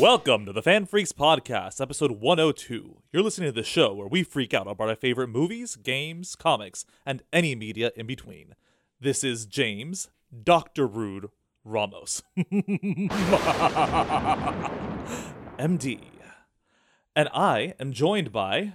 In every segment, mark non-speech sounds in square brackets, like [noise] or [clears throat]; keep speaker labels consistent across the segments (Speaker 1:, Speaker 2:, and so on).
Speaker 1: Welcome to the Fan Freaks Podcast, episode 102. You're listening to the show where we freak out about our favorite movies, games, comics, and any media in between. This is James, Dr. Rude Ramos. [laughs] MD. And I am joined by.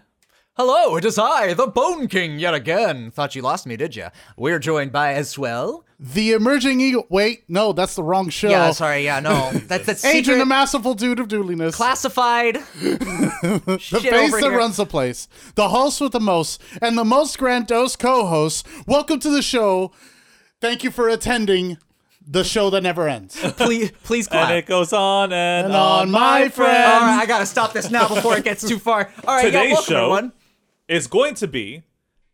Speaker 2: Hello, it is I, the Bone King, yet again. Thought you lost me, did you? We're joined by as well.
Speaker 3: The Emerging Eagle. Wait, no, that's the wrong show.
Speaker 2: Yeah, sorry, yeah,
Speaker 3: [laughs]
Speaker 2: no, that's that's
Speaker 3: Adrian,
Speaker 2: secret
Speaker 3: the masterful dude of doodliness.
Speaker 2: classified.
Speaker 3: [laughs] the face that runs the place. The host with the most. And the most grandiose co host. Welcome to the show. Thank you for attending the show that
Speaker 2: [laughs]
Speaker 3: never ends.
Speaker 2: [laughs] Please, please clap.
Speaker 1: And it goes on and,
Speaker 3: Ah. And on, my friend.
Speaker 2: All right, I gotta stop this now before it gets too far. All right, yeah,
Speaker 1: Um, Today's
Speaker 2: welcome
Speaker 1: show-
Speaker 2: everyone.
Speaker 1: It's going to be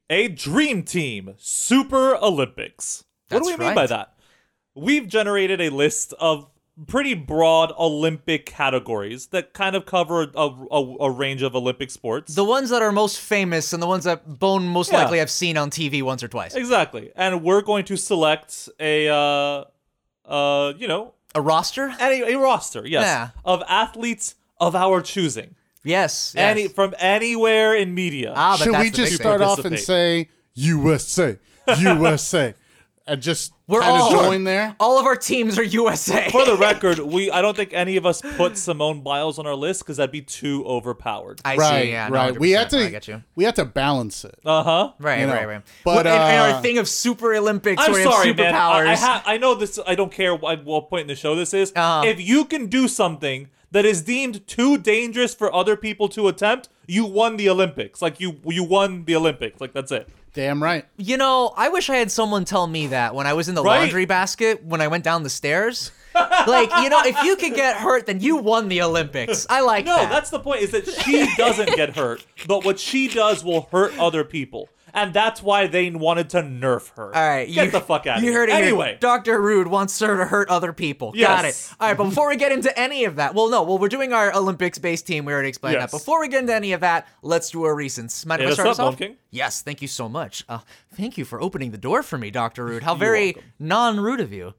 Speaker 1: a dream team Super Olympics. what
Speaker 2: That's
Speaker 1: do we mean by
Speaker 2: right.
Speaker 1: that? We've generated a list of pretty broad Olympic categories that kind of cover a, a- a range of Olympic sports.
Speaker 2: The ones that are most famous and the ones that Bone most
Speaker 1: Yeah.
Speaker 2: likely have seen on TV once or twice.
Speaker 1: exactly. And we're going to select a, uh, uh, you know,
Speaker 2: A roster?
Speaker 1: a, a roster, yes,
Speaker 2: Yeah.
Speaker 1: of athletes of our choosing.
Speaker 2: Yes. yes.
Speaker 1: Any from anywhere in media.
Speaker 2: ah, but
Speaker 3: Should
Speaker 2: that's
Speaker 3: we
Speaker 2: the
Speaker 3: just
Speaker 2: big thing.
Speaker 3: start off and
Speaker 1: Participate.
Speaker 3: say
Speaker 2: [laughs]
Speaker 3: USA, USA, and just
Speaker 2: We're
Speaker 3: kind
Speaker 2: all-
Speaker 3: of join there?
Speaker 2: All of our teams are [laughs] USA.
Speaker 1: For the record, we I don't think any of us put Simone Biles on our list because that'd be too overpowered.
Speaker 2: I
Speaker 3: Right,
Speaker 2: see. Yeah, no,
Speaker 3: right. We had
Speaker 2: 100%,
Speaker 3: to.
Speaker 2: I get you.
Speaker 3: We had to balance it.
Speaker 1: Uh huh.
Speaker 2: Right,
Speaker 3: You know,
Speaker 2: right, right.
Speaker 3: but,
Speaker 2: But in, in
Speaker 3: uh,
Speaker 2: our thing of Super Olympics,
Speaker 1: I'm
Speaker 2: where
Speaker 1: sorry,
Speaker 2: you have
Speaker 1: man. I, I,
Speaker 2: superpowers.
Speaker 1: ha- I know this. I don't care what, what point in the show this is.
Speaker 2: Uh-huh.
Speaker 1: If you can do something that is deemed too dangerous for other people to attempt, you won the Olympics. Like you, you won the Olympics. Like that's it.
Speaker 3: Damn right.
Speaker 2: you know, I wish I had someone tell me that when I was in the
Speaker 1: Right.
Speaker 2: laundry basket when I went down the stairs. like, you know, if you could get hurt, then you won the Olympics. I like
Speaker 1: No,
Speaker 2: that.
Speaker 1: that's the point. Is that she doesn't get hurt, but what she does will hurt other people, and that's why they wanted to nerf her.
Speaker 2: all right.
Speaker 1: get
Speaker 2: you,
Speaker 1: the fuck out.
Speaker 2: You
Speaker 1: of here.
Speaker 2: heard it here.
Speaker 1: anyway.
Speaker 2: Dr. Rude wants her to hurt other people. Got
Speaker 1: Yes.
Speaker 2: it. All right, but before we get into any of that, well, no, well, we're doing our Olympics-based team. We already explained
Speaker 1: Yes.
Speaker 2: that. Before we get into any of that, let's do our recents. Mind
Speaker 1: Hit
Speaker 2: if I
Speaker 1: us
Speaker 2: start
Speaker 1: up,
Speaker 2: us off?
Speaker 1: Monkey.
Speaker 2: Yes, thank you so much. Uh, thank you for opening the door for me, Dr. Rude. How very non-rude of you.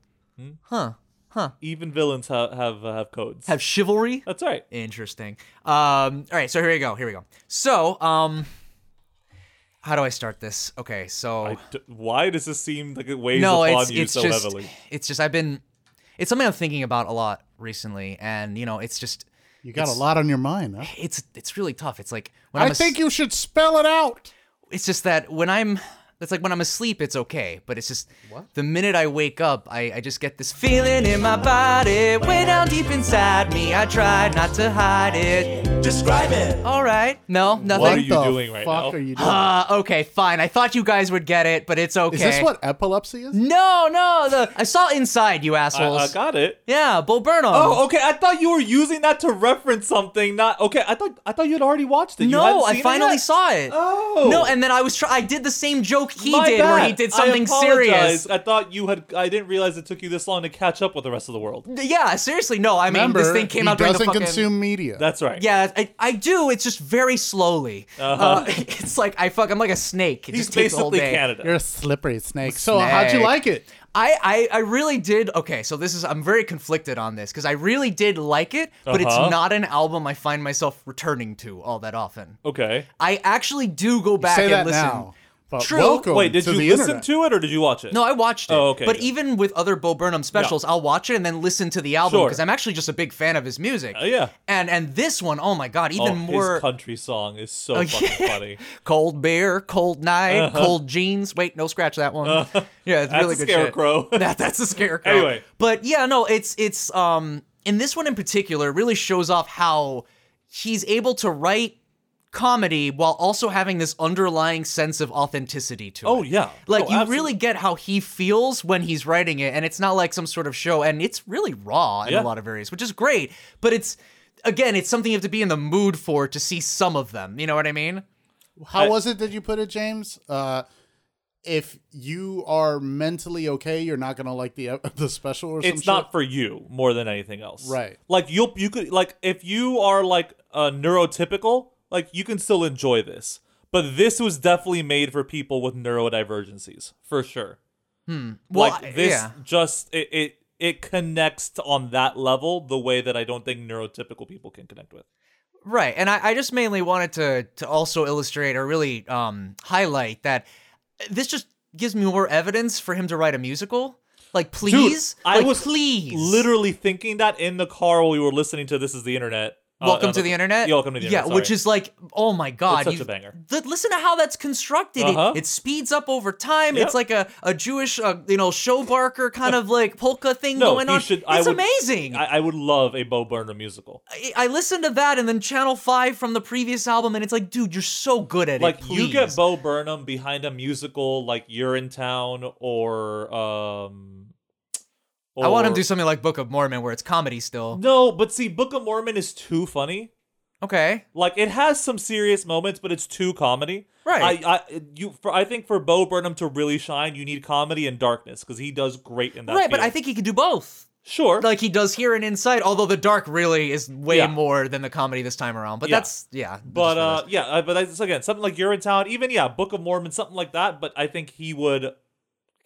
Speaker 1: Even villains have have, have codes.
Speaker 2: Have chivalry.
Speaker 1: that's all right.
Speaker 2: Interesting. Um, all right, so here we go. Here we go. So, um, how do I start this? Okay, so
Speaker 1: I d- why does this seem like it weighs
Speaker 2: no,
Speaker 1: upon
Speaker 2: it's
Speaker 1: you
Speaker 2: it's
Speaker 1: so
Speaker 2: just
Speaker 1: heavily?
Speaker 2: it's just I've been it's something I'm thinking about a lot recently, and you know, it's just
Speaker 3: You got a lot on your mind. Huh?
Speaker 2: it's it's really tough. It's like when I'm
Speaker 3: I
Speaker 2: as-
Speaker 3: think you should spell it out.
Speaker 2: it's just that when I'm it's like when I'm asleep, it's okay, but it's just the minute I wake up, I, I just get this feeling in my body, way down deep inside me. I try not to hide it. Describe it. All right. No, nothing.
Speaker 1: What are you
Speaker 3: the
Speaker 1: doing right now?
Speaker 3: fuck
Speaker 2: [gasps]
Speaker 3: Are you doing?
Speaker 2: Uh, okay, fine. I thought you guys would get it, but it's okay.
Speaker 3: Is this what epilepsy is?
Speaker 2: No, no. The I saw inside, you
Speaker 1: I,
Speaker 2: assholes.
Speaker 1: I got it.
Speaker 2: yeah, Bo Burnham.
Speaker 1: Oh, okay. I thought you were using that to reference something. Not okay. I thought I thought you had already watched it. You
Speaker 2: no,
Speaker 1: hadn't
Speaker 2: I
Speaker 1: seen
Speaker 2: finally
Speaker 1: it yet?
Speaker 2: saw it.
Speaker 1: Oh.
Speaker 2: No, and then I was try- I did the same joke he
Speaker 1: My
Speaker 2: did, where he
Speaker 1: bad.
Speaker 2: did something
Speaker 1: I apologize.
Speaker 2: serious.
Speaker 1: I thought you had. I didn't realize it took you this long to catch up with the rest of the world.
Speaker 2: Yeah, seriously. No, I mean
Speaker 3: Remember,
Speaker 2: this thing came
Speaker 3: he
Speaker 2: out during the
Speaker 3: doesn't
Speaker 2: fucking.
Speaker 3: consume media.
Speaker 1: That's right.
Speaker 2: yeah, I, I do. It's just very slowly. Uh, [laughs] it's like I fuck. I'm like a snake. It
Speaker 1: Uh-huh. he's
Speaker 2: just takes the whole
Speaker 1: basically
Speaker 2: day.
Speaker 1: Canada.
Speaker 3: You're a slippery snake. So how'd you
Speaker 2: Snake.
Speaker 3: like it?
Speaker 2: I, I I really did okay. So this is I'm very conflicted on this because I really did like it, but
Speaker 1: Uh-huh.
Speaker 2: it's not an album I find myself returning to all that often.
Speaker 1: okay.
Speaker 2: I actually do go back
Speaker 3: Say
Speaker 2: and
Speaker 3: that
Speaker 2: listen.
Speaker 3: now. But
Speaker 2: True.
Speaker 3: Welcome
Speaker 1: Wait, did
Speaker 3: to
Speaker 1: you
Speaker 3: the
Speaker 1: listen
Speaker 3: internet.
Speaker 1: to it or did you watch it?
Speaker 2: No, I watched it.
Speaker 1: Oh, okay,
Speaker 2: But
Speaker 1: yeah.
Speaker 2: even with other Bo Burnham specials, I'll watch it and then listen to the album
Speaker 1: Sure.
Speaker 2: because I'm actually just a big fan of his music.
Speaker 1: Oh, yeah.
Speaker 2: And and this one, oh my god, even
Speaker 1: oh,
Speaker 2: more
Speaker 1: His country song is so
Speaker 2: [laughs] yeah.
Speaker 1: fucking funny.
Speaker 2: cold beer, cold night, cold jeans. Wait, no, scratch that one. [laughs] yeah, it's
Speaker 1: Uh-huh. That's
Speaker 2: really
Speaker 1: a
Speaker 2: good.
Speaker 1: scarecrow.
Speaker 2: Shit. That, that's a scarecrow.
Speaker 1: Anyway.
Speaker 2: but yeah, no, it's it's um, in this one in particular, really shows off how he's able to write comedy while also having this underlying sense of authenticity to
Speaker 1: [laughs]
Speaker 2: it.
Speaker 1: Oh yeah.
Speaker 2: Like
Speaker 1: Oh,
Speaker 2: you
Speaker 1: absolutely.
Speaker 2: really get how he feels when he's writing it, and it's not like some sort of show, and it's really raw in
Speaker 1: Yeah.
Speaker 2: a lot of areas, which is great. But it's again, it's something you have to be in the mood for to see some of them. You know what I mean?
Speaker 3: How was it that you put it, James? Uh, if you are mentally okay, you're not gonna like the [laughs] the special or
Speaker 1: it's
Speaker 3: some
Speaker 1: not for you more than anything else.
Speaker 3: Right.
Speaker 1: Like you'll you could like if you are like uh, neurotypical, like you can still enjoy this. But this was definitely made for people with neurodivergencies, for sure.
Speaker 2: Well,
Speaker 1: like this
Speaker 2: yeah.
Speaker 1: just it, it it connects to- on that level the way that I don't think neurotypical people can connect with.
Speaker 2: Right. And I, I just mainly wanted to to also illustrate or really um, highlight that this just gives me more evidence for him to write a musical. Like please,
Speaker 1: I
Speaker 2: Like,
Speaker 1: was
Speaker 2: please.
Speaker 1: Literally thinking that in the car while we were listening to "This Is the Internet." uh,
Speaker 2: Welcome
Speaker 1: on
Speaker 2: to the internet.
Speaker 1: Yeah, welcome to the internet.
Speaker 2: Yeah, which
Speaker 1: sorry.
Speaker 2: is like, oh my god,
Speaker 1: It's such
Speaker 2: you-
Speaker 1: a banger.
Speaker 2: Th- listen to how that's constructed.
Speaker 1: Uh-huh.
Speaker 2: It, it speeds up over time.
Speaker 1: Yep.
Speaker 2: It's like a, a Jewish, uh, you know, show barker kind of like polka thing
Speaker 1: no.
Speaker 2: going
Speaker 1: he
Speaker 2: on.
Speaker 1: should.
Speaker 2: it's
Speaker 1: I would,
Speaker 2: amazing.
Speaker 1: I, I would love a Bo Burnham musical.
Speaker 2: I, I listened to that and then Channel Five from the previous album, and it's like, dude, you're so good at
Speaker 1: Like
Speaker 2: it.
Speaker 1: you get
Speaker 2: please.
Speaker 1: Bo Burnham behind a musical like "You're in Town" or um.
Speaker 2: I want him
Speaker 1: or-
Speaker 2: to do something like Book of Mormon, where it's comedy still.
Speaker 1: No, but see, Book of Mormon is too funny.
Speaker 2: Okay,
Speaker 1: Like it has some serious moments, but it's too comedy.
Speaker 2: Right.
Speaker 1: I, I you for I think for Bo Burnham to really shine, you need comedy and darkness because he does great in that.
Speaker 2: right, but
Speaker 1: field.
Speaker 2: I think he could do both,
Speaker 1: sure.
Speaker 2: like he does here and inside. Although the dark really is way
Speaker 1: Yeah.
Speaker 2: more than the comedy this time around. But
Speaker 1: Yeah.
Speaker 2: that's yeah.
Speaker 1: but
Speaker 2: just for
Speaker 1: uh,
Speaker 2: this.
Speaker 1: yeah, uh, but that's, again, something like You're in Town, even yeah, Book of Mormon, something like that. But I think he would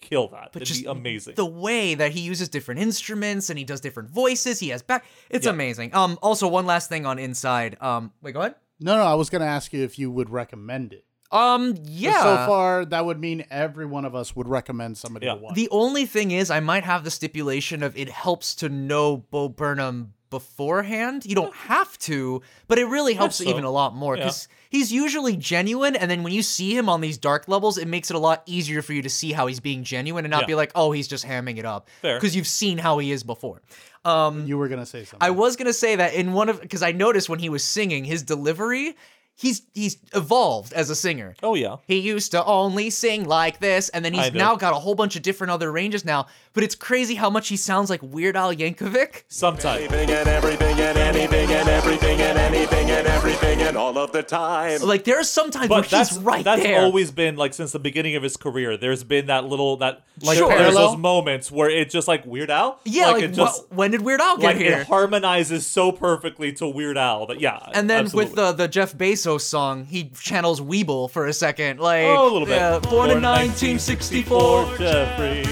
Speaker 1: kill that.
Speaker 2: But
Speaker 1: It'd
Speaker 2: just
Speaker 1: be amazing.
Speaker 2: the way that he uses different instruments and he does different voices. He has back. It's
Speaker 1: Yeah.
Speaker 2: amazing. Um. Also, one last thing on Inside. Um. Wait. Go ahead.
Speaker 3: No, no, I was going to ask you if you would recommend it.
Speaker 2: Um.
Speaker 3: 'Cause
Speaker 2: Yeah.
Speaker 3: So far, that would mean every one of us would recommend somebody
Speaker 1: Yeah.
Speaker 3: to watch.
Speaker 2: The only thing is, I might have the stipulation of it helps to know Bo Burnham beforehand. You don't have to, but it really helps
Speaker 1: Hope so.
Speaker 2: even a lot more
Speaker 1: Yeah.
Speaker 2: because he's usually genuine. And then when you see him on these dark levels, it makes it a lot easier for you to see how he's being genuine and not
Speaker 1: Yeah.
Speaker 2: be like, oh, he's just hamming it up.
Speaker 1: Fair.
Speaker 2: Because you've seen how he is before. Um,
Speaker 3: you were going to say something.
Speaker 2: I was gonna say that in one of because I noticed when he was singing his delivery, he's he's evolved as a singer.
Speaker 1: oh yeah,
Speaker 2: He used to only sing like this, and then
Speaker 1: I
Speaker 2: he's
Speaker 1: know.
Speaker 2: now got a whole bunch of different other ranges now. But it's crazy how much he sounds like Weird Al Yankovic.
Speaker 1: sometimes.
Speaker 4: Anything and everything and anything and everything and anything and everything and all of the time.
Speaker 2: Like there are sometimes where
Speaker 1: But that's
Speaker 2: he's right
Speaker 1: that's
Speaker 2: there.
Speaker 1: always been like since the beginning of his career. There's been that little that
Speaker 2: Like
Speaker 1: there- there's
Speaker 2: parallel?
Speaker 1: those moments where it just like Weird Al.
Speaker 2: yeah, like,
Speaker 1: it just
Speaker 2: wh- when did Weird Al get
Speaker 1: like
Speaker 2: here?
Speaker 1: it harmonizes so perfectly to Weird Al that yeah.
Speaker 2: and then
Speaker 1: absolutely.
Speaker 2: with the the Jeff Bezos song, he channels Weeble for a second, like
Speaker 1: oh a little bit.
Speaker 2: yeah, born in 1964.
Speaker 1: Jeffrey.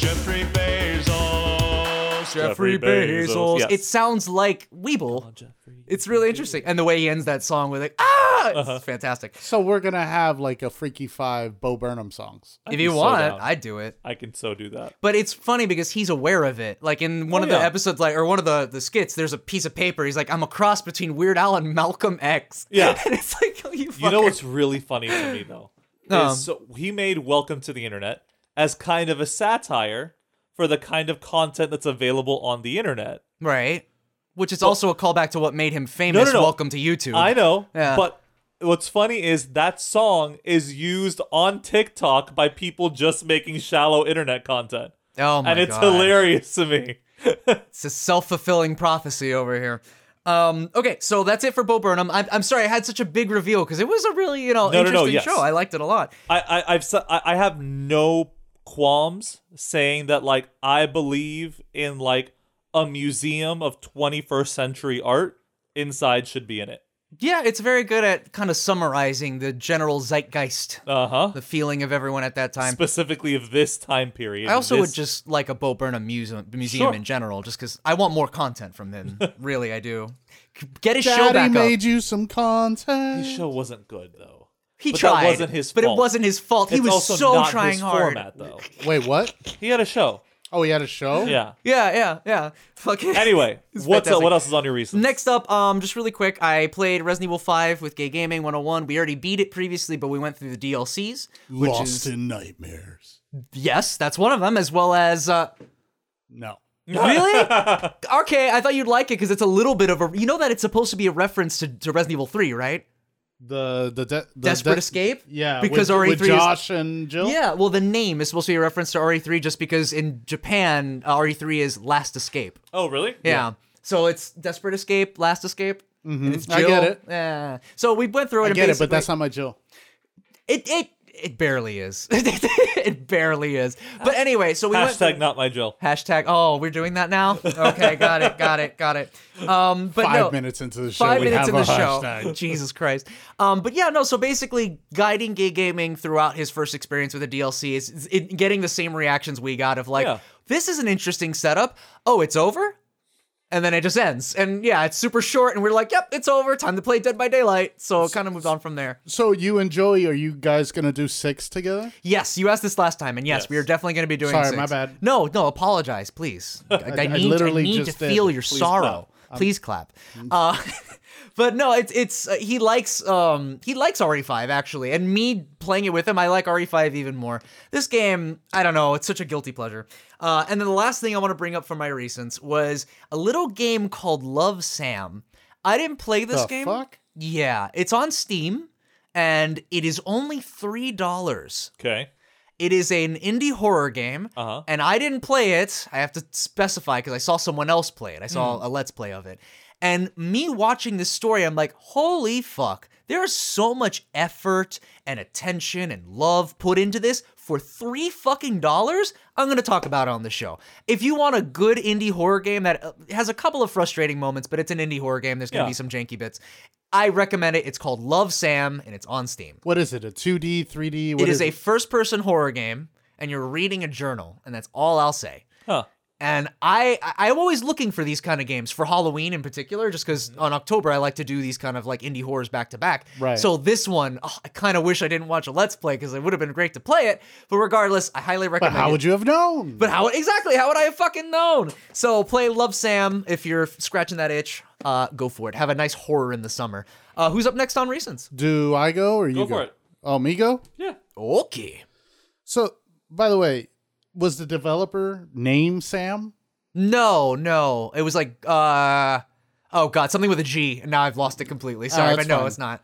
Speaker 4: Jeffrey Bezos.
Speaker 1: Jeffrey Bezos. Yes.
Speaker 2: It sounds like Weeble.
Speaker 1: Jeffrey.
Speaker 2: It's really interesting. And the way he ends that song with like, ah, it's
Speaker 1: Uh-huh.
Speaker 2: fantastic.
Speaker 3: so we're going to have like a Freaky Five Bo Burnham songs.
Speaker 1: I'd
Speaker 2: If
Speaker 1: be
Speaker 2: you
Speaker 1: so
Speaker 2: want,
Speaker 1: down.
Speaker 2: I'd do it.
Speaker 1: I can so do that.
Speaker 2: But it's funny because he's aware of it. Like in one
Speaker 1: Oh,
Speaker 2: of the
Speaker 1: yeah.
Speaker 2: episodes, like or one of the, the skits, there's a piece of paper. He's like, I'm a cross between Weird Al and Malcolm X.
Speaker 1: Yeah.
Speaker 2: [laughs] and it's like, oh, you,
Speaker 1: You know
Speaker 2: fucker.
Speaker 1: what's really funny to me though is
Speaker 2: [clears throat] Um.
Speaker 1: so he made Welcome to the Internet as kind of a satire for the kind of content that's available on the internet.
Speaker 2: right? Which is also a callback to what made him famous.
Speaker 1: no, no.
Speaker 2: Welcome to YouTube.
Speaker 1: I know,
Speaker 2: Yeah.
Speaker 1: but what's funny is that song is used on TikTok by people just making shallow internet content,
Speaker 2: oh my
Speaker 1: and it's
Speaker 2: God.
Speaker 1: hilarious to me.
Speaker 2: It's a self fulfilling prophecy over here. Um, okay, so that's it for Bo Burnham. I'm, I'm sorry I had such a big reveal because it was a really you know
Speaker 1: No, no,
Speaker 2: interesting
Speaker 1: no, yes.
Speaker 2: show. I liked it a lot.
Speaker 1: I, I I've s- I I have no qualms saying that like I believe in like a museum of 21st century art inside should be in it.
Speaker 2: Yeah, it's very good at kind of summarizing the general zeitgeist,
Speaker 1: Uh-huh.
Speaker 2: the feeling of everyone at that time.
Speaker 1: Specifically of this time period.
Speaker 2: I also
Speaker 1: this-
Speaker 2: would just like a Bo Burnham museum, museum
Speaker 1: Sure.
Speaker 2: in general, just because I want more content
Speaker 1: [laughs]
Speaker 2: from him. really, I do. C- Get his show
Speaker 3: Daddy
Speaker 2: back
Speaker 3: made
Speaker 2: up.
Speaker 3: you some content.
Speaker 1: His show wasn't good though.
Speaker 2: He
Speaker 1: but that
Speaker 2: tried,
Speaker 1: wasn't his
Speaker 2: but it
Speaker 1: fault.
Speaker 2: wasn't his fault. He
Speaker 1: It's
Speaker 2: was
Speaker 1: also
Speaker 2: so
Speaker 1: not
Speaker 2: trying
Speaker 1: his
Speaker 2: hard.
Speaker 1: format though.
Speaker 3: Wait, what?
Speaker 1: He had a show.
Speaker 3: Oh, he had a show?
Speaker 1: Yeah.
Speaker 2: Yeah, yeah, yeah. Fucking.
Speaker 1: Anyway,
Speaker 2: It's
Speaker 1: what's up,
Speaker 2: fantastic.
Speaker 1: what else is on your recent?
Speaker 2: [laughs] Next up, um, just really quick, I played Resident Evil 5 with Gay Gaming 101. We already beat it previously, but we went through the DLCs, which
Speaker 3: Lost
Speaker 2: is
Speaker 3: in Nightmares.
Speaker 2: yes, that's one of them, as well as uh,
Speaker 3: No. [laughs]
Speaker 2: really. okay, I thought you'd like it because it's a little bit of a. You know that it's supposed to be a reference to, to Resident Evil 3, right?
Speaker 3: The the, de- the
Speaker 2: Desperate
Speaker 3: de-
Speaker 2: Escape?
Speaker 3: Yeah,
Speaker 2: Because
Speaker 3: with,
Speaker 2: RE3
Speaker 3: with
Speaker 2: is-
Speaker 3: Josh and Jill.
Speaker 2: Yeah, well, the name is supposed to be a reference to RE3 just because in Japan, uh, RE3 is Last Escape.
Speaker 1: Oh, really?
Speaker 2: Yeah. So it's Desperate Escape, Last Escape. Mm-hmm. And it's
Speaker 3: I get
Speaker 2: Jill.
Speaker 3: it.
Speaker 2: Yeah. So we went through it.
Speaker 3: I
Speaker 2: and
Speaker 3: get it, but
Speaker 2: basically-
Speaker 3: that's not my Jill.
Speaker 2: it it It barely is. [laughs] it barely is.
Speaker 3: Uh,
Speaker 2: But anyway, so we went.
Speaker 1: Hashtag not my gel.
Speaker 2: Hashtag. Oh, we're doing that now. Okay, got it, got it, got it. Um, but
Speaker 3: Five
Speaker 2: no,
Speaker 3: minutes into the show,
Speaker 2: Five
Speaker 3: we
Speaker 2: minutes
Speaker 3: have
Speaker 2: in the
Speaker 3: a
Speaker 2: show. [laughs]
Speaker 3: hashtag.
Speaker 2: Jesus Christ. Um, but yeah, no. So basically, guiding gay gaming throughout his first experience with the DLC is, is it, getting the same reactions we got of like,
Speaker 1: Yeah.
Speaker 2: this is an interesting setup. Oh, it's over. And then it just ends. And yeah, it's super short. And we're like, yep, it's over. Time to play Dead by Daylight. So it kind of moved on from there.
Speaker 3: So you and Joey, are you guys gonna do six together?
Speaker 2: Yes, you asked this last time, and yes, we are definitely going to be doing.
Speaker 3: Sorry,
Speaker 2: six.
Speaker 3: my bad.
Speaker 2: No, no, apologize,
Speaker 3: [laughs]
Speaker 2: please. I, I
Speaker 3: I
Speaker 2: need,
Speaker 3: literally
Speaker 2: I need to
Speaker 3: just did.
Speaker 2: feel your
Speaker 3: Please
Speaker 2: sorrow. Please clap. Uh, [laughs] but no, it's it's uh, he likes um he likes RE5 actually, and me playing it with him, I like RE5 even more. This game, I don't know, it's such a guilty pleasure. Uh, and then the last thing I want to bring up from my recents was a little game called Love Sam. I didn't play this
Speaker 3: The
Speaker 2: game.
Speaker 3: fuck?
Speaker 2: Yeah, it's on Steam, and it is only three dollars.
Speaker 1: Okay.
Speaker 2: It is an indie horror game,
Speaker 1: Uh-huh.
Speaker 2: and I didn't play it. I have to specify because I saw someone else play it. I saw
Speaker 1: Mm.
Speaker 2: a let's play of it. And me watching this story, I'm like, holy fuck, there is so much effort and attention and love put into this for three fucking dollars. I'm gonna talk about it on the show. If you want a good indie horror game that uh, has a couple of frustrating moments, but it's an indie horror game, there's gonna
Speaker 1: Yeah.
Speaker 2: be some janky bits. I recommend it. It's called Love Sam, and it's on Steam
Speaker 3: What is it? A two D, three D?
Speaker 2: it is a first person horror game and you're reading a journal and that's all i'll say
Speaker 1: Huh.
Speaker 2: and i I- i'm always looking for these kind of games for halloween in particular just because on october i like to do these kind of like indie horrors back to back
Speaker 3: Mm-hmm. Right.
Speaker 2: so this one oh, i kind of wish i didn't watch a let's play because it would have been great to play it but regardless i highly
Speaker 3: But
Speaker 2: recommend
Speaker 3: how
Speaker 2: it.
Speaker 3: would you have known?
Speaker 2: But how exactly? How would I have fucking known? So play Love Sam if you're scratching that itch. Uh, go for it. Have a nice horror in the summer. Uh, who's up next on Reasons?
Speaker 3: Do I go or you go?
Speaker 1: Go for it.
Speaker 3: Oh, me go.
Speaker 1: Yeah.
Speaker 2: Okay.
Speaker 3: So, by the way, was the developer named Sam?
Speaker 2: No, no. It was like uh oh god, something with a G, and now I've lost it completely. Sorry,
Speaker 3: Oh, that's
Speaker 2: but no,
Speaker 3: fine.
Speaker 2: it's
Speaker 3: [laughs]
Speaker 2: not.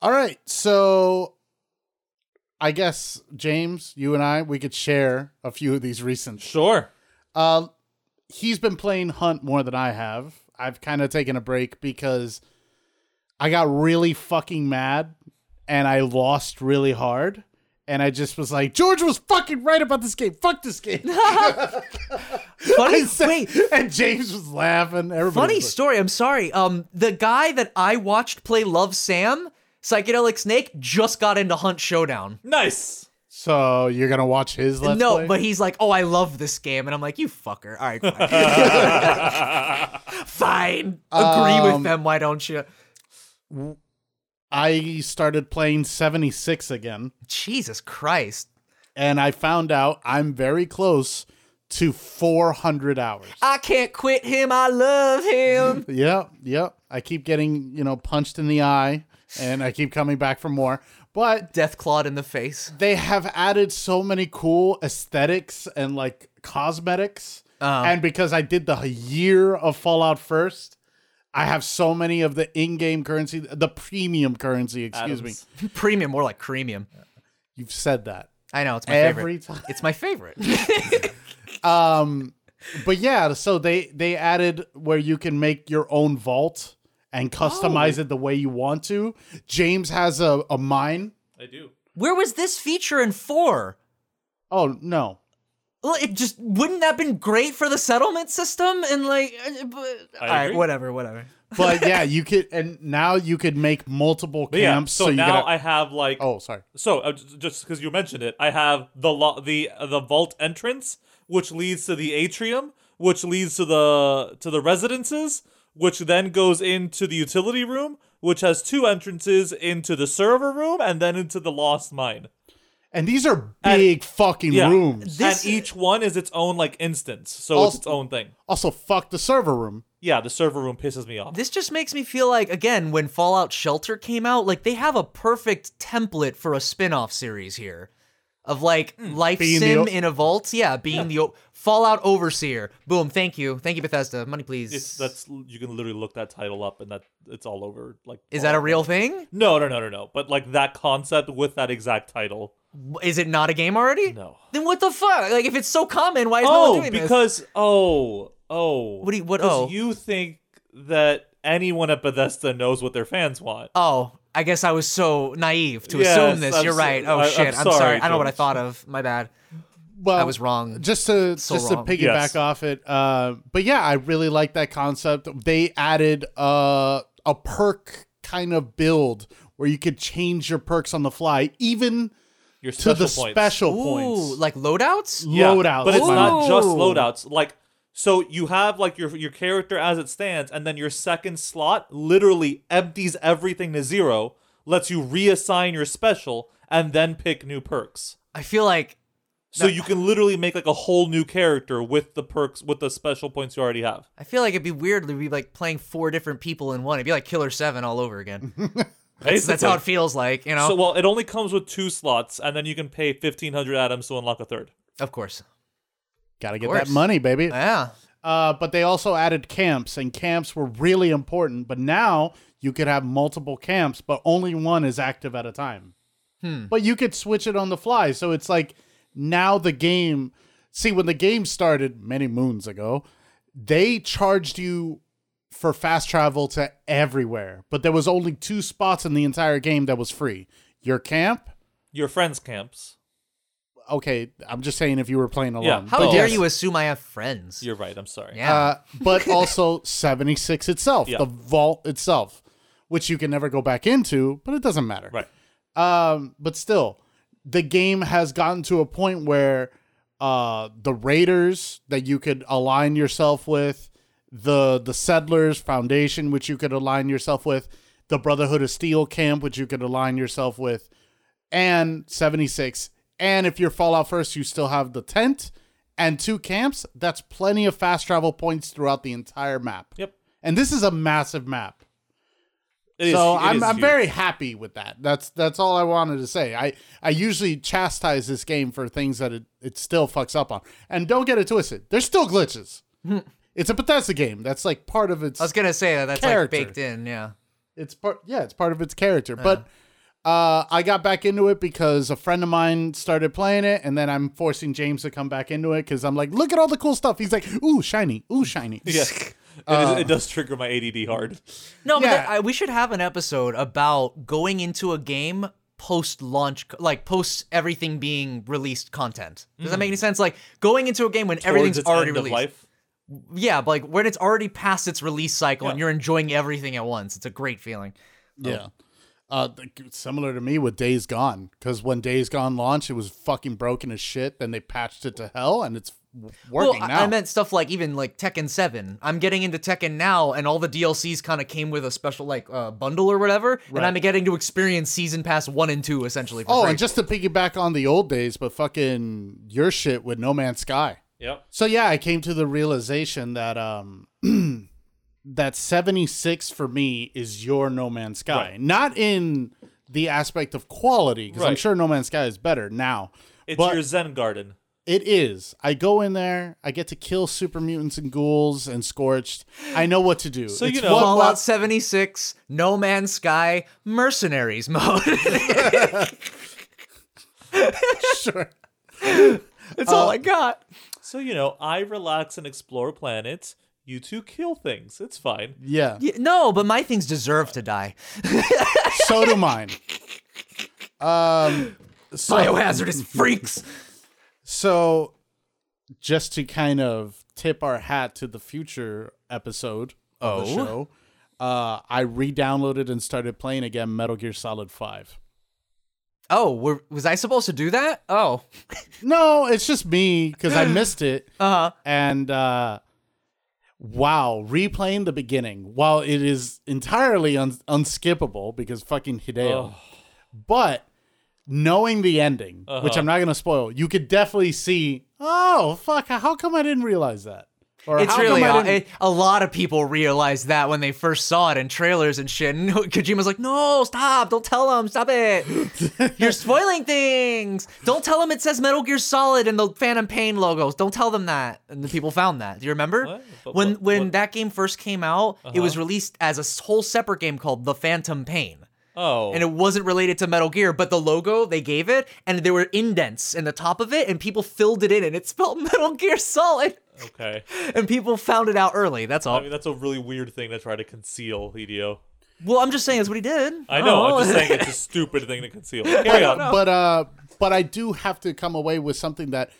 Speaker 3: All right, so I guess James, you and I, we could share a few of these recent. Sh-
Speaker 1: Sure.
Speaker 3: uh, he's been playing Hunt more than I have. I've kind of taken a break because I got really fucking mad and I lost really hard. And I just was like, George was fucking right about this game. Fuck this
Speaker 2: [laughs]
Speaker 3: game.
Speaker 2: Funny
Speaker 3: I said- [laughs]
Speaker 2: wait,
Speaker 3: and James was laughing. Everybody
Speaker 2: funny
Speaker 3: was like-
Speaker 2: story, I'm sorry. Um the guy that I watched play Love Sam, Psychedelic Snake, just got into Hunt Showdown.
Speaker 1: Nice.
Speaker 3: So you're gonna watch his? Let's
Speaker 2: no,
Speaker 3: play?
Speaker 2: but he's like, Oh, I love this game, and I'm like, You fucker. Alright, fine. [laughs]
Speaker 3: [laughs]
Speaker 2: fine. Agree
Speaker 3: Um,
Speaker 2: with them, why don't you?
Speaker 3: I started playing 76 again,
Speaker 2: Jesus Christ.
Speaker 3: and I found out I'm very close to 400 hours.
Speaker 2: I can't quit him, I love him.
Speaker 3: [laughs] Yep, yep. I keep getting you know punched in the eye, and I keep coming back for more. But
Speaker 2: Death clawed in the face.
Speaker 3: they have added so many cool aesthetics and like cosmetics. And because I did the year of Fallout first, I have so many of the in-game currency, the premium currency. Excuse me.
Speaker 1: Adams.
Speaker 2: Premium, more like creamium.
Speaker 3: You've said that.
Speaker 2: I know it's my
Speaker 3: Every
Speaker 2: favorite.
Speaker 3: time.
Speaker 2: It's my favorite. [laughs]
Speaker 3: Um, but yeah, so they they added where you can make your own vault and
Speaker 1: Oh.
Speaker 3: customize it the way you want to. James has a, a mine.
Speaker 1: I do.
Speaker 2: Where was this feature in four?
Speaker 3: Oh no.
Speaker 2: Well, It just wouldn't that been great for the settlement system and like. uh, But, all right,
Speaker 1: agree.
Speaker 2: whatever, whatever.
Speaker 3: But yeah, you could [laughs] and now you could make multiple
Speaker 1: But yeah.
Speaker 3: camps.
Speaker 1: So,
Speaker 3: so, you
Speaker 1: now
Speaker 3: gotta,
Speaker 1: I have like.
Speaker 3: Oh, sorry.
Speaker 1: So uh, j- just because you mentioned it, I have the lo- the uh, the vault entrance, which leads to the atrium, which leads to the to the residences, which then goes into the utility room, which has two entrances into the server room and then into the lost mine.
Speaker 3: And these are big fucking
Speaker 1: yeah.
Speaker 3: rooms.
Speaker 2: This-
Speaker 1: and each one is its own like instance, so it's its own thing.
Speaker 3: Also, fuck the server room.
Speaker 1: Yeah, the server room pisses me off.
Speaker 2: This just makes me feel like again when Fallout Shelter came out, like they have a perfect template for a spin-off series here. Of like life
Speaker 3: Being the
Speaker 2: sim
Speaker 3: o-
Speaker 2: in a vault, yeah, being the o- Fallout Overseer. Boom, thank you, thank you Bethesda, money please.
Speaker 1: It's that's you can literally look that title up and that it's all over. Like all
Speaker 2: Is that a
Speaker 1: over.
Speaker 2: real thing?
Speaker 1: No, no, no, no, no. But like that concept with that exact title.
Speaker 2: Is it not a game already?
Speaker 1: No.
Speaker 2: Then what the fuck? Like if it's so common, why is no one
Speaker 1: Oh,
Speaker 2: doing this?
Speaker 1: because oh oh.
Speaker 2: What do you- what-
Speaker 1: 'Cause
Speaker 2: oh?
Speaker 1: you think that anyone at Bethesda knows what their fans want?
Speaker 2: Oh, I guess I was so naive to
Speaker 1: Yes,
Speaker 2: assume this.
Speaker 1: I'm
Speaker 2: You're
Speaker 1: so-
Speaker 2: right. Oh
Speaker 1: I- I'm
Speaker 2: shit. I'm sorry.
Speaker 1: sorry,
Speaker 2: I don't know what I
Speaker 1: George.
Speaker 2: thought of. My bad.
Speaker 3: well,
Speaker 2: I was wrong.
Speaker 3: Just to
Speaker 2: So
Speaker 3: just
Speaker 2: wrong.
Speaker 3: to piggyback
Speaker 1: Yes.
Speaker 3: off it, uh, but yeah, I really like that concept. They added uh, a perk kind of build where you could change your perks on the fly, even
Speaker 1: Your
Speaker 3: to
Speaker 1: special
Speaker 3: the
Speaker 1: points.
Speaker 3: special
Speaker 2: Ooh,
Speaker 3: points.
Speaker 2: like loadouts?
Speaker 1: Yeah,
Speaker 3: loadouts,
Speaker 1: But it's
Speaker 3: my
Speaker 1: not just
Speaker 2: Ooh.
Speaker 1: loadouts. Like so you have like your your character as it stands, and then your second slot literally empties everything to zero, lets you reassign your special, and then pick new perks.
Speaker 2: I feel like
Speaker 1: So you can literally make like a whole new character with the perks with the special points you already have.
Speaker 2: I feel like it'd be weird to be like playing four different people in one. It'd be like Killer Seven all
Speaker 1: [laughs]
Speaker 2: over again. That's, that's how it feels like, you know.
Speaker 1: So well, it only comes with two slots, and then you can pay fifteen hundred atoms to unlock a third.
Speaker 2: of course.
Speaker 3: Gotta get
Speaker 2: course.
Speaker 3: that money, baby.
Speaker 2: Yeah.
Speaker 3: Uh, but they also added camps, and camps were really important. But now you could have multiple camps, but only one is active at a time. But you could switch it on the fly. So it's like now the game. See, when the game started many moons ago, they charged you for fast travel to everywhere, but there was only two spots in the entire game that was free your camp.
Speaker 1: Your friends' camps.
Speaker 3: Okay, I'm just saying if you were playing alone.
Speaker 1: Yeah.
Speaker 2: How
Speaker 1: Oh.
Speaker 2: dare
Speaker 1: Yes.
Speaker 2: you assume I have friends?
Speaker 1: You're right. I'm sorry.
Speaker 2: yeah.
Speaker 3: uh,
Speaker 1: [laughs]
Speaker 3: but also 76 itself,
Speaker 1: Yeah.
Speaker 3: the vault itself, which you can never go back into, but it doesn't matter.
Speaker 1: Right.
Speaker 3: Um, but still, the game has gotten to a point where uh, the raiders that you could align yourself with, the the settlers foundation which you could align yourself with, the Brotherhood of Steel camp which you could align yourself with, and 76. And if you're Fallout first, you still have the tent and two camps. That's plenty of fast travel points throughout the entire map.
Speaker 1: Yep.
Speaker 3: And this is a massive map
Speaker 1: It is-
Speaker 3: so
Speaker 1: it
Speaker 3: I'm
Speaker 1: is
Speaker 3: I'm
Speaker 1: huge.
Speaker 3: very happy with that. That's that's all I wanted to say. I I usually chastise this game for things that it, it still fucks up on. And don't get it twisted. There's
Speaker 2: [laughs]
Speaker 3: still glitches. it's a Bethesda game. That's like part of its
Speaker 2: I was gonna say that that's
Speaker 3: character.
Speaker 2: like baked in, yeah.
Speaker 3: it's part yeah, it's part of its character. But uh I got back into it because a friend of mine started playing it and then I'm forcing James to come back into it cuz I'm like, "Look at all the cool stuff." He's like, "Ooh, shiny. Ooh, shiny."
Speaker 1: Yeah. It, is-
Speaker 3: Uh,
Speaker 1: it does trigger my ADD hard.
Speaker 2: No, but
Speaker 3: Yeah.
Speaker 2: that, I, we should have an episode about going into a game post launch, like post everything being released content. Does that make any sense? Like going into a game when everything's
Speaker 1: Hmm. Towards its
Speaker 2: already
Speaker 1: end
Speaker 2: released.
Speaker 1: Of life.
Speaker 2: Yeah, but like when it's already past its release cycle and
Speaker 1: Yeah.
Speaker 2: you're enjoying everything at once. It's a great feeling.
Speaker 3: Yeah. Uh, th- similar to me with Days Gone, because when Days Gone launched, it was fucking broken as shit. Then they patched it to hell, and it's w- working
Speaker 2: well, I-
Speaker 3: now.
Speaker 2: I meant stuff like even like Tekken 7. I'm getting into Tekken now, and all the DLCs kind of came with a special like uh, bundle or whatever, and I'm getting to experience season pass one and two essentially. For
Speaker 3: oh,
Speaker 2: free.
Speaker 3: and just to piggyback on the old days, but fucking your shit with No Man's Sky.
Speaker 1: Yep.
Speaker 3: So yeah, I came to the realization that um [clears throat] that 76 for me is your No Man's Sky.
Speaker 1: Right.
Speaker 3: Not in the aspect of quality, because I'm
Speaker 1: Right.
Speaker 3: sure No Man's Sky is better now.
Speaker 1: It's
Speaker 3: but-
Speaker 1: your Zen garden.
Speaker 3: It is. I go in there. I get to kill super mutants and ghouls and scorched. I know what to do.
Speaker 1: So,
Speaker 3: It's
Speaker 1: you know-
Speaker 3: what-
Speaker 2: Fallout
Speaker 3: what-
Speaker 2: 76, No Man's Sky, Mercenaries mode.
Speaker 3: [laughs] sure. Uh,
Speaker 2: That's all I got.
Speaker 1: So you know, I relax and explore planets. You two kill things. It's fine.
Speaker 3: Yeah.
Speaker 2: Y- No, but my things deserve to die.
Speaker 3: So do mine. Um. So,
Speaker 2: Biohazardous freaks.
Speaker 3: so, just to kind of tip our hat to the future episode of the
Speaker 2: Oh?
Speaker 3: show, uh, I re-downloaded and started playing again Metal Gear Solid Five.
Speaker 2: Oh, were, was I supposed to do that? Oh,
Speaker 3: No, it's just me because
Speaker 2: [gasps]
Speaker 3: I missed it.
Speaker 2: uh huh.
Speaker 3: and uh wow replaying the beginning while it is entirely un- unskippable because fucking hideo but knowing the ending
Speaker 2: Uh-huh.
Speaker 3: which i'm not going to spoil you could definitely see oh fuck how come i didn't realize that or
Speaker 2: It's
Speaker 3: "How come
Speaker 2: really
Speaker 3: I
Speaker 2: uh,
Speaker 3: didn't-"
Speaker 2: it- a lot of people realized that when they first saw it in trailers and shit. [laughs] And Kojima's like, "No, stop! Don't tell them! Stop
Speaker 3: [laughs]
Speaker 2: it! You're spoiling things! Don't tell them it says Metal Gear Solid and the Phantom Pain logos. Don't tell them that." And the people found that. Do you remember
Speaker 1: What? But
Speaker 2: when
Speaker 1: what-
Speaker 2: when
Speaker 1: what- Uh-huh.
Speaker 2: that game first came out? It was released as a s- whole separate game called The Phantom Pain
Speaker 1: Oh,
Speaker 2: and it wasn't related to Metal Gear, but the logo they gave it, and there were indents in the top of it, and people filled it in, and it spelled [laughs] Metal Gear Solid,
Speaker 1: okay.
Speaker 2: [laughs] and people found it out early. That's all.
Speaker 1: I mean, that's a really weird thing to try to conceal, Hideo.
Speaker 2: Well, I'm just saying that's what he did.
Speaker 1: I know.
Speaker 2: Oh.
Speaker 1: I'm just saying it's a stupid thing to conceal. Carry on.
Speaker 2: [laughs]
Speaker 3: but uh but I do have to come away with something that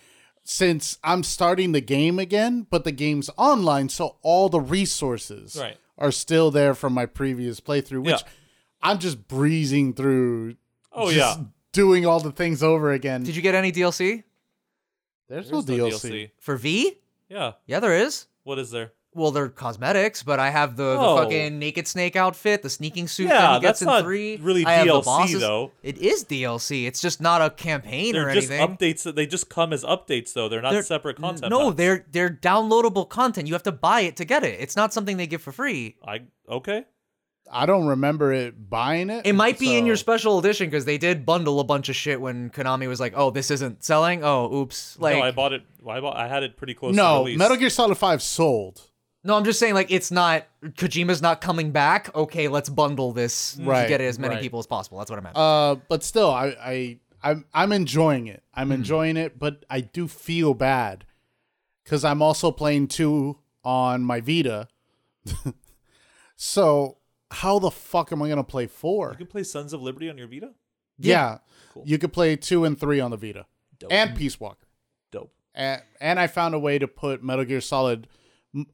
Speaker 3: since I'm starting the game again, but the game's online, so all the resources
Speaker 1: Right.
Speaker 3: are still there from my previous playthrough, which
Speaker 1: Yeah.
Speaker 3: I'm just breezing through
Speaker 1: Oh
Speaker 3: just
Speaker 1: yeah.
Speaker 3: doing all the things over again.
Speaker 2: Did you get any DLC
Speaker 3: There's,
Speaker 1: There's
Speaker 3: no,
Speaker 1: no
Speaker 3: DLC.
Speaker 2: for V?
Speaker 1: Yeah.
Speaker 2: Yeah, there is.
Speaker 1: What is there?
Speaker 2: Well, they're cosmetics, but I have the,
Speaker 1: Oh.
Speaker 2: the fucking naked snake outfit, the sneaking suit
Speaker 1: Yeah,
Speaker 2: that
Speaker 1: that's
Speaker 2: he gets in
Speaker 1: not
Speaker 2: three.
Speaker 1: really
Speaker 2: I have the
Speaker 1: DLC
Speaker 2: bosses.
Speaker 1: though.
Speaker 2: It is DLC. It's just not a campaign
Speaker 1: They're
Speaker 2: or
Speaker 1: just
Speaker 2: anything.
Speaker 1: updates that they just come as updates though. They're not
Speaker 2: They're-
Speaker 1: separate content.
Speaker 2: No,
Speaker 1: packs.
Speaker 2: they're they're downloadable content. You have to buy it to get it. It's not something they give for free.
Speaker 1: I okay.
Speaker 3: I don't remember it buying it.
Speaker 2: It might be in your
Speaker 3: so-
Speaker 2: special edition because they did bundle a bunch of shit when Konami was like, "Oh, this isn't selling. Oh, oops." Like,
Speaker 1: no, I bought it. I bought. I had it pretty close. to
Speaker 3: No,
Speaker 1: release.
Speaker 3: Metal Gear Solid 5 sold.
Speaker 2: No, I'm just saying like it's not Kojima's not coming back. Okay, let's bundle this
Speaker 3: Right,
Speaker 2: to get it as many
Speaker 3: right.
Speaker 2: people as possible. That's what I meant.
Speaker 3: Uh, but still, I, I, I'm, I'm enjoying it.
Speaker 2: Mm-hmm.
Speaker 3: I'm enjoying it, but I do feel bad because I'm also playing two on my Vita. [laughs] so how the fuck am I gonna play four?
Speaker 1: You can play Sons of Liberty on your Vita.
Speaker 3: yeah, you could play two and three on the Vita
Speaker 1: Dope.
Speaker 3: and Peace Walker.
Speaker 1: Dope.
Speaker 3: and, and I found a way to put Metal Gear Solid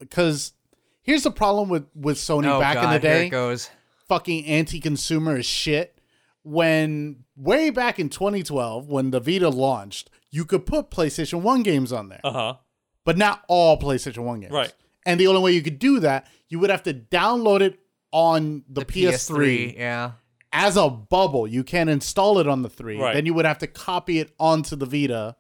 Speaker 3: because here's the problem with with Sony
Speaker 2: oh
Speaker 3: back
Speaker 2: God,
Speaker 3: in the
Speaker 2: here
Speaker 3: day
Speaker 2: it goes.
Speaker 3: fucking anti-consumer as shit when way back in 2012 when the Vita launched you could put PlayStation 1 games on there
Speaker 1: Uh huh.
Speaker 3: but not all PlayStation 1 games
Speaker 1: Right.
Speaker 3: and the only way you could do that you would have to download it on the,
Speaker 2: PS3,
Speaker 3: PS3,
Speaker 2: yeah.
Speaker 3: as a bubble you can't install it on the 3
Speaker 1: Right.
Speaker 3: then you would have to copy it onto the Vita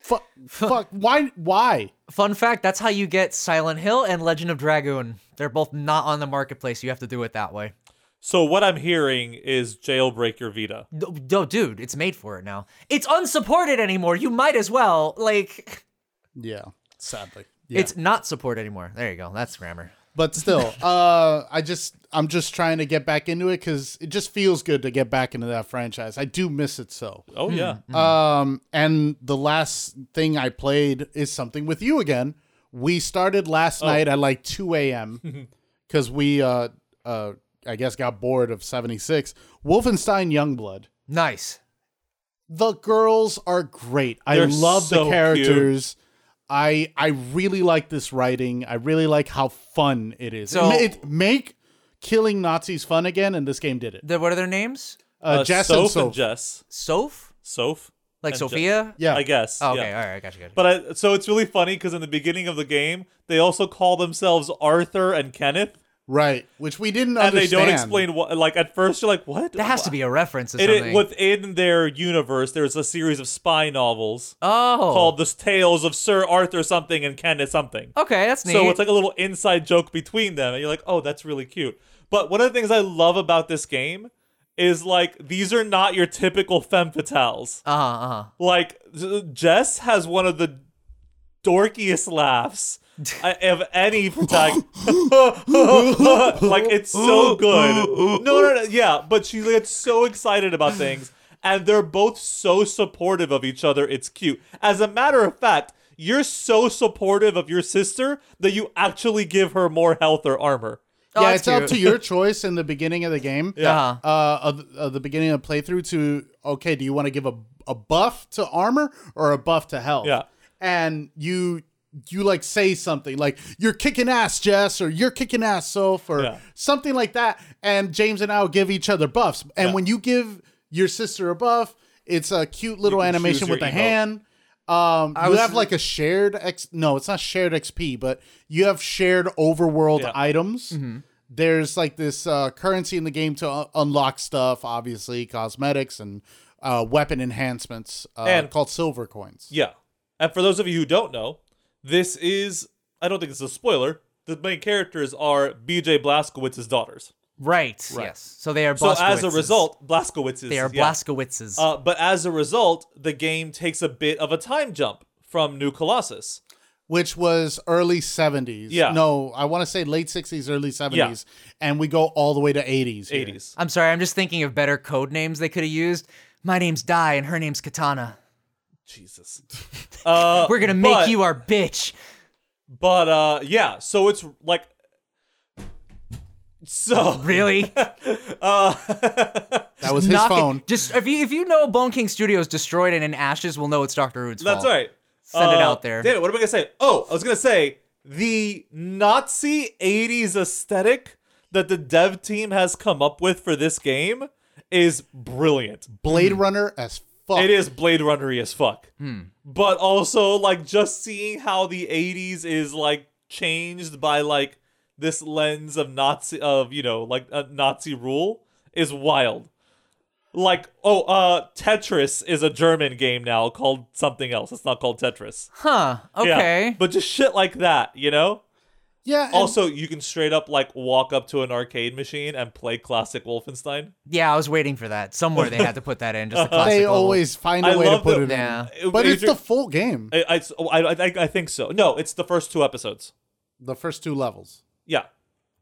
Speaker 3: fuck fuck why why
Speaker 2: Fun fact, that's how you get Silent Hill and Legend of Dragoon. They're both not on the marketplace. You have to do it that way.
Speaker 1: So what I'm hearing is jailbreak your Vita.
Speaker 2: No, no, oh, dude, it's made for it now. It's unsupported anymore. You might as well. Like
Speaker 3: yeah sadly
Speaker 2: it's not support anymore. There you go. That's grammar.
Speaker 3: but still [laughs] uh i just i'm just trying to get back into it because it just feels good to get back into that franchise i do miss it so
Speaker 1: Oh
Speaker 2: Hmm.
Speaker 1: yeah.
Speaker 2: Uh,
Speaker 3: um and the last thing i played is something with you again we started last night at like 2 [laughs] a.m because we uh uh i guess got bored of 76 wolfenstein youngblood
Speaker 2: Nice.
Speaker 3: the girls are great. I
Speaker 1: They're
Speaker 3: love
Speaker 1: so
Speaker 3: the characters. I I really like this writing. I really like how fun it is.
Speaker 2: So-
Speaker 3: it, ma- it make killing Nazis fun again, and this game did it.
Speaker 2: The, what are their names?
Speaker 3: Uh, Jess
Speaker 1: Soph
Speaker 3: and Soph.
Speaker 1: Jess.
Speaker 2: Soph?
Speaker 1: Soph.
Speaker 2: Like
Speaker 1: and Jess.
Speaker 2: Sophia?
Speaker 3: yeah,
Speaker 1: I guess.
Speaker 2: Oh, okay,
Speaker 1: yeah.
Speaker 2: all right, gotcha, gotcha.
Speaker 1: But I, so it's really funny because in the beginning of the game, they also call themselves Arthur and Kenneth,
Speaker 3: right. Which we didn't
Speaker 1: and
Speaker 3: understand.
Speaker 1: they don't explain what. Like at first, you're like, "What?"
Speaker 2: that has to be a reference to
Speaker 1: It,
Speaker 2: something.
Speaker 1: it, within their universe, there's a series of spy novels
Speaker 2: oh.
Speaker 1: called "The Tales of Sir Arthur something and Kenneth something."
Speaker 2: Okay, that's neat.
Speaker 1: So it's like a little inside joke between them, and you're like, "Oh, that's really cute." But one of the things I love about this game is like these are not your typical femme fatales.
Speaker 2: uh huh, uh huh.
Speaker 1: Like J- Jess has one of the dorkiest laughs I- of any protagonist. [laughs] like it's so good. No, no, no. Yeah, but she gets so excited about things, and they're both so supportive of each other. It's cute. As a matter of fact. You're so supportive of your sister that you actually give her more health or armor.
Speaker 2: Oh,
Speaker 3: yeah,
Speaker 2: that's
Speaker 3: it's up
Speaker 2: cute.
Speaker 3: to your choice in the beginning of the game.
Speaker 1: [laughs] Yeah.
Speaker 2: Uh-huh.
Speaker 3: Uh, of, of the beginning of playthrough to okay, do you want to give a a buff to armor or a buff to health?
Speaker 1: Yeah.
Speaker 3: and you you like say something like you're kicking ass jess or you're kicking ass soph or
Speaker 1: Yeah.
Speaker 3: something like that and james and i will give each other buffs and when you give your sister a buff it's a cute little
Speaker 1: can
Speaker 3: animation
Speaker 1: choose
Speaker 3: with a
Speaker 1: your emote.
Speaker 3: hand um you
Speaker 2: was-
Speaker 3: have like a shared x no it's not shared xp but you have shared overworld
Speaker 1: Yeah.
Speaker 3: items there's like this uh, currency in the game to u- unlock stuff obviously cosmetics and uh, weapon enhancements uh,
Speaker 1: And-
Speaker 3: called silver coins
Speaker 1: Yeah. And for those of you who don't know, this is I don't think it's a spoiler. The main characters are BJ Blazkowicz's daughters.
Speaker 2: Right, Yes. So they are.
Speaker 1: So as a
Speaker 2: Blaskowitzes.
Speaker 1: result, Blazkowicz's
Speaker 2: they are
Speaker 1: yeah.
Speaker 2: Blaskowitzes.
Speaker 1: Uh, but as a result, the game takes a bit of a time jump from New Colossus.
Speaker 3: which was early 70s.
Speaker 1: Yeah.
Speaker 3: No, I want to say late 60s, early 70s.
Speaker 1: Yeah.
Speaker 3: And we go all the way to 80s. here.
Speaker 1: 80s.
Speaker 2: I'm sorry, I'm just thinking of better code names they could have used. My name's Di, and her name's Katana.
Speaker 1: Jesus. Uh,
Speaker 2: We're gonna make
Speaker 1: but-
Speaker 2: you our bitch.
Speaker 1: But uh, yeah, so it's like So
Speaker 2: Really?
Speaker 1: [laughs]
Speaker 3: That was his
Speaker 2: Knock it-
Speaker 3: phone.
Speaker 2: Just if you if you know Bone King Studios destroyed and in ashes, we'll know it's Doctor Who's fault.
Speaker 1: That's right.
Speaker 2: Send it out there.
Speaker 1: Damn it, what am I gonna say? Oh, I was gonna say the Nazi '80s aesthetic that the dev team has come up with for this game is brilliant.
Speaker 3: Blade Runner as fuck.
Speaker 1: Hmm. It is Blade Runnery as fuck,
Speaker 2: Hmm.
Speaker 1: but also like just seeing how the '80s is like changed by like this lens of Nazi of you know like uh, Nazi rule is wild. Like oh, uh Tetris is a German game now called something else. It's not called Tetris.
Speaker 2: Huh.
Speaker 1: Yeah,
Speaker 2: Okay.
Speaker 1: But just shit like that, you know?
Speaker 3: Yeah. and-
Speaker 1: Also, you can straight up like walk up to an arcade machine and play classic Wolfenstein.
Speaker 2: Yeah, I was waiting for that. Somewhere they had to put that in. Just
Speaker 1: [laughs]
Speaker 2: the
Speaker 1: Uh-huh.
Speaker 2: classic
Speaker 3: they
Speaker 2: little-
Speaker 3: always find a
Speaker 1: I
Speaker 3: way to
Speaker 1: love
Speaker 3: put
Speaker 1: the-
Speaker 3: it
Speaker 2: Yeah.
Speaker 1: It-
Speaker 3: in. But it's
Speaker 1: it-
Speaker 3: the full game,
Speaker 1: I, I, oh, I, I, I think so. No, it's the first two episodes.
Speaker 3: the first two levels.
Speaker 1: Yeah,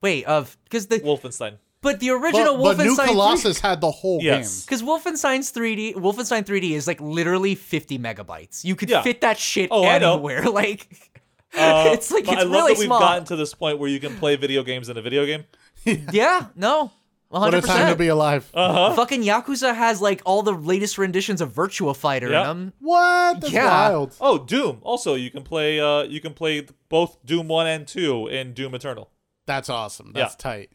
Speaker 2: wait of because the
Speaker 1: Wolfenstein.
Speaker 2: but the original
Speaker 3: But, but New
Speaker 2: Wolfenstein
Speaker 3: Colossus had the whole
Speaker 1: Yes.
Speaker 2: because Wolfenstein's 3D Wolfenstein 3D is like literally 50 megabytes. You could
Speaker 1: Yeah.
Speaker 2: fit that shit
Speaker 1: Oh, I know.
Speaker 2: anywhere. [laughs] Like
Speaker 1: Uh,
Speaker 2: [laughs] it's like
Speaker 1: but
Speaker 2: it's
Speaker 1: I love
Speaker 2: really
Speaker 1: that we've
Speaker 2: small.
Speaker 1: gotten to this point where you can play video games in a video game.
Speaker 2: yeah. No. 100%.
Speaker 3: game. What a time to be alive.
Speaker 2: Fucking Yakuza has like all the latest renditions of Virtua Fighter
Speaker 1: Yeah.
Speaker 2: in them.
Speaker 3: what? That's
Speaker 2: Yeah.
Speaker 3: wild.
Speaker 1: Oh, Doom. Also, you can play. Uh, you can play both Doom One and Two in Doom Eternal.
Speaker 3: That's awesome. That's tight.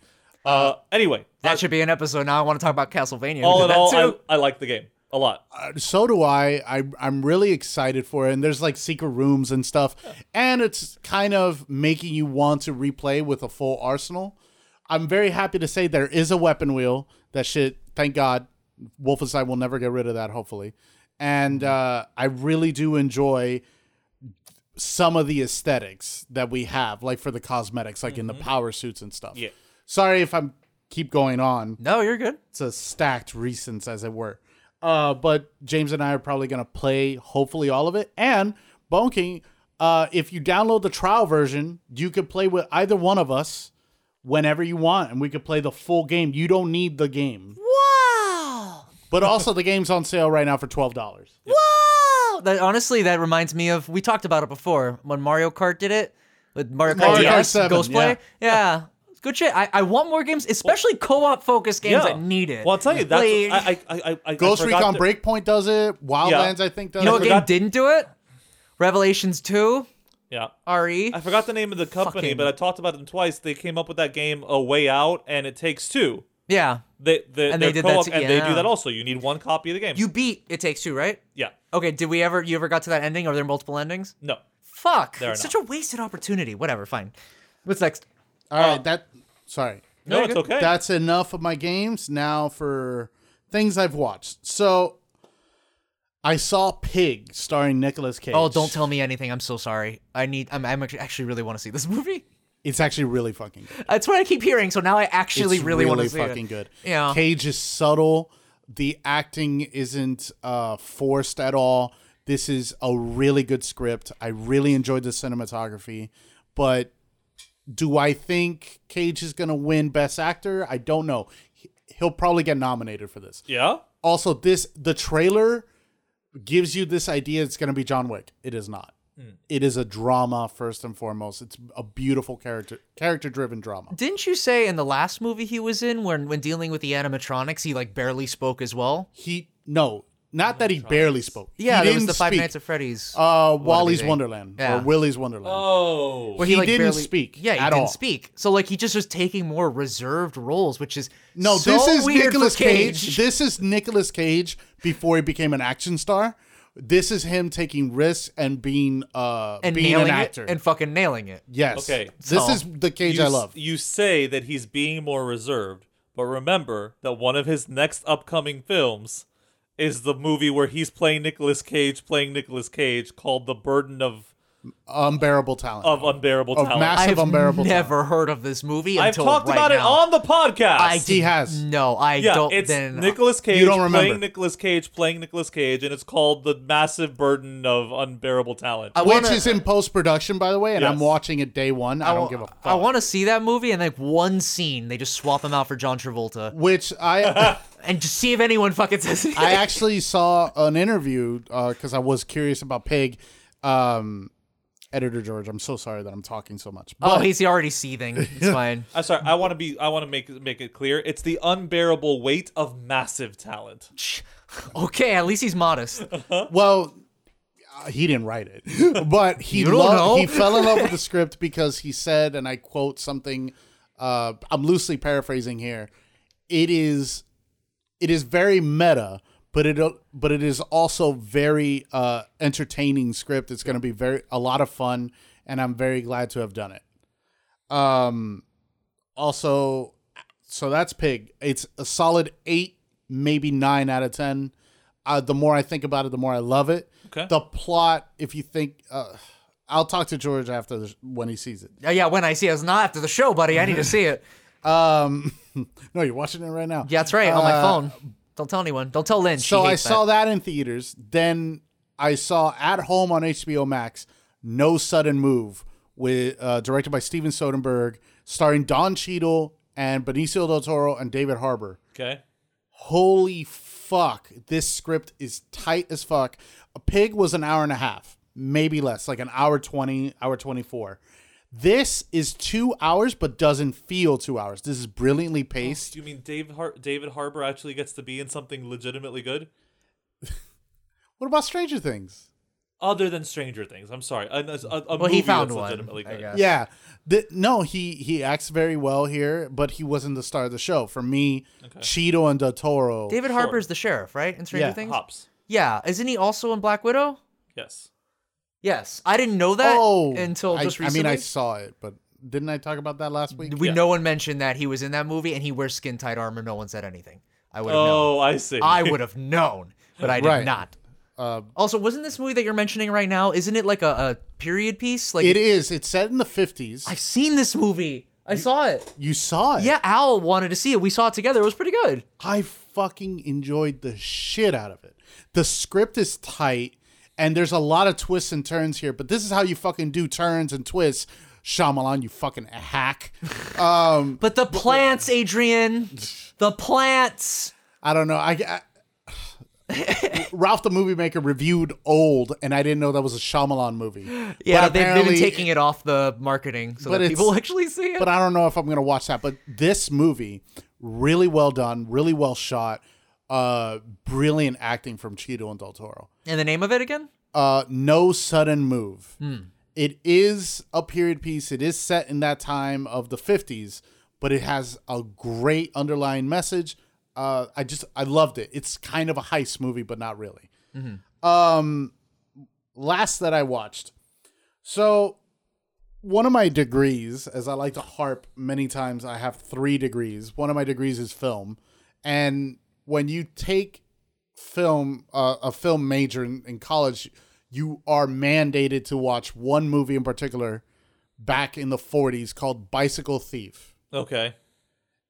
Speaker 1: Uh, anyway,
Speaker 2: That should be an episode. Now I want to talk about Castlevania.
Speaker 1: all in
Speaker 2: that
Speaker 1: all,
Speaker 2: too.
Speaker 1: I, I like the game a lot.
Speaker 3: Uh, so do I. I. I'm really excited for it. And there's like secret rooms and stuff. And it's kind of making you want to replay with a full arsenal. I'm very happy to say there is a weapon wheel. That shit, thank God, Wolfenstein will never get rid of that, hopefully. And uh, I really do enjoy some of the aesthetics that we have, like for the cosmetics, like in the power suits and stuff.
Speaker 1: Yeah.
Speaker 3: Sorry if I'm keep going on
Speaker 2: no, you're good.
Speaker 3: it's a stacked recents as it were. Uh, but James and I are probably gonna play hopefully all of it. And Bone King, uh, if you download the trial version, you could play with either one of us whenever you want, and we could play the full game. You don't need the game,
Speaker 2: Wow.
Speaker 3: but also the game's on sale right now for twelve dollars.
Speaker 2: Wow! That honestly, that reminds me of we talked about it before when Mario Kart did it with Mario Kart,
Speaker 3: Mario Kart
Speaker 2: DS,
Speaker 3: 7,
Speaker 2: Ghost Play. Yeah, good shit. I, I want more games, especially co-op focused games that need it.
Speaker 1: Well, I'll tell you that's
Speaker 2: Like,
Speaker 1: I, I, I, I- I
Speaker 3: Ghost
Speaker 1: forgot
Speaker 3: Recon
Speaker 1: to-
Speaker 3: Breakpoint does it. Wildlands, I think, does
Speaker 2: you know
Speaker 3: it.
Speaker 2: what game
Speaker 1: forgot-
Speaker 2: didn't do it? Revelations Two, E.
Speaker 1: Yeah.
Speaker 2: RE.
Speaker 1: I forgot the name of the company,
Speaker 2: Fucking-
Speaker 1: but I talked about them twice. They came up with that game A Way Out and It Takes Two.
Speaker 2: yeah,
Speaker 1: They they
Speaker 2: And
Speaker 1: they're
Speaker 2: they did that
Speaker 1: co-op,
Speaker 2: too-
Speaker 1: and they
Speaker 2: yeah.
Speaker 1: do that also. You need one copy of the game.
Speaker 2: you beat It Takes Two, right?
Speaker 1: yeah.
Speaker 2: Okay, did we ever? You ever got to that ending? Are there multiple endings?
Speaker 1: No.
Speaker 2: Fuck!
Speaker 1: There are
Speaker 2: it's
Speaker 1: not.
Speaker 2: such a wasted opportunity. Whatever, fine. What's next?
Speaker 3: All right, that. Sorry,
Speaker 1: No,
Speaker 2: you're
Speaker 1: it's
Speaker 2: good.
Speaker 1: okay.
Speaker 3: that's enough of my games now for things I've watched. So I saw Pig starring Nicolas Cage.
Speaker 2: Oh, don't tell me anything. I'm so sorry. I need. I'm, I'm actually, actually really want to see this [laughs] movie.
Speaker 3: It's actually really fucking good.
Speaker 2: That's what I keep hearing. So now I actually
Speaker 3: It's
Speaker 2: really, want to see
Speaker 3: fucking
Speaker 2: it.
Speaker 3: good.
Speaker 2: Yeah.
Speaker 3: Cage is subtle. The acting isn't uh, forced at all. This is a really good script. I really enjoyed the cinematography, but do I think Cage is going to win Best Actor? I don't know. He- He'll probably get nominated for this.
Speaker 1: Yeah.
Speaker 3: Also, this the trailer gives you this idea it's going to be John Wick. It is not. It is a drama first and foremost. It's a beautiful character character driven drama.
Speaker 2: Didn't you say in the last movie he was in, when when dealing with the animatronics, he like barely spoke as well?
Speaker 3: he no not that he barely spoke
Speaker 2: Yeah,
Speaker 3: he
Speaker 2: there was
Speaker 3: didn't
Speaker 2: the Five
Speaker 3: speak.
Speaker 2: Nights at Freddy's,
Speaker 3: uh wally's
Speaker 2: thing.
Speaker 3: wonderland
Speaker 2: Yeah.
Speaker 3: or willie's wonderland
Speaker 1: Oh.
Speaker 2: where
Speaker 3: he didn't
Speaker 2: barely-
Speaker 3: speak
Speaker 2: Yeah, he
Speaker 3: at
Speaker 2: didn't
Speaker 3: all.
Speaker 2: speak. So like he just was taking more reserved roles, which is
Speaker 3: no
Speaker 2: so
Speaker 3: this is
Speaker 2: weird for
Speaker 3: nicholas
Speaker 2: Cage.
Speaker 3: cage. this is nicholas cage before he became an action star this is him taking risks and being uh
Speaker 2: and
Speaker 3: being
Speaker 2: nailing
Speaker 3: an actor
Speaker 2: it and fucking nailing it.
Speaker 3: yes
Speaker 1: Okay,
Speaker 3: this
Speaker 2: so
Speaker 3: is the cage
Speaker 1: you,
Speaker 3: i
Speaker 1: s-
Speaker 3: love
Speaker 1: You say that he's being more reserved, but remember that one of his next upcoming films is the movie where he's playing Nicolas Cage playing Nicolas Cage called The Burden of
Speaker 3: unbearable talent
Speaker 1: of Unbearable
Speaker 3: Of
Speaker 1: Talent.
Speaker 3: mass- Massive
Speaker 2: I've
Speaker 3: unbearable
Speaker 2: never heard of this movie
Speaker 1: I've
Speaker 2: until
Speaker 1: talked
Speaker 2: right
Speaker 1: about it
Speaker 2: now.
Speaker 1: on the podcast.
Speaker 2: I
Speaker 3: He
Speaker 2: did-
Speaker 3: has.
Speaker 2: no, I
Speaker 1: Yeah,
Speaker 2: don't.
Speaker 1: it's
Speaker 2: then uh,
Speaker 1: Nicolas Cage
Speaker 3: don't remember.
Speaker 1: playing Nicolas Cage playing Nicolas Cage, and it's called the massive burden of unbearable talent.
Speaker 2: I
Speaker 3: which
Speaker 2: wanna-
Speaker 3: is in post-production by the way and i'm
Speaker 1: Yes.
Speaker 3: watching it day one i, don't give a fuck
Speaker 2: I want to see that movie and like one scene they just swap him out for John Travolta.
Speaker 3: which i
Speaker 2: [laughs] and just see if anyone fucking says anything.
Speaker 3: I uh, actually saw an interview because I was curious about Pig. Um, Editor George, I'm so sorry that I'm talking so much.
Speaker 2: Oh,
Speaker 3: But
Speaker 2: he's already seething.
Speaker 3: [laughs]
Speaker 2: It's fine.
Speaker 1: I'm sorry. I want to be. I want to make make it clear. It's the unbearable weight of massive talent.
Speaker 2: Okay, at least he's modest.
Speaker 3: well, uh, he didn't write it, [laughs] but he
Speaker 2: You don't know.
Speaker 3: loved, he fell in love with the script because he said, and I quote something. Uh, I'm loosely paraphrasing here. It is, it is very meta, but it but it is also very uh, entertaining script. It's going to be very a lot of fun, and I'm very glad to have done it. Um, also, so that's Pig. It's a solid eight, maybe nine out of ten. Uh, the more I think about it, the more I love it.
Speaker 1: Okay.
Speaker 3: The plot, if you think, uh, I'll talk to George after this, when he sees it.
Speaker 2: Uh, yeah, when I see it, it's not after the show, buddy. I need to see
Speaker 3: [laughs]
Speaker 2: it.
Speaker 3: Um, [laughs] no, you're watching it right now.
Speaker 2: Yeah, that's right. on my phone. Don't tell anyone. Don't tell Lynn.
Speaker 3: Uh, So I saw that. in theaters. Then I saw at home on HBO Max, No Sudden Move, with uh, directed by Steven Soderbergh, starring Don Cheadle and Benicio del Toro and David Harbour.
Speaker 1: Okay.
Speaker 3: holy fuck, this script is tight as fuck. A pig was an hour and a half, maybe less, like an hour 20, hour 24. This is two hours, but doesn't feel two hours. This is brilliantly paced.
Speaker 1: Do you mean Dave Har- David Harbor actually gets to be in something legitimately good?
Speaker 3: What about Stranger Things?
Speaker 1: Other than Stranger Things, I'm sorry. A, a, a
Speaker 2: Well,
Speaker 1: movie
Speaker 2: he found
Speaker 1: that's
Speaker 2: one.
Speaker 1: legitimately
Speaker 2: I
Speaker 1: good.
Speaker 2: guess.
Speaker 3: Yeah. The, no, he he acts very well here, but he wasn't the star of the show. For me, Cheeto and Del Toro.
Speaker 2: David Harper's the sheriff, right? In Stranger
Speaker 3: Yeah.
Speaker 2: Things.
Speaker 1: Hops.
Speaker 2: Yeah. Isn't he also in Black Widow?
Speaker 1: Yes.
Speaker 2: Yes. I didn't know that
Speaker 3: oh,
Speaker 2: until
Speaker 3: I-
Speaker 2: just
Speaker 3: I
Speaker 2: recently.
Speaker 3: mean, I saw it, but didn't I talk about that last week?
Speaker 2: we
Speaker 1: Yeah.
Speaker 2: no one mentioned that he was in that movie and he wears skin tight armor. No one said anything. I would have known.
Speaker 1: Oh, I see. [laughs]
Speaker 2: I would have known, but I did
Speaker 3: Right.
Speaker 2: not.
Speaker 3: Uh,
Speaker 2: Also, wasn't this movie that you're mentioning right now? Isn't it like a, a period piece? Like
Speaker 3: It is. It's set in the 50s.
Speaker 2: I've seen this movie. I saw it.
Speaker 3: you saw it.
Speaker 2: Yeah, Al wanted to see it. We saw it together. It was pretty good.
Speaker 3: I fucking enjoyed the shit out of it. The script is tight and there's a lot of twists and turns here, but this is how you fucking do turns and twists. Shyamalan, you fucking hack. Um,
Speaker 2: But the plants, Adrian. The plants.
Speaker 3: I don't know. I, I [sighs] Ralph the Movie Maker reviewed Old, and I didn't know that was a Shyamalan movie.
Speaker 2: Yeah,
Speaker 3: But
Speaker 2: they've, they've been
Speaker 3: apparently-
Speaker 2: taking it off the marketing so
Speaker 3: But
Speaker 2: that
Speaker 3: it's-
Speaker 2: people [laughs] actually see it.
Speaker 3: [laughs] but I don't know if I'm gonna watch that. But this movie, really well done, really well shot, uh, brilliant acting from Cheeto and Del Toro.
Speaker 2: and the name of it again?
Speaker 3: uh, no sudden move. It is a period piece. It is set in that time of the 50s, but it has a great underlying message. Uh, I just I loved it. It's kind of a heist movie, but not really. Um, last that I watched, so one of my degrees, as I like to harp many times, I have three degrees. One of my degrees is film, and when you take film uh, a film major in, in college you are mandated to watch one movie in particular back in the 40s called bicycle thief
Speaker 1: Okay.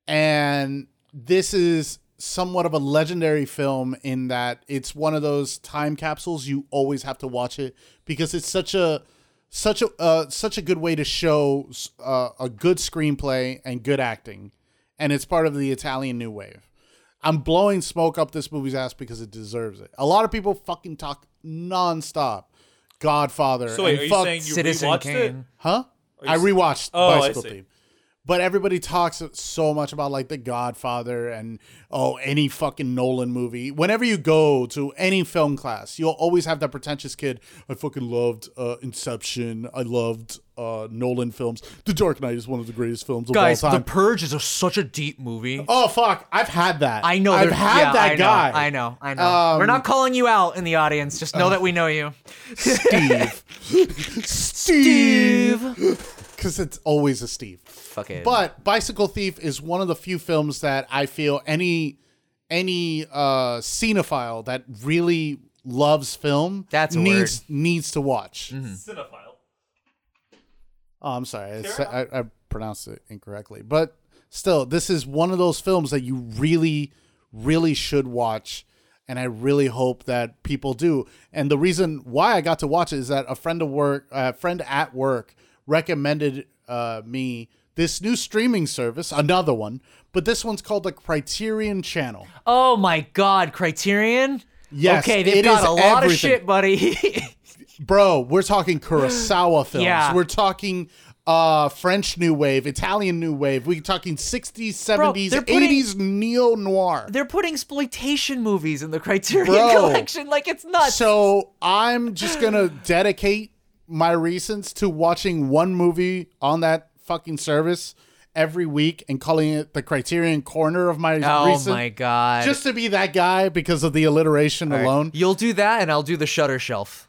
Speaker 3: and this is somewhat of a legendary film in that it's one of those time capsules you always have to watch it because it's such a such a uh, such a good way to show uh, a good screenplay and good acting and it's part of the Italian new wave. I'm blowing smoke up this movie's ass because it deserves it. A lot of people fucking talk nonstop. Godfather.
Speaker 1: So wait,
Speaker 3: and
Speaker 1: are you
Speaker 3: fuck-
Speaker 1: saying you
Speaker 2: Citizen
Speaker 1: rewatched
Speaker 2: Kane.
Speaker 3: Huh? I
Speaker 1: s-
Speaker 3: rewatched
Speaker 1: Oh, I
Speaker 3: Bicycle
Speaker 1: see.
Speaker 3: Thief. But everybody talks so much about like The Godfather and oh, any fucking Nolan movie. Whenever you go to any film class, you'll always have that pretentious kid. I fucking loved uh, Inception. I loved uh, Nolan films. The Dark Knight is one of the greatest films of
Speaker 2: Guys,
Speaker 3: all
Speaker 2: The
Speaker 3: time.
Speaker 2: Purge is a, such a deep movie.
Speaker 3: oh fuck, I've had that.
Speaker 2: I know.
Speaker 3: I've
Speaker 2: there-
Speaker 3: had
Speaker 2: yeah,
Speaker 3: that
Speaker 2: I know,
Speaker 3: guy.
Speaker 2: I know. I know.
Speaker 3: Um, uh,
Speaker 2: We're not calling you out in the audience. Just know that we know you.
Speaker 3: [laughs] Steve. [laughs] Steve. Because it's always a Steve.
Speaker 2: Fuck it.
Speaker 3: But Bicycle Thief is one of the few films that I feel any any uh cinephile that really loves film
Speaker 2: That's a
Speaker 3: needs needs to watch.
Speaker 1: Cinephile.
Speaker 3: Oh, I'm sorry, it's, I, I pronounced it incorrectly, but still, this is one of those films that you really, really should watch, and I really hope that people do. And the reason why I got to watch it is that a friend of work, a friend at work, recommended uh, me this new streaming service, another one, but this one's called the Criterion Channel.
Speaker 2: oh my God, Criterion.
Speaker 3: Yes,
Speaker 2: Okay, they've
Speaker 3: it
Speaker 2: got
Speaker 3: is
Speaker 2: a lot of
Speaker 3: everything.
Speaker 2: shit, buddy. [laughs]
Speaker 3: bro we're talking kurosawa
Speaker 2: [gasps]
Speaker 3: films
Speaker 2: Yeah.
Speaker 3: we're talking uh french new wave italian new wave we're talking 60s 70s
Speaker 2: they're putting-
Speaker 3: 80s neo-noir
Speaker 2: They're putting exploitation movies in the Criterion
Speaker 3: Bro.
Speaker 2: collection like it's nuts.
Speaker 3: so i'm just gonna dedicate my reasons to watching one movie on that fucking service every week and calling it the criterion corner of my
Speaker 2: oh
Speaker 3: recent-
Speaker 2: my god.
Speaker 3: just to be that guy because of the alliteration alone
Speaker 2: You'll do that and I'll do the shutter shelf.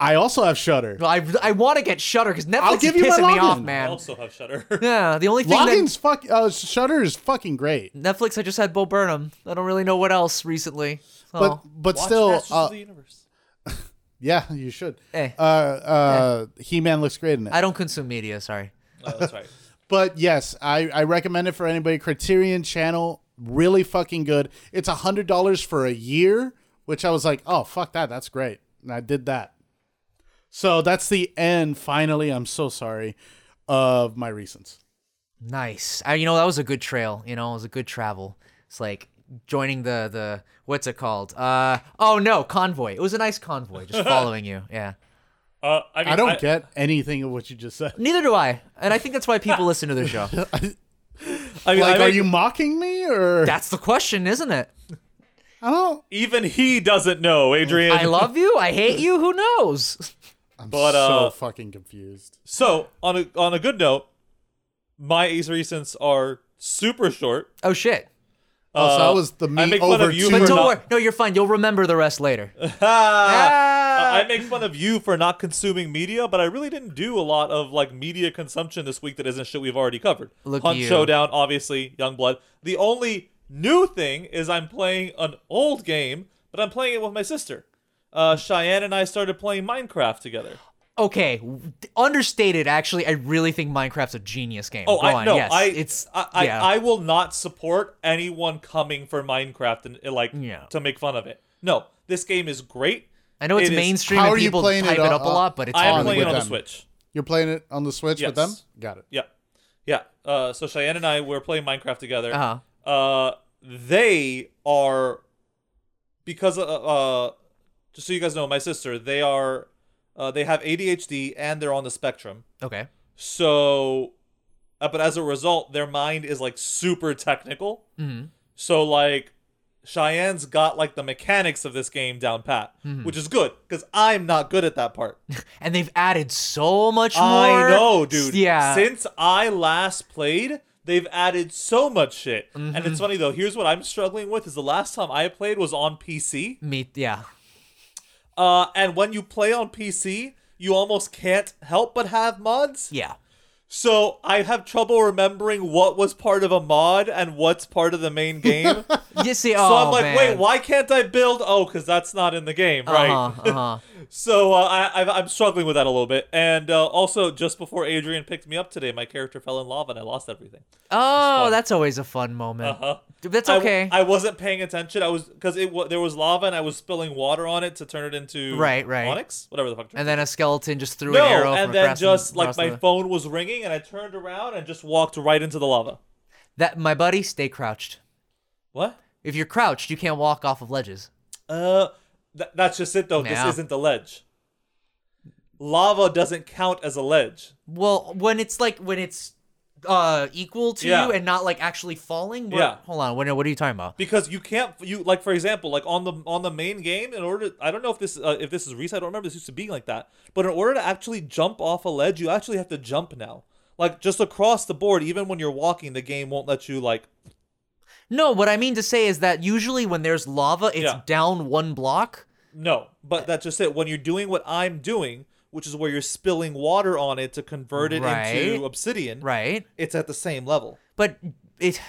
Speaker 3: i also have shutter
Speaker 2: Well, I, I want to get shutter because Netflix
Speaker 3: I'll give
Speaker 2: is
Speaker 3: you my
Speaker 2: pissing me
Speaker 3: login.
Speaker 2: off,
Speaker 1: I
Speaker 2: man.
Speaker 1: also have Shutter.
Speaker 2: Yeah, the only thing that
Speaker 3: logan's fuck uh, shutter is fucking great
Speaker 2: Netflix, I just had Bo Burnham. I don't really know what else recently. So,
Speaker 3: but but still
Speaker 1: Masters
Speaker 3: uh,
Speaker 1: of the Universe.
Speaker 3: yeah you should
Speaker 2: Eh.
Speaker 3: uh uh
Speaker 1: Eh.
Speaker 3: he-man looks great in it
Speaker 2: I don't consume media. Sorry.
Speaker 1: Oh, that's right.
Speaker 3: but yes i i recommend it for anybody criterion channel really fucking good it's a hundred dollars for a year which i was like oh fuck that that's great and i did that so that's the end finally i'm so sorry of my reasons
Speaker 2: Nice. I, you know, that was a good trail. You know, it was a good travel. It's like joining the the what's it called? Uh oh no, convoy. It was a nice
Speaker 1: [laughs]
Speaker 2: convoy, just following you. Yeah.
Speaker 1: Uh, I, mean,
Speaker 3: i don't get anything of what you just
Speaker 1: [laughs]
Speaker 3: said
Speaker 2: Neither do I, and I think that's why people listen to the show.
Speaker 1: I mean,
Speaker 3: like
Speaker 1: I
Speaker 3: are
Speaker 1: mean,
Speaker 3: you mocking me or
Speaker 2: That's the question,
Speaker 1: [laughs]
Speaker 2: isn't it?
Speaker 3: i don't
Speaker 1: even he doesn't know, Adrian.
Speaker 2: Mm, I love you. I hate you. Who knows?
Speaker 3: i'm
Speaker 1: But,
Speaker 3: so
Speaker 1: uh,
Speaker 3: fucking confused
Speaker 1: So on a on a good note, my ace recents are super short. [laughs]
Speaker 2: Oh shit.
Speaker 3: oh so
Speaker 1: uh,
Speaker 3: that was the
Speaker 1: I
Speaker 3: me
Speaker 1: make fun
Speaker 3: over
Speaker 1: of you for
Speaker 3: two
Speaker 2: But
Speaker 1: We're
Speaker 2: don't
Speaker 1: not-
Speaker 2: worry. No, you're fine. You'll remember the rest
Speaker 1: [laughs]
Speaker 2: later.
Speaker 1: Ah,
Speaker 2: Ah.
Speaker 1: I make fun of you for not consuming media, but I really didn't do a lot of like media consumption this week that isn't shit we've already covered.
Speaker 2: Look
Speaker 1: Hunt
Speaker 2: at you.
Speaker 1: Showdown, obviously, Youngblood. The only new thing is I'm playing an old game, but I'm playing it with my sister. Uh, Cheyenne and I started playing Minecraft together.
Speaker 2: Uh, okay, w- understated. Actually, I really think Minecraft's a genius game.
Speaker 1: Oh,
Speaker 2: Go
Speaker 1: I
Speaker 2: on.
Speaker 1: no,
Speaker 2: yes,
Speaker 1: I
Speaker 2: it's
Speaker 1: I, I,
Speaker 2: yeah.
Speaker 1: I will not support anyone coming for Minecraft and uh, like
Speaker 2: Yeah.
Speaker 1: to make fun of it. No, this game is great.
Speaker 2: I know it's
Speaker 1: it is-
Speaker 2: mainstream
Speaker 3: How
Speaker 2: and
Speaker 3: are you
Speaker 2: people
Speaker 3: playing
Speaker 2: hype
Speaker 3: it
Speaker 2: it
Speaker 3: on-
Speaker 2: up a
Speaker 3: on-
Speaker 2: lot, but it's
Speaker 1: uh, I am
Speaker 2: really
Speaker 1: playing it
Speaker 2: good.
Speaker 1: on the
Speaker 3: them.
Speaker 1: Switch.
Speaker 3: you're playing it on the switch with them
Speaker 1: Yes.
Speaker 3: got it
Speaker 1: Yeah, yeah. Uh, so Cheyenne and I were playing Minecraft together.
Speaker 2: Uh-huh.
Speaker 1: Uh, they are because uh, uh, just so you guys know, my sister. They are uh, they have ADHD and they're on the spectrum.
Speaker 2: Okay.
Speaker 1: So, uh, but as a result, their mind is like super technical. So like, Cheyenne's got like the mechanics of this game down pat, which is good because I'm not good at that part.
Speaker 2: And they've added so much more.
Speaker 1: I know, dude.
Speaker 2: Yeah.
Speaker 1: Since I last played, they've added so much shit. And it's funny though. Here's what I'm struggling with: is the last time I played was on PC.
Speaker 2: Me, yeah.
Speaker 1: Uh, and when you play on PC, you almost can't help but have mods.
Speaker 2: Yeah.
Speaker 1: So I have trouble remembering what was part of a mod and what's part of the main game.
Speaker 2: [laughs]
Speaker 1: [laughs] so
Speaker 2: You see, oh,
Speaker 1: I'm like,
Speaker 2: man.
Speaker 1: wait, why can't I build? Oh, because that's not in the game, right?
Speaker 2: Uh-huh,
Speaker 1: [laughs]
Speaker 2: uh-huh.
Speaker 1: So uh, I, I've, I'm struggling with that a little bit. And uh, also, just before Adrian picked me up today, my character fell in lava and I lost everything.
Speaker 2: Oh, that's always a fun moment. That's
Speaker 1: Uh-huh. I-
Speaker 2: okay.
Speaker 1: I, wasn't paying attention. I was because it wa- there was lava and I was spilling water on it to turn it into
Speaker 2: Right, right.
Speaker 1: onyx, whatever the fuck.
Speaker 2: and then a skeleton just threw
Speaker 1: no,
Speaker 2: an arrow from
Speaker 1: and then
Speaker 2: across the-
Speaker 1: just like
Speaker 2: across
Speaker 1: my
Speaker 2: the-
Speaker 1: phone was ringing and I turned around and just walked right into the lava.
Speaker 2: that my buddy stay crouched.
Speaker 1: What?
Speaker 2: If you're crouched, you can't walk off of ledges.
Speaker 1: Uh, th- that's just it though.
Speaker 2: Yeah.
Speaker 1: This isn't a ledge. Lava doesn't count as a ledge.
Speaker 2: Well, when it's like when it's uh equal to
Speaker 1: Yeah.
Speaker 2: you and not like actually falling. What,
Speaker 1: Yeah.
Speaker 2: Hold on. What, what are you talking about?
Speaker 1: because you can't you like for example like on the on the main game in order i don't know if this uh, if this is reset i don't remember this used to be like that but in order to actually jump off a ledge you actually have to jump now like just across the board even when you're walking the game won't let you like
Speaker 2: No, what I mean to say is that usually when there's lava, it's
Speaker 1: Yeah.
Speaker 2: down one block.
Speaker 1: no but that's just it when you're doing what i'm doing which is where you're spilling water on it to convert it
Speaker 2: Right.
Speaker 1: into obsidian
Speaker 2: Right.
Speaker 1: it's at the same level
Speaker 2: But it.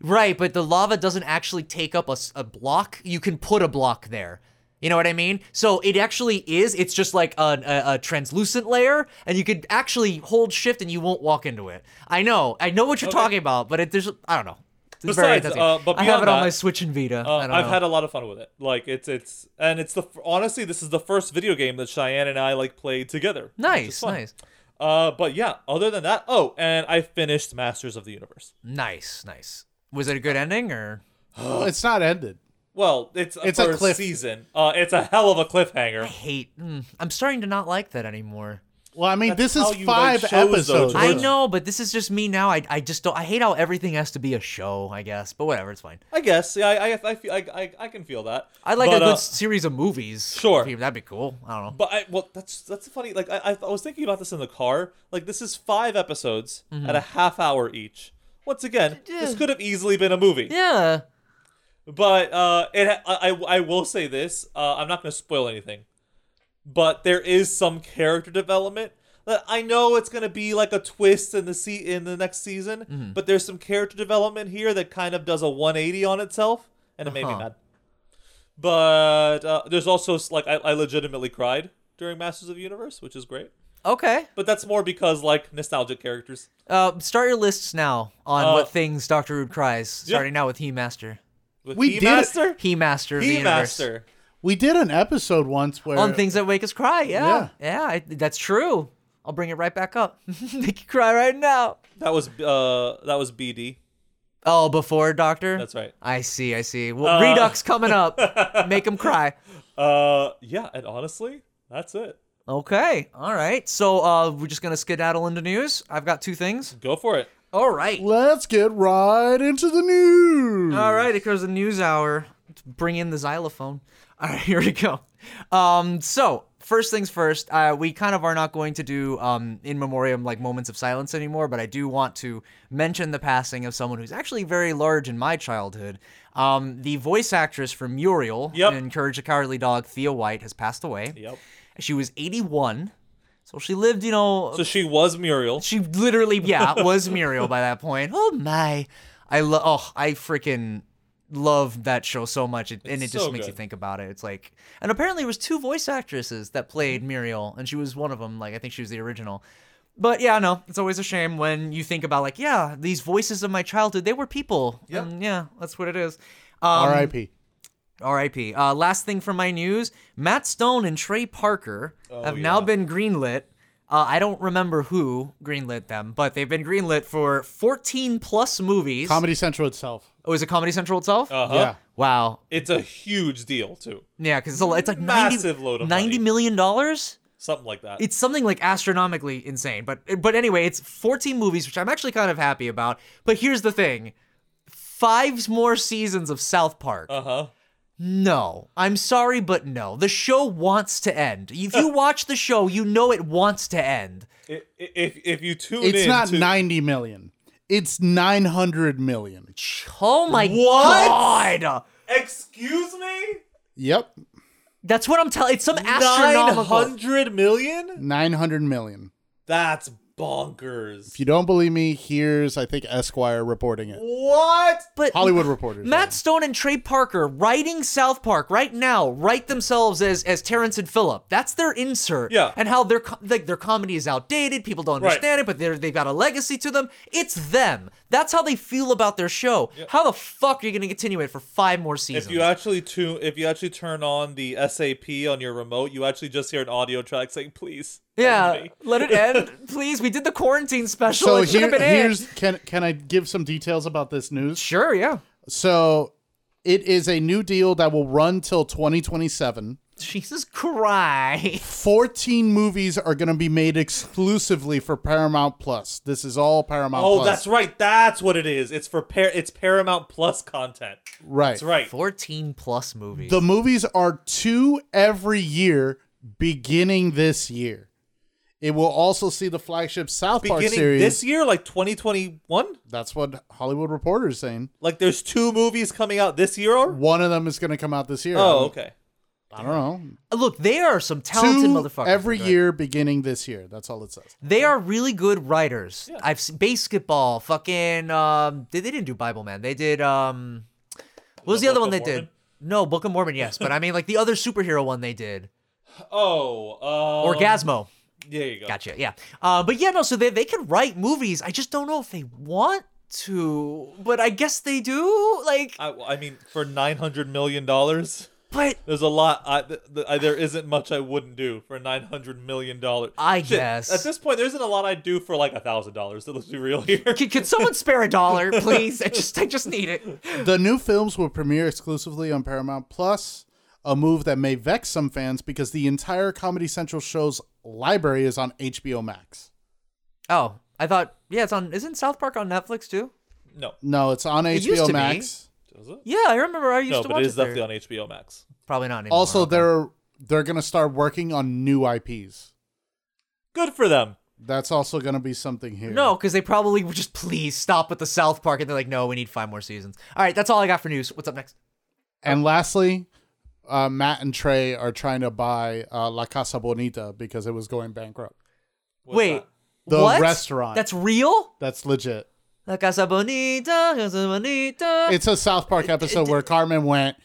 Speaker 2: Right, but the lava doesn't actually take up a, s- a block. You can put a block there. You know what I mean? So it actually is. It's just like a, a, a translucent layer, and you could actually hold shift and you won't walk into it. I know. I know what you're talking about, but it, there's. I don't know. It's
Speaker 1: Besides,
Speaker 2: touchy.
Speaker 1: uh, but
Speaker 2: I have
Speaker 1: beyond
Speaker 2: it on
Speaker 1: that,
Speaker 2: my Switch and Vita.
Speaker 1: Uh,
Speaker 2: I don't
Speaker 1: I've
Speaker 2: know.
Speaker 1: had a lot of fun with it. Like it's it's and it's the f- honestly this is the first video game that Cheyenne and I like played together. which is
Speaker 2: nice,
Speaker 1: fun.
Speaker 2: nice,
Speaker 1: Uh, but yeah, other than that, oh, and I finished Masters of the Universe.
Speaker 2: nice, nice. Was it a good ending or?
Speaker 3: Well, it's not ended
Speaker 1: Well, it's a
Speaker 3: It's a
Speaker 1: first
Speaker 3: cliff-
Speaker 1: season. Uh, it's a hell of a cliffhanger.
Speaker 2: Hate. mm, I'm starting to not like that anymore.
Speaker 3: Well, I mean,
Speaker 1: That's
Speaker 3: this is
Speaker 1: how you
Speaker 3: five
Speaker 1: write shows, though,
Speaker 3: episodes.
Speaker 1: George.
Speaker 2: I
Speaker 1: Sure.
Speaker 2: know, but this is just me now. I, I just don't. I hate how everything has to be a show. I guess, but whatever, it's fine.
Speaker 1: I guess. Yeah, I I I, feel, I, I, I can feel that.
Speaker 2: I like
Speaker 1: But,
Speaker 2: a good
Speaker 1: uh,
Speaker 2: series of movies.
Speaker 1: Sure.
Speaker 2: that'd be cool. I don't know.
Speaker 1: But I, well, that's that's funny. Like I, I was thinking about this in the car. Like this is five episodes
Speaker 2: Mm-hmm.
Speaker 1: at a half hour each. Once again, this could have easily been a movie.
Speaker 2: yeah,
Speaker 1: But uh, it ha- I, I I will say this. Uh, I'm not going to spoil anything. But there is some character development. That I know it's going to be like a twist in the se- in the next season.
Speaker 2: Mm-hmm.
Speaker 1: But there's some character development here that kind of does a 180 on itself, and it made me
Speaker 2: Uh-huh.
Speaker 1: mad. But uh, there's also s- like I, I legitimately cried during Masters of the Universe, which is great.
Speaker 2: okay.
Speaker 1: But that's more because like nostalgic characters.
Speaker 2: Uh, start your lists now on
Speaker 1: Uh,
Speaker 2: what things Doctor Rude cries. Starting now with He Master.
Speaker 1: With
Speaker 3: We
Speaker 1: He
Speaker 3: did-
Speaker 1: Master,
Speaker 2: He Master. of the
Speaker 1: He
Speaker 2: universe.
Speaker 1: Master.
Speaker 3: We did an episode once where
Speaker 2: on things that make us cry. Yeah, yeah, I, that's true. I'll bring it right back up. [laughs] make you cry right now.
Speaker 1: That was uh that was BD.
Speaker 2: Oh, before Doctor.
Speaker 1: That's Uh, right.
Speaker 2: I see. I see. Well, Redux coming up.
Speaker 1: [laughs]
Speaker 2: make him cry.
Speaker 1: Uh, yeah, and honestly, that's it.
Speaker 2: Okay. All right. So uh, we're just gonna skedaddle into news. I've got two things.
Speaker 1: Go for it.
Speaker 2: All right.
Speaker 3: Let's get right into the news.
Speaker 2: All right, it goes the news hour. Bring in the xylophone. [laughs] All right, here we go. Um, so first things first, uh, we kind of are not going to do um, in memoriam like moments of silence anymore, but I do want to mention the passing of someone who's actually very large in my childhood. Um, the voice actress for Muriel
Speaker 1: Yep.
Speaker 2: in Courage the Cowardly Dog, Thea White, has passed away.
Speaker 1: Yep.
Speaker 2: She was 81, so she lived, you know,
Speaker 1: So she was Muriel.
Speaker 2: she literally, yeah, was Muriel by that point. Oh my, I love. Oh, I freaking love that show so much, it, and it
Speaker 1: It's
Speaker 2: just
Speaker 1: so
Speaker 2: makes you
Speaker 1: good.
Speaker 2: think about it. It's like, and apparently, it was two voice actresses that
Speaker 1: Mm-hmm.
Speaker 2: played Muriel, and she was one of them. Like, I think she was the original. But yeah, no, it's always a shame when you think about like, yeah, these voices of my childhood, they were people.
Speaker 1: Yep.
Speaker 2: And yeah, that's what it is. Um,
Speaker 3: R.I.P.
Speaker 2: R.I.P. Uh, last thing from my news: Matt Stone and Trey Parker
Speaker 1: Oh,
Speaker 2: have now been greenlit. Uh, I don't remember who greenlit them, but they've been greenlit for 14 plus movies.
Speaker 3: Comedy Central itself.
Speaker 2: oh, is it Comedy Central itself?
Speaker 1: Uh huh.
Speaker 3: Yeah.
Speaker 2: wow.
Speaker 1: It's a huge deal too.
Speaker 2: Yeah, because it's, a- it's like 90,
Speaker 1: Massive load of
Speaker 2: 90
Speaker 1: money.
Speaker 2: million dollars.
Speaker 1: Something like that.
Speaker 2: It's something like astronomically insane. But but anyway, it's 14 movies, which I'm actually kind of happy about. But here's the thing: five more seasons of South Park.
Speaker 1: uh huh.
Speaker 2: No, I'm sorry, but no. The show wants to end.
Speaker 1: [laughs]
Speaker 2: If you watch the show, you know it wants to end.
Speaker 1: If if you tune
Speaker 3: It's
Speaker 1: in,
Speaker 3: not
Speaker 1: to,
Speaker 3: 90 million. It's 900 million.
Speaker 2: Oh my
Speaker 1: What?
Speaker 2: god!
Speaker 1: Excuse me.
Speaker 3: Yep.
Speaker 2: That's what I'm telling. It's some
Speaker 1: Nine
Speaker 2: astronomical.
Speaker 1: hundred million.
Speaker 3: 900 million.
Speaker 1: That's bonkers.
Speaker 3: If you don't believe me, here's, I think, Esquire reporting it.
Speaker 1: what?
Speaker 2: But
Speaker 3: Hollywood Reporter.
Speaker 2: Matt Stone and Trey Parker writing South Park right now, write themselves as as Terrence and Phillip. That's their insert.
Speaker 1: Yeah.
Speaker 2: And how their co- like their comedy is outdated. People don't
Speaker 1: Right.
Speaker 2: understand it, but they're, they've got a legacy to them. It's them. That's how they feel about their show. How the fuck are you going to continue it for five more seasons?
Speaker 1: If you actually tune, if you actually turn on the SAP on your remote, you actually just hear an audio track saying, "Please." end
Speaker 2: Yeah,
Speaker 1: me."
Speaker 2: let it end, please. We did the quarantine special.
Speaker 3: so
Speaker 2: it should
Speaker 3: here,
Speaker 2: have been it.
Speaker 3: here's can can I give some details about this news?
Speaker 2: sure, yeah.
Speaker 3: So it is a new deal that will run till 2027.
Speaker 2: Jesus Christ. [laughs]
Speaker 3: 14 movies are going to be made exclusively for Paramount Plus. This is all Paramount
Speaker 1: Oh,
Speaker 3: Plus.
Speaker 1: that's right. That's what it is. It's for par- It's Paramount Plus content.
Speaker 3: right.
Speaker 1: That's right.
Speaker 2: Fourteen plus movies.
Speaker 3: The movies are two every year beginning this year. It will also see the flagship South Park
Speaker 1: Beginning
Speaker 3: series.
Speaker 1: this year, like 2021.
Speaker 3: That's what Hollywood Reporter is saying.
Speaker 1: Like there's two movies coming out this year or
Speaker 3: One of them is going to come out this year.
Speaker 1: Oh, okay.
Speaker 3: I don't know.
Speaker 2: Look, they are some talented
Speaker 3: two
Speaker 2: motherfuckers.
Speaker 3: every
Speaker 2: right?
Speaker 3: year beginning this year. That's all it says.
Speaker 2: They are really good writers. I've seen basketball, fucking. Um, they, they didn't do Bible Man. They did. Um, what was the,
Speaker 1: The
Speaker 2: other
Speaker 1: Book
Speaker 2: one they
Speaker 1: of
Speaker 2: did? No, Book of Mormon, yes, but I mean like the other superhero one they [laughs] did,
Speaker 1: Oh, uh
Speaker 2: Um, Orgasmo.
Speaker 1: There you go.
Speaker 2: Gotcha. Yeah. Uh, but yeah, no. So they they can write movies. I just don't know if they want to, but I guess they do. Like,
Speaker 1: Uh, I, I mean, for nine hundred million dollars,
Speaker 2: But
Speaker 1: There's a lot. I, th- th- I, there isn't much I wouldn't do for nine hundred million dollars.
Speaker 2: I guess.
Speaker 1: at this point there isn't a lot I'd do for like a thousand dollars. Let's be real here.
Speaker 2: can, can someone spare a dollar, please? I just I just need it.
Speaker 3: The new films will premiere exclusively on Paramount Plus, a move that may vex some fans because the entire Comedy Central show's library is on HBO Max.
Speaker 2: Oh, I thought yeah, it's on. Isn't South Park on Netflix too?
Speaker 1: [laughs] No,
Speaker 3: No, it's on
Speaker 2: It
Speaker 3: HBO
Speaker 2: used to be.
Speaker 3: Max.
Speaker 1: Does it?
Speaker 2: Yeah, I remember. I used
Speaker 1: no,
Speaker 2: to
Speaker 1: but
Speaker 2: watch
Speaker 1: it
Speaker 2: it.
Speaker 1: is
Speaker 2: there.
Speaker 1: definitely on HBO Max.
Speaker 2: Probably not anymore.
Speaker 3: Also,
Speaker 2: okay.
Speaker 3: they're they're gonna start working on new IPs.
Speaker 1: Good for them.
Speaker 3: That's also gonna be something here.
Speaker 2: No, because they probably were just please stop with the South Park, and they're like, no, we need five more seasons. All right, that's all I got for news. What's up next?
Speaker 3: And lastly, uh, Matt and Trey are trying to buy uh, La Casa Bonita because it was going bankrupt.
Speaker 1: What's
Speaker 2: Wait,
Speaker 1: that?
Speaker 3: The
Speaker 2: what?
Speaker 3: restaurant.
Speaker 2: That's real.
Speaker 3: That's legit.
Speaker 2: La Casa Bonita, Casa Bonita.
Speaker 3: It's a South Park episode where Carmen went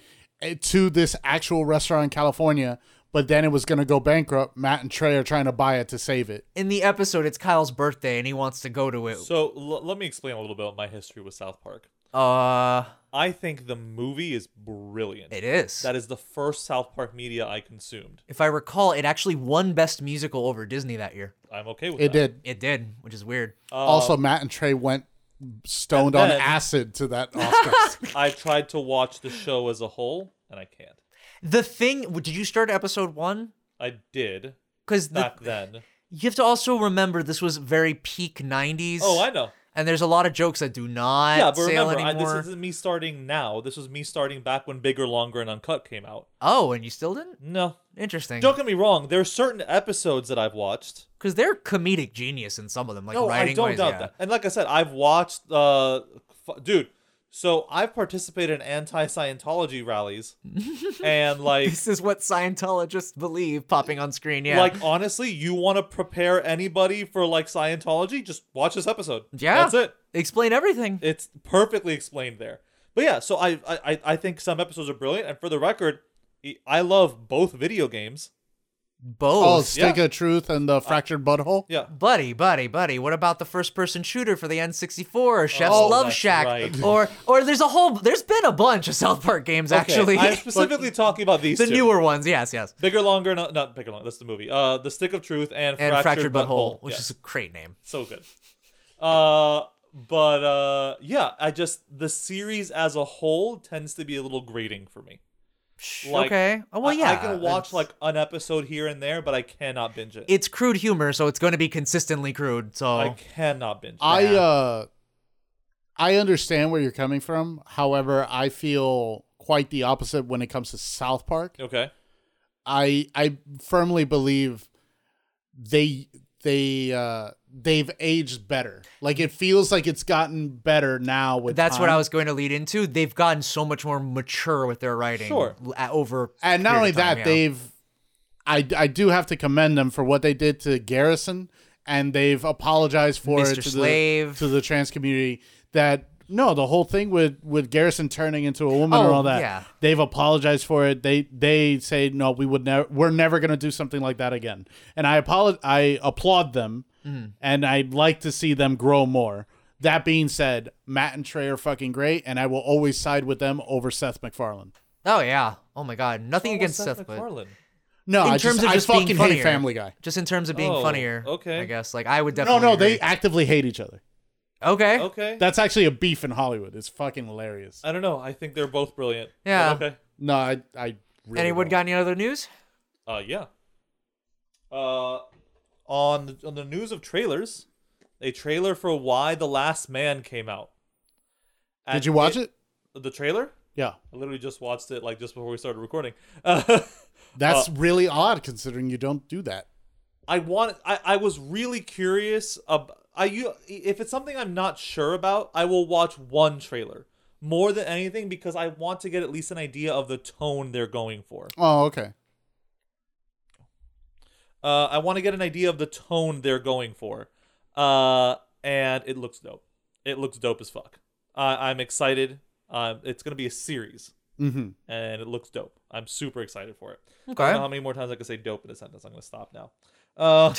Speaker 3: eh, to this actual restaurant in California, but then it was going to go bankrupt. Matt and Trey are trying to buy it to save it.
Speaker 2: in the episode, it's Kyle's birthday, and he wants to go to it.
Speaker 1: So l- let me explain a little bit my history with South Park.
Speaker 2: uh,
Speaker 1: I think the movie is brilliant.
Speaker 2: it is.
Speaker 1: That is the first South Park media I consumed.
Speaker 2: if I recall, it actually won Best Musical over Disney that year.
Speaker 1: I'm okay with
Speaker 3: It
Speaker 1: that.
Speaker 3: did.
Speaker 2: It did, which is weird.
Speaker 1: Oh.
Speaker 3: also, Matt and Trey went stoned
Speaker 1: And
Speaker 3: on
Speaker 1: then-
Speaker 3: acid to that
Speaker 1: [laughs]
Speaker 3: Oscars.
Speaker 1: I tried to watch the show as a whole, and I can't.
Speaker 2: The thing, did you start episode one?
Speaker 1: I did
Speaker 2: Because [laughs]
Speaker 1: back then.
Speaker 2: you have to also remember this was very peak '90s.
Speaker 1: Oh, I know.
Speaker 2: and there's a lot of jokes that do not
Speaker 1: Yeah, but
Speaker 2: sail
Speaker 1: remember, I,
Speaker 2: anymore.
Speaker 1: this isn't me starting now. This was me starting back when Bigger, Longer, and Uncut came out.
Speaker 2: oh, and you still didn't?
Speaker 1: No.
Speaker 2: Interesting.
Speaker 1: Don't get me wrong. There are certain episodes that I've watched.
Speaker 2: Because they're comedic genius in some of them, like
Speaker 1: No,
Speaker 2: writing
Speaker 1: I don't
Speaker 2: wise,
Speaker 1: doubt
Speaker 2: yeah.
Speaker 1: that. And like I said, I've watched, uh, f- dude. So I've participated in anti-Scientology
Speaker 2: [laughs]
Speaker 1: rallies, and like,
Speaker 2: This is what Scientologists believe popping on screen. Yeah,
Speaker 1: like honestly, you want to prepare anybody for like Scientology? Just watch this episode.
Speaker 2: yeah,
Speaker 1: that's it.
Speaker 2: Explain everything.
Speaker 1: It's perfectly explained there. But yeah, so I I I- I think some episodes are brilliant. And for the record, e, I love both video games.
Speaker 3: oh,
Speaker 2: Both,
Speaker 3: Stick of Truth and the Fractured Butthole.
Speaker 1: Uh, Yeah.
Speaker 2: buddy, buddy, buddy. What about the first-person shooter for the N64 or Chef's
Speaker 1: Oh,
Speaker 2: Love
Speaker 1: that's
Speaker 2: Shack?
Speaker 1: right.
Speaker 2: [laughs] Or, or there's a whole. There's been a bunch of South Park games actually. [laughs]
Speaker 1: I'm specifically talking about these
Speaker 2: the
Speaker 1: two.
Speaker 2: newer ones, yes, yes.
Speaker 1: bigger, longer, no, not bigger, longer. That's the movie. Uh, the Stick of Truth and,
Speaker 2: And
Speaker 1: Fractured, Butthole,
Speaker 2: which
Speaker 1: Yeah,
Speaker 2: is a great name.
Speaker 1: so good. Uh, but uh, yeah, I just the series as a whole tends to be a little grating for me. Like,
Speaker 2: okay. Oh, well,
Speaker 1: I-
Speaker 2: yeah.
Speaker 1: I can watch
Speaker 2: it's-
Speaker 1: like an episode here and there, but I cannot binge it.
Speaker 2: it's crude humor, so it's going to be consistently crude. So
Speaker 1: I cannot binge. it.
Speaker 3: I uh I understand where you're coming from. However, I feel quite the opposite when it comes to South Park.
Speaker 1: Okay.
Speaker 3: I I firmly believe they they uh they've aged better. Like it feels like it's gotten better now with
Speaker 2: that's what I
Speaker 3: time.
Speaker 2: was going to lead into. They've gotten so much more mature with their writing.
Speaker 1: Sure.
Speaker 2: l- at- Over
Speaker 3: And not
Speaker 2: period
Speaker 3: only
Speaker 2: of time,
Speaker 3: that,
Speaker 2: yeah.
Speaker 3: they've I I do have to commend them for what they did to Garrison and they've apologized for
Speaker 2: Mr.
Speaker 3: it to
Speaker 2: Slave.
Speaker 3: the to the trans community that no, the whole thing with with Garrison turning into a woman
Speaker 2: Oh,
Speaker 3: and all that.
Speaker 2: yeah.
Speaker 3: They've apologized for it. They they say no, we would never we're never going to do something like that again. And I apolog- I applaud them
Speaker 2: Mm-hmm.
Speaker 3: and I'd like to see them grow more. That being said, Matt and Trey are fucking great and I will always side with them over Seth McFarlane.
Speaker 2: Oh yeah. Oh my God. Nothing against
Speaker 1: Seth
Speaker 2: Seth, but
Speaker 1: MacFarlane?
Speaker 3: No,
Speaker 2: in
Speaker 3: I
Speaker 2: terms
Speaker 3: just,
Speaker 2: of
Speaker 3: I
Speaker 2: just
Speaker 3: fucking
Speaker 2: being
Speaker 3: hate
Speaker 2: funnier,
Speaker 3: Family Guy.
Speaker 2: Just in terms of being
Speaker 1: Oh,
Speaker 2: funnier.
Speaker 1: okay.
Speaker 2: I guess like I would
Speaker 3: No,
Speaker 2: definitely.
Speaker 3: no, they
Speaker 2: agree.
Speaker 3: actively hate each other.
Speaker 2: Okay.
Speaker 1: Okay.
Speaker 3: That's actually a beef in Hollywood. It's fucking hilarious.
Speaker 1: I don't know. I think they're both brilliant. But
Speaker 2: Yeah.
Speaker 1: Okay.
Speaker 3: No, I, I really
Speaker 2: Anyone
Speaker 3: don't.
Speaker 2: got any other news?
Speaker 1: Uh, yeah. Uh, on the, on the news of trailers, a trailer for Why the Last Man came out.
Speaker 3: Did you watch it?
Speaker 1: The trailer?
Speaker 3: Yeah,
Speaker 1: I literally just watched it like just before we started recording. [laughs] Uh,
Speaker 3: that's really odd considering you don't do that.
Speaker 1: I want. I, I was really curious. Ab- I you if it's something I'm not sure about, I will watch one trailer more than anything because I want to get at least an idea of the tone they're going for.
Speaker 3: Oh, okay.
Speaker 1: Uh, I want to get an idea of the tone they're going for. Uh, and it looks dope. It looks dope as fuck. I I'm excited. Um, it's gonna be a series,
Speaker 3: Mm-hmm.
Speaker 1: and it looks dope. I'm super excited for it. I don't know
Speaker 2: Okay.
Speaker 1: how many more times I can say dope in a sentence. I'm gonna stop now.
Speaker 2: [laughs]
Speaker 1: Uh,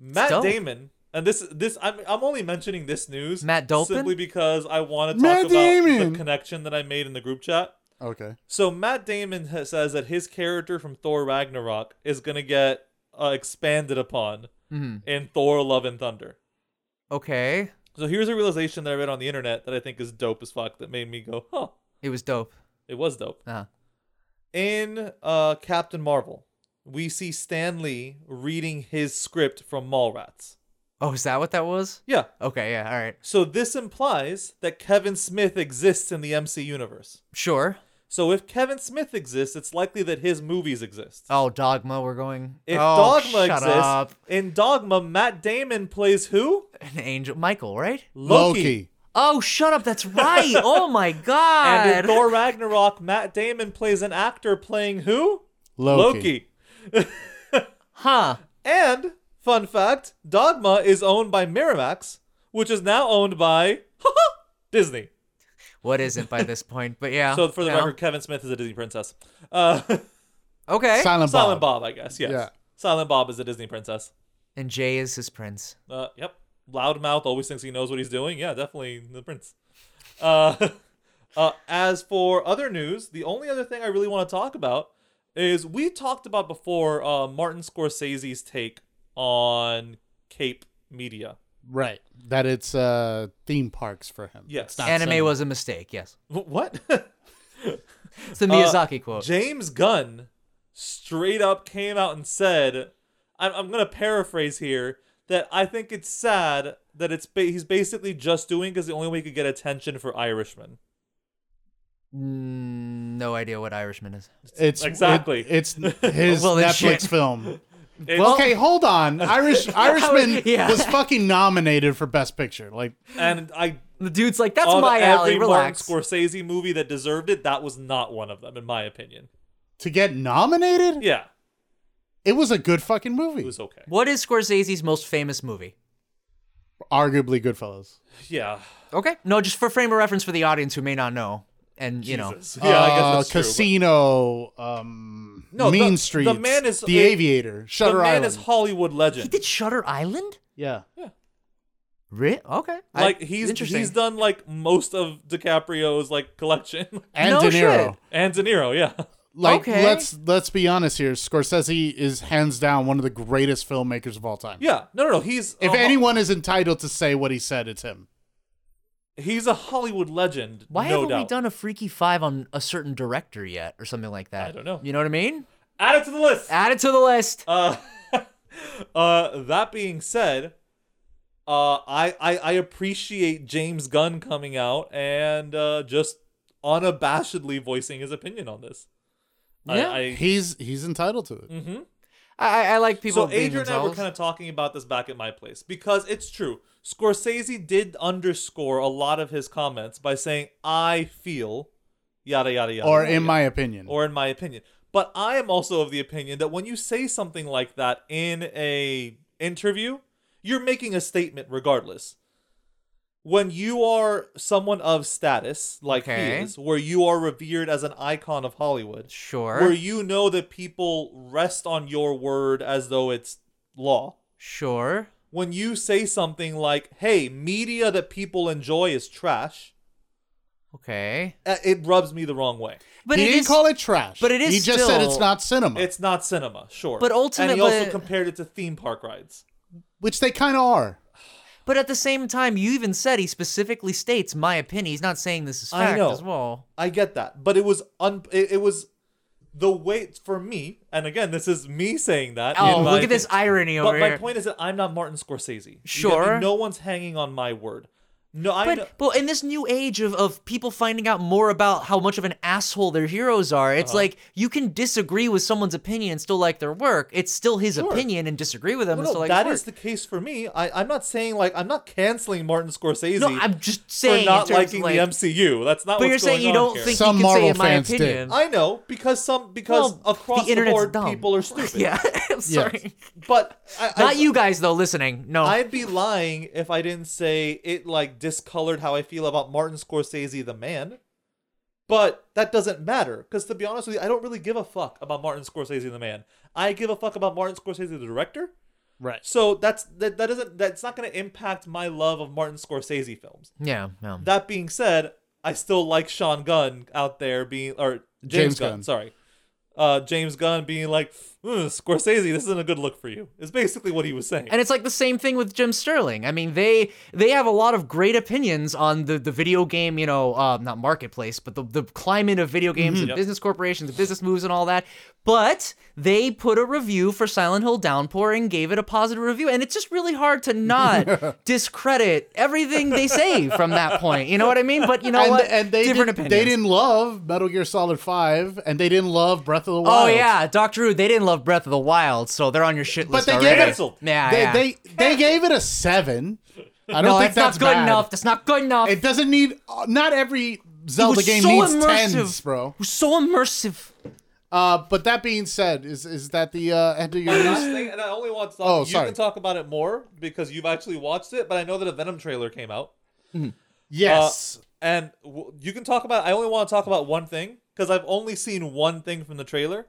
Speaker 1: Matt
Speaker 2: dope.
Speaker 1: Damon, and this this I'm I'm only mentioning this news
Speaker 2: Matt Dolphin?
Speaker 1: simply because I want to talk
Speaker 3: Matt
Speaker 1: about
Speaker 3: Damon!
Speaker 1: the connection that I made in the group chat.
Speaker 3: Okay.
Speaker 1: So Matt Damon ha- says that his character from Thor Ragnarok is gonna get uh, expanded upon
Speaker 2: Mm-hmm.
Speaker 1: in Thor: Love and Thunder.
Speaker 2: Okay.
Speaker 1: So here's a realization that I read on the internet that I think is dope as fuck. That made me go, "Huh,
Speaker 2: It was dope.
Speaker 1: it was dope."
Speaker 2: Uh,
Speaker 1: In uh, Captain Marvel, we see Stan Lee reading his script from Mallrats.
Speaker 2: oh, is that what that was?
Speaker 1: Yeah.
Speaker 2: Okay, yeah, all right.
Speaker 1: So this implies that Kevin Smith exists in the MC universe.
Speaker 2: Sure.
Speaker 1: So if Kevin Smith exists, it's likely that his movies exist.
Speaker 2: Oh, Dogma, we're going.
Speaker 1: If
Speaker 2: oh,
Speaker 1: Dogma
Speaker 2: shut
Speaker 1: exists,
Speaker 2: Up.
Speaker 1: in Dogma, Matt Damon plays who?
Speaker 2: An angel. Michael, right?
Speaker 1: Loki.
Speaker 2: Oh, shut up.
Speaker 1: [laughs]
Speaker 2: That's right. oh, my God.
Speaker 1: And in Thor Ragnarok, Matt Damon plays an actor playing who?
Speaker 3: Loki.
Speaker 2: Huh.
Speaker 1: And, fun fact, Dogma is owned by Miramax, which is now owned by [laughs] Disney.
Speaker 2: What isn't by this point? But yeah.
Speaker 1: So for the
Speaker 2: no.
Speaker 1: record, Kevin Smith is a Disney princess. Uh, [laughs]
Speaker 2: Okay.
Speaker 3: Silent Bob.
Speaker 1: Silent Bob, I guess. Yes.
Speaker 3: Yeah.
Speaker 1: Silent Bob is a Disney princess.
Speaker 2: And Jay is his prince.
Speaker 1: Uh, yep. Loudmouth always thinks he knows what he's doing. Yeah, definitely the prince. Uh, [laughs] uh, as for other news, the only other thing I really want to talk about is we talked about before uh, Martin Scorsese's take on Cape Media. [laughs]
Speaker 3: Right. That it's uh theme parks for him.
Speaker 1: Yes.
Speaker 3: It's not
Speaker 2: Anime
Speaker 3: cinema.
Speaker 2: was a mistake, yes.
Speaker 1: Wh- What? [laughs]
Speaker 2: It's
Speaker 1: Uh,
Speaker 2: the Miyazaki quote.
Speaker 1: James Gunn straight up came out and said, I'm, I'm going to paraphrase here, that I think it's sad that it's ba- he's basically just doing because the only way he could get attention for Irishmen.
Speaker 2: Mm, no idea what Irishman is.
Speaker 3: It's
Speaker 1: Exactly.
Speaker 3: it-
Speaker 2: [laughs]
Speaker 3: it's his
Speaker 2: Well, then
Speaker 3: Netflix
Speaker 2: shit.
Speaker 3: film.
Speaker 1: It's-
Speaker 3: okay, hold
Speaker 2: [laughs]
Speaker 3: on. Irish Irishman
Speaker 2: Yeah.
Speaker 3: was fucking nominated for Best Picture. Like
Speaker 1: And I
Speaker 2: The dude's like, that's
Speaker 1: of
Speaker 2: my
Speaker 1: every
Speaker 2: alley. Relax.
Speaker 1: Martin Scorsese movie that deserved it, that was not one of them, in my opinion.
Speaker 3: to get nominated,
Speaker 1: Yeah,
Speaker 3: it was a good fucking movie.
Speaker 1: it was okay.
Speaker 2: What is Scorsese's most famous movie?
Speaker 3: Arguably Goodfellas.
Speaker 1: Yeah,
Speaker 2: Okay. No, just for frame of reference for the audience who may not know. And, you know.
Speaker 1: Jesus. yeah, I guess
Speaker 3: Uh,
Speaker 1: that's true, but
Speaker 3: Casino, um,
Speaker 1: No, the-
Speaker 3: Mean
Speaker 1: the
Speaker 3: Streets,
Speaker 1: man is-
Speaker 3: The
Speaker 1: it-
Speaker 3: Aviator,
Speaker 1: The
Speaker 3: Shutter
Speaker 1: man
Speaker 3: Island.
Speaker 1: is Hollywood legend.
Speaker 2: He did Shutter Island?
Speaker 3: yeah,
Speaker 2: Re- okay. I-
Speaker 1: like he's
Speaker 2: interesting.
Speaker 1: he's done like most of DiCaprio's like collection [laughs]
Speaker 3: and
Speaker 2: No
Speaker 3: De Niro.
Speaker 2: shit.
Speaker 1: and De Niro. Yeah,
Speaker 3: Like,
Speaker 2: Okay.
Speaker 3: let's let's be honest here. Scorsese is hands down one of the greatest filmmakers of all time.
Speaker 1: yeah. Uh-huh. No, no, no. He's
Speaker 3: If
Speaker 1: a-
Speaker 3: anyone is entitled to say what he said, it's him.
Speaker 1: he's a Hollywood legend.
Speaker 2: Why
Speaker 1: no
Speaker 2: haven't
Speaker 1: doubt.
Speaker 2: we done a Freaky Five on a certain director yet or something like that?
Speaker 1: I don't know.
Speaker 2: You know what I mean?
Speaker 1: Add it to the list. [laughs]
Speaker 2: Add it to the list.
Speaker 1: Uh, [laughs] uh, that being said, uh, I, I I appreciate James Gunn coming out and uh, just unabashedly voicing his opinion on this.
Speaker 2: Yeah.
Speaker 1: I, I,
Speaker 3: He's he's entitled to it.
Speaker 2: I, I like people
Speaker 1: so
Speaker 2: being
Speaker 1: Adrian and I were
Speaker 2: themselves.
Speaker 1: kind of talking about this back at my place because it's true. Scorsese did underscore a lot of his comments by saying, "I feel," yada yada yada.
Speaker 3: Or
Speaker 1: yada,
Speaker 3: in
Speaker 1: yada.
Speaker 3: my opinion,
Speaker 1: or in my opinion. But I am also of the opinion that when you say something like that in a interview, you're making a statement regardless. When you are someone of status like
Speaker 2: Okay.
Speaker 1: he is, where you are revered as an icon of Hollywood,
Speaker 2: Sure.
Speaker 1: where you know that people rest on your word as though it's law.
Speaker 2: Sure.
Speaker 1: When you say something like, "Hey, media that people enjoy is trash,"
Speaker 2: Okay.
Speaker 1: uh, it rubs me the wrong way.
Speaker 2: But
Speaker 3: he
Speaker 2: it
Speaker 3: didn't
Speaker 2: is-
Speaker 3: call it trash.
Speaker 2: but it is
Speaker 3: He just said
Speaker 2: still-
Speaker 3: it's not cinema,
Speaker 1: It's not cinema, sure. and
Speaker 2: But
Speaker 1: he also
Speaker 2: ultimately-
Speaker 1: compared it to theme park rides.
Speaker 3: which they kind of are.
Speaker 2: But at the same time, you even said he specifically states my opinion. He's not saying this is
Speaker 1: I
Speaker 2: fact
Speaker 1: know.
Speaker 2: as well.
Speaker 1: I get that, but it was un. It, it was the way for me, and again, this is me saying that.
Speaker 2: Oh,
Speaker 1: in my
Speaker 2: look at this
Speaker 1: opinion.
Speaker 2: irony over
Speaker 1: But my
Speaker 2: here.
Speaker 1: point is that I'm not Martin Scorsese. You get me?
Speaker 2: Sure.
Speaker 1: no one's hanging on my word. No, I. know-
Speaker 2: but, but in this new age of, of people finding out more about how much of an asshole their heroes are, it's
Speaker 1: Uh-huh.
Speaker 2: like you can disagree with someone's opinion and still like their work. It's still his opinion and disagree with them
Speaker 1: no,
Speaker 2: and still
Speaker 1: no,
Speaker 2: like
Speaker 1: that
Speaker 2: his
Speaker 1: is the case for me. I, I'm not saying like I'm not canceling Martin Scorsese.
Speaker 2: work. No, I'm just
Speaker 1: for
Speaker 2: saying. in
Speaker 1: not
Speaker 2: terms of,
Speaker 1: liking
Speaker 2: like-
Speaker 1: the MCU. That's not.
Speaker 2: But
Speaker 1: what's
Speaker 2: you're saying
Speaker 1: going
Speaker 2: you
Speaker 1: on
Speaker 2: don't
Speaker 1: here.
Speaker 2: think
Speaker 3: Some
Speaker 2: you can
Speaker 3: Marvel
Speaker 2: say in my
Speaker 3: fans did.
Speaker 2: opinion.
Speaker 1: I know because some because
Speaker 2: Well,
Speaker 1: across
Speaker 2: the
Speaker 1: the,
Speaker 2: internet's
Speaker 1: board
Speaker 2: dumb.
Speaker 1: people are stupid.
Speaker 2: [laughs] Yeah, I'm sorry.
Speaker 1: [laughs] but I, I-
Speaker 2: Not you guys though. Listening,
Speaker 3: Oh.
Speaker 2: no.
Speaker 1: I'd be lying if I didn't say it like discolored how I feel about Martin Scorsese the man. But that doesn't matter because to be honest with you, I don't really give a fuck about Martin Scorsese the man. I give a fuck about Martin Scorsese the director.
Speaker 3: Right.
Speaker 1: So that's that that doesn't that's not going to impact my love of Martin Scorsese films.
Speaker 2: yeah, no.
Speaker 1: That being said, I still like Sean Gunn out there being or James,
Speaker 3: James
Speaker 1: Gunn,
Speaker 3: Gunn.
Speaker 1: sorry. Uh, James Gunn being like, "Mm, Scorsese, this isn't a good look for you. Is basically what he was saying.
Speaker 2: And it's like the same thing with Jim Sterling. I mean, they they have a lot of great opinions on the, the video game, you know, uh, not marketplace, but the, the climate of video
Speaker 3: Mm-hmm.
Speaker 2: games and
Speaker 1: Yep.
Speaker 2: business corporations and business moves and all that. But they put a review for Silent Hill Downpour and gave it a positive review. And it's just really hard to
Speaker 3: [laughs]
Speaker 2: not discredit everything they say from that point. You know what I mean? But you know
Speaker 3: and,
Speaker 2: what?
Speaker 3: and they
Speaker 2: Different
Speaker 3: didn't,
Speaker 2: opinions.
Speaker 3: they didn't love Metal Gear Solid Five, and they didn't love Breath of
Speaker 2: Oh
Speaker 3: the Wild.
Speaker 2: yeah, Doctor Who. They didn't love Breath of the Wild, so they're on your shit
Speaker 3: but
Speaker 2: list
Speaker 3: they
Speaker 2: already.
Speaker 3: gave it.
Speaker 1: Canceled.
Speaker 2: Yeah,
Speaker 3: they,
Speaker 2: yeah.
Speaker 3: they they gave it a seven. I don't
Speaker 2: no,
Speaker 3: think
Speaker 2: that's, not good
Speaker 3: bad.
Speaker 2: enough. That's not good enough.
Speaker 3: It doesn't need. uh, Not every Zelda
Speaker 2: was
Speaker 3: game
Speaker 2: so
Speaker 3: needs
Speaker 2: immersive.
Speaker 3: tens, bro.
Speaker 2: We're so immersive.
Speaker 3: Uh, but that being said, is is that the uh, end of your
Speaker 1: Last
Speaker 3: news?
Speaker 1: thing, and I only want to talk.
Speaker 3: Oh,
Speaker 1: you
Speaker 3: sorry.
Speaker 1: can talk about it more because you've actually watched it, but I know that a Venom trailer came out. Uh,
Speaker 3: Yes.
Speaker 1: and w- you can talk about. I only want to talk about one thing because I've only seen one thing from the trailer,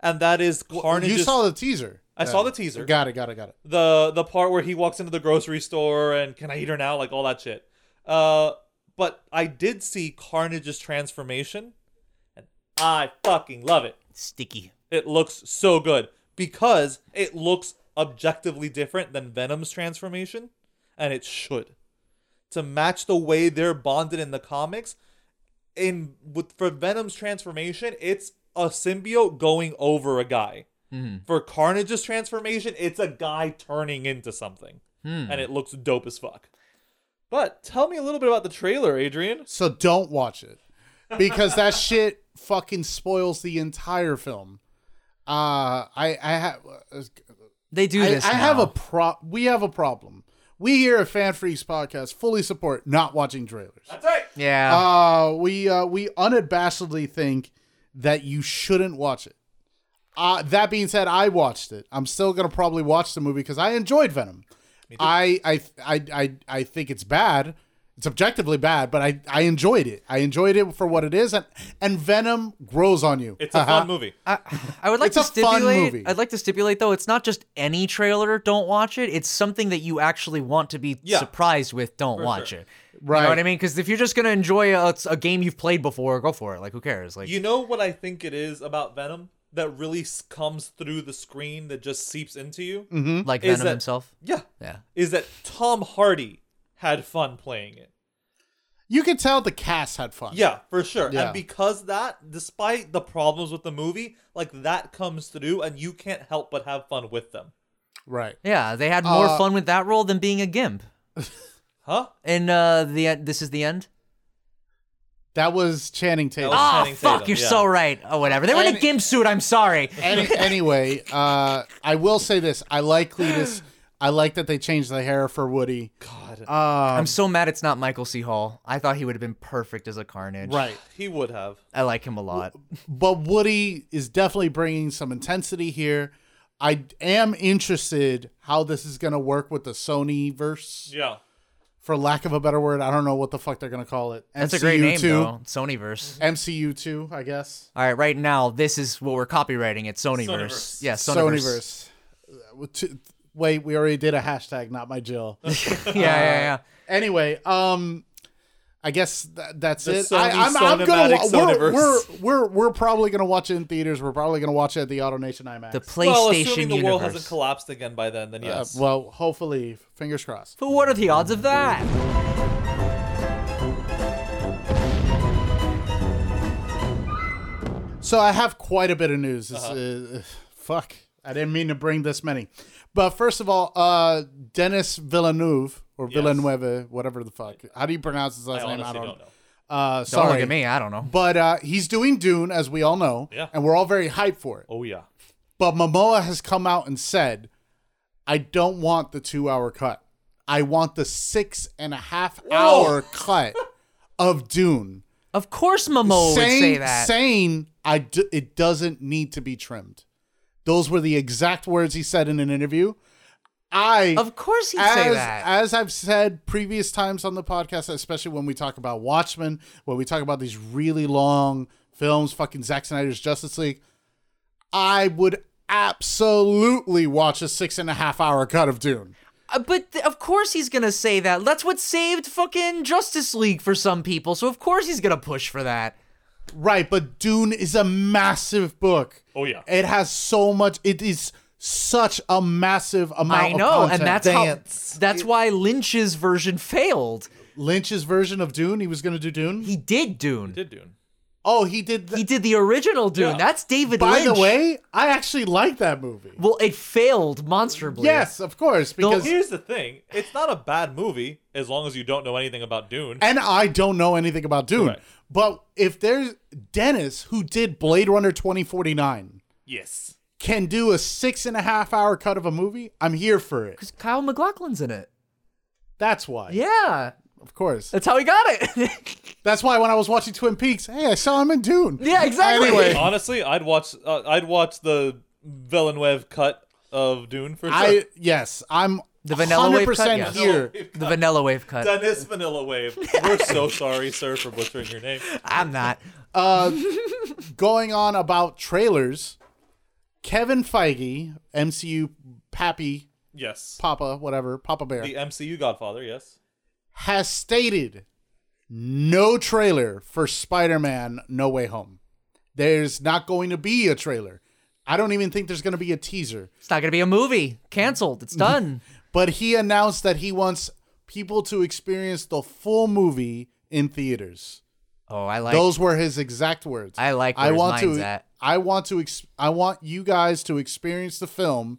Speaker 1: and that is Carnage.
Speaker 3: you saw the teaser.
Speaker 1: I saw the teaser.
Speaker 3: Got it. Got it. Got it.
Speaker 1: the the part where he walks into the grocery store and can I eat her now? Like all that shit. Uh, but I did see Carnage's transformation, and I fucking love it.
Speaker 2: Sticky.
Speaker 1: It looks so good because it looks objectively different than Venom's transformation, and it should. To match the way they're bonded in the comics, in with for Venom's transformation, it's a symbiote going over a guy. For Carnage's transformation, it's a guy turning into something, and it looks dope as fuck. But tell me a little bit about the trailer, Adrian.
Speaker 3: So don't watch it because that shit fucking spoils the entire film. Uh, I I have
Speaker 2: They do
Speaker 3: I,
Speaker 2: this.
Speaker 3: I
Speaker 2: now.
Speaker 3: have a pro. We have a problem. We here at Fan Freaks Podcast fully support not watching trailers.
Speaker 1: That's right.
Speaker 2: yeah.
Speaker 3: Uh, we uh, we unabashedly think that you shouldn't watch it. Uh, that being said, I watched it. I'm still gonna probably watch the movie because I enjoyed Venom. I, I I I I think it's bad. It's objectively bad, but I I enjoyed it. I enjoyed it for what it is, and and Venom grows on you. [laughs]
Speaker 1: It's a fun movie.
Speaker 2: I would like
Speaker 3: it's
Speaker 2: to
Speaker 3: a fun
Speaker 2: stipulate.
Speaker 3: movie.
Speaker 2: I'd like to stipulate though, it's not just any trailer. Don't watch it. It's something that you actually want to be
Speaker 1: Yeah.
Speaker 2: surprised with. Don't watch
Speaker 1: sure.
Speaker 2: it. You
Speaker 3: Right.
Speaker 2: know what I mean? Because if you're just gonna enjoy a, a game you've played before, go for it. Like who cares? Like
Speaker 1: You know what I think it is about Venom that really s- comes through the screen that just seeps into you? Mm-hmm.
Speaker 2: like
Speaker 1: is
Speaker 2: Venom
Speaker 1: that-
Speaker 2: himself.
Speaker 1: Yeah.
Speaker 2: Yeah.
Speaker 1: Is that Tom Hardy had fun playing it.
Speaker 3: You can tell the cast had fun.
Speaker 1: Yeah, for sure.
Speaker 3: Yeah.
Speaker 1: And because that, despite the problems with the movie, like that comes through and you can't help but have fun with them.
Speaker 3: right.
Speaker 2: Yeah. They had more
Speaker 3: Uh,
Speaker 2: fun with that role than being a gimp.
Speaker 1: Huh?
Speaker 2: And uh, the this is the end.
Speaker 3: That was Channing Tatum.
Speaker 1: was-
Speaker 2: Ah,
Speaker 1: Channing
Speaker 2: fuck!
Speaker 1: Tatum,
Speaker 2: you're
Speaker 1: yeah.
Speaker 2: so right. Oh, whatever. They were in a
Speaker 3: And-
Speaker 2: gimp suit. I'm sorry.
Speaker 3: Any, anyway, uh, I will say this: I like Cletus. I like that they changed the hair for Woody. Um,
Speaker 1: God.
Speaker 2: I'm so mad it's not Michael C. Hall. I thought he would have been perfect as a Carnage.
Speaker 3: Right.
Speaker 1: he would have.
Speaker 2: I like him a lot.
Speaker 3: but Woody is definitely bringing some intensity here. I am interested how this is going to work with the Sony verse,
Speaker 1: Yeah.
Speaker 3: for lack of a better word. I don't know what the fuck they're going to call it.
Speaker 2: That's a great name,
Speaker 3: two,
Speaker 2: though. Sonyverse.
Speaker 3: MCU two, I guess.
Speaker 2: All right, right now this is what we're copywriting. It's Sonyverse.
Speaker 1: Sonyverse.
Speaker 2: Yeah, Sonyverse.
Speaker 3: Sonyverse. Uh, two- Wait, we already did a hashtag. Not my
Speaker 2: [laughs]
Speaker 3: Jill.
Speaker 2: [laughs] yeah, yeah,
Speaker 3: anyway, um, I guess tha- that's
Speaker 1: The
Speaker 3: it.
Speaker 1: Sony
Speaker 3: I, I'm, I'm gonna. wa-
Speaker 1: Sonomatic
Speaker 3: We're, we're
Speaker 1: Sonyverse.
Speaker 3: we're we're probably gonna watch it in theaters. We're probably gonna watch it at the Auto Nation IMAX.
Speaker 2: [laughs] The PlayStation
Speaker 1: Well, assuming the
Speaker 2: universe.
Speaker 1: world hasn't collapsed again by then, then
Speaker 3: Uh,
Speaker 1: yes.
Speaker 3: well, hopefully, fingers crossed.
Speaker 2: but what are the odds of that?
Speaker 3: So I have quite a bit of news.
Speaker 1: Uh-huh.
Speaker 3: This, uh, fuck, I didn't mean to bring this many. But first of all, uh, Dennis Villeneuve or Villeneuve, whatever the fuck. How do you pronounce his
Speaker 1: I
Speaker 3: last name?
Speaker 1: honestly
Speaker 3: I don't,
Speaker 1: don't know.
Speaker 3: Uh,
Speaker 2: Don't
Speaker 3: sorry.
Speaker 2: look at me. I don't know.
Speaker 3: But uh, he's doing Dune, as we all know,
Speaker 1: Yeah.
Speaker 3: and we're all very hyped for it.
Speaker 1: Oh, yeah.
Speaker 3: But Momoa has come out and said, "I don't want the two-hour cut. I want the six and a half hour cut of Dune."
Speaker 2: Of course, Momo would
Speaker 3: saying,
Speaker 2: say that.
Speaker 3: saying I d- it doesn't need to be trimmed. Those were the exact words he said in an interview. I
Speaker 2: of course, he'd
Speaker 3: as,
Speaker 2: say that.
Speaker 3: as I've said previous times on the podcast, especially when we talk about Watchmen, when we talk about these really long films, fucking Zack Snyder's Justice League, I would absolutely watch a six and a half hour cut of Dune.
Speaker 2: Uh, But th- of course he's gonna say that. That's what saved fucking Justice League for some people. So of course he's gonna push for that.
Speaker 3: Right, but Dune is a massive book.
Speaker 1: Oh, yeah.
Speaker 3: It has so much it is such a massive amount
Speaker 2: I know,
Speaker 3: of
Speaker 2: and
Speaker 3: content.
Speaker 2: that's
Speaker 5: Dance.
Speaker 2: how that's why Lynch's version failed.
Speaker 3: Lynch's version of Dune, he was going to do Dune?
Speaker 2: He did Dune.
Speaker 1: Did Dune?
Speaker 3: oh, he did
Speaker 2: He
Speaker 3: the,
Speaker 2: did the original Dune.
Speaker 1: Yeah.
Speaker 2: That's David
Speaker 3: By
Speaker 2: Lynch.
Speaker 3: the way, I actually like that movie.
Speaker 2: well, it failed monstrably.
Speaker 3: Yes, of course, because
Speaker 1: Here's the thing: it's not a bad movie as long as you don't know anything about Dune.
Speaker 3: and I don't know anything about Dune.
Speaker 1: Correct.
Speaker 3: But if there's Dennis who did Blade Runner 2049
Speaker 1: yes.
Speaker 3: can do a six and a half hour cut of a movie, I'm here for it.
Speaker 2: because Kyle McLaughlin's in it.
Speaker 3: That's why.
Speaker 2: Yeah,
Speaker 3: Of course.
Speaker 2: that's how he got it. [laughs]
Speaker 3: That's why when I was watching Twin Peaks, hey, I saw him in Dune.
Speaker 2: Yeah, exactly. [laughs]
Speaker 1: [laughs]
Speaker 3: Anyway,
Speaker 1: Honestly, I'd watch. Uh, I'd watch the Villeneuve cut of Dune for sure. [laughs]
Speaker 3: I yes, I'm
Speaker 2: The Vanilla Wave
Speaker 3: 100%
Speaker 2: cut, yeah.
Speaker 3: here.
Speaker 2: the Vanilla Wave cut.
Speaker 1: Dennis Vanilla Wave. We're
Speaker 3: [laughs]
Speaker 1: so sorry, sir, for butchering your name.
Speaker 2: I'm not.
Speaker 3: Going on about trailers, Kevin Feige, MCU Pappy,
Speaker 1: Yes.
Speaker 3: Papa, whatever, Papa Bear.
Speaker 1: The MCU Godfather. Yes.
Speaker 3: has stated no trailer for Spider-Man No Way Home. There's not going to be a trailer. I don't even think there's going to be a teaser.
Speaker 2: It's not gonna be a movie. Cancelled. It's
Speaker 1: [laughs]
Speaker 2: done.
Speaker 3: But he announced that he wants people to experience the full movie in theaters.
Speaker 2: oh, I like.
Speaker 3: Those were his exact words.
Speaker 2: I like where
Speaker 3: I
Speaker 2: his
Speaker 3: want
Speaker 2: mind's
Speaker 3: to
Speaker 2: at.
Speaker 3: I want to ex- I want you guys to experience the film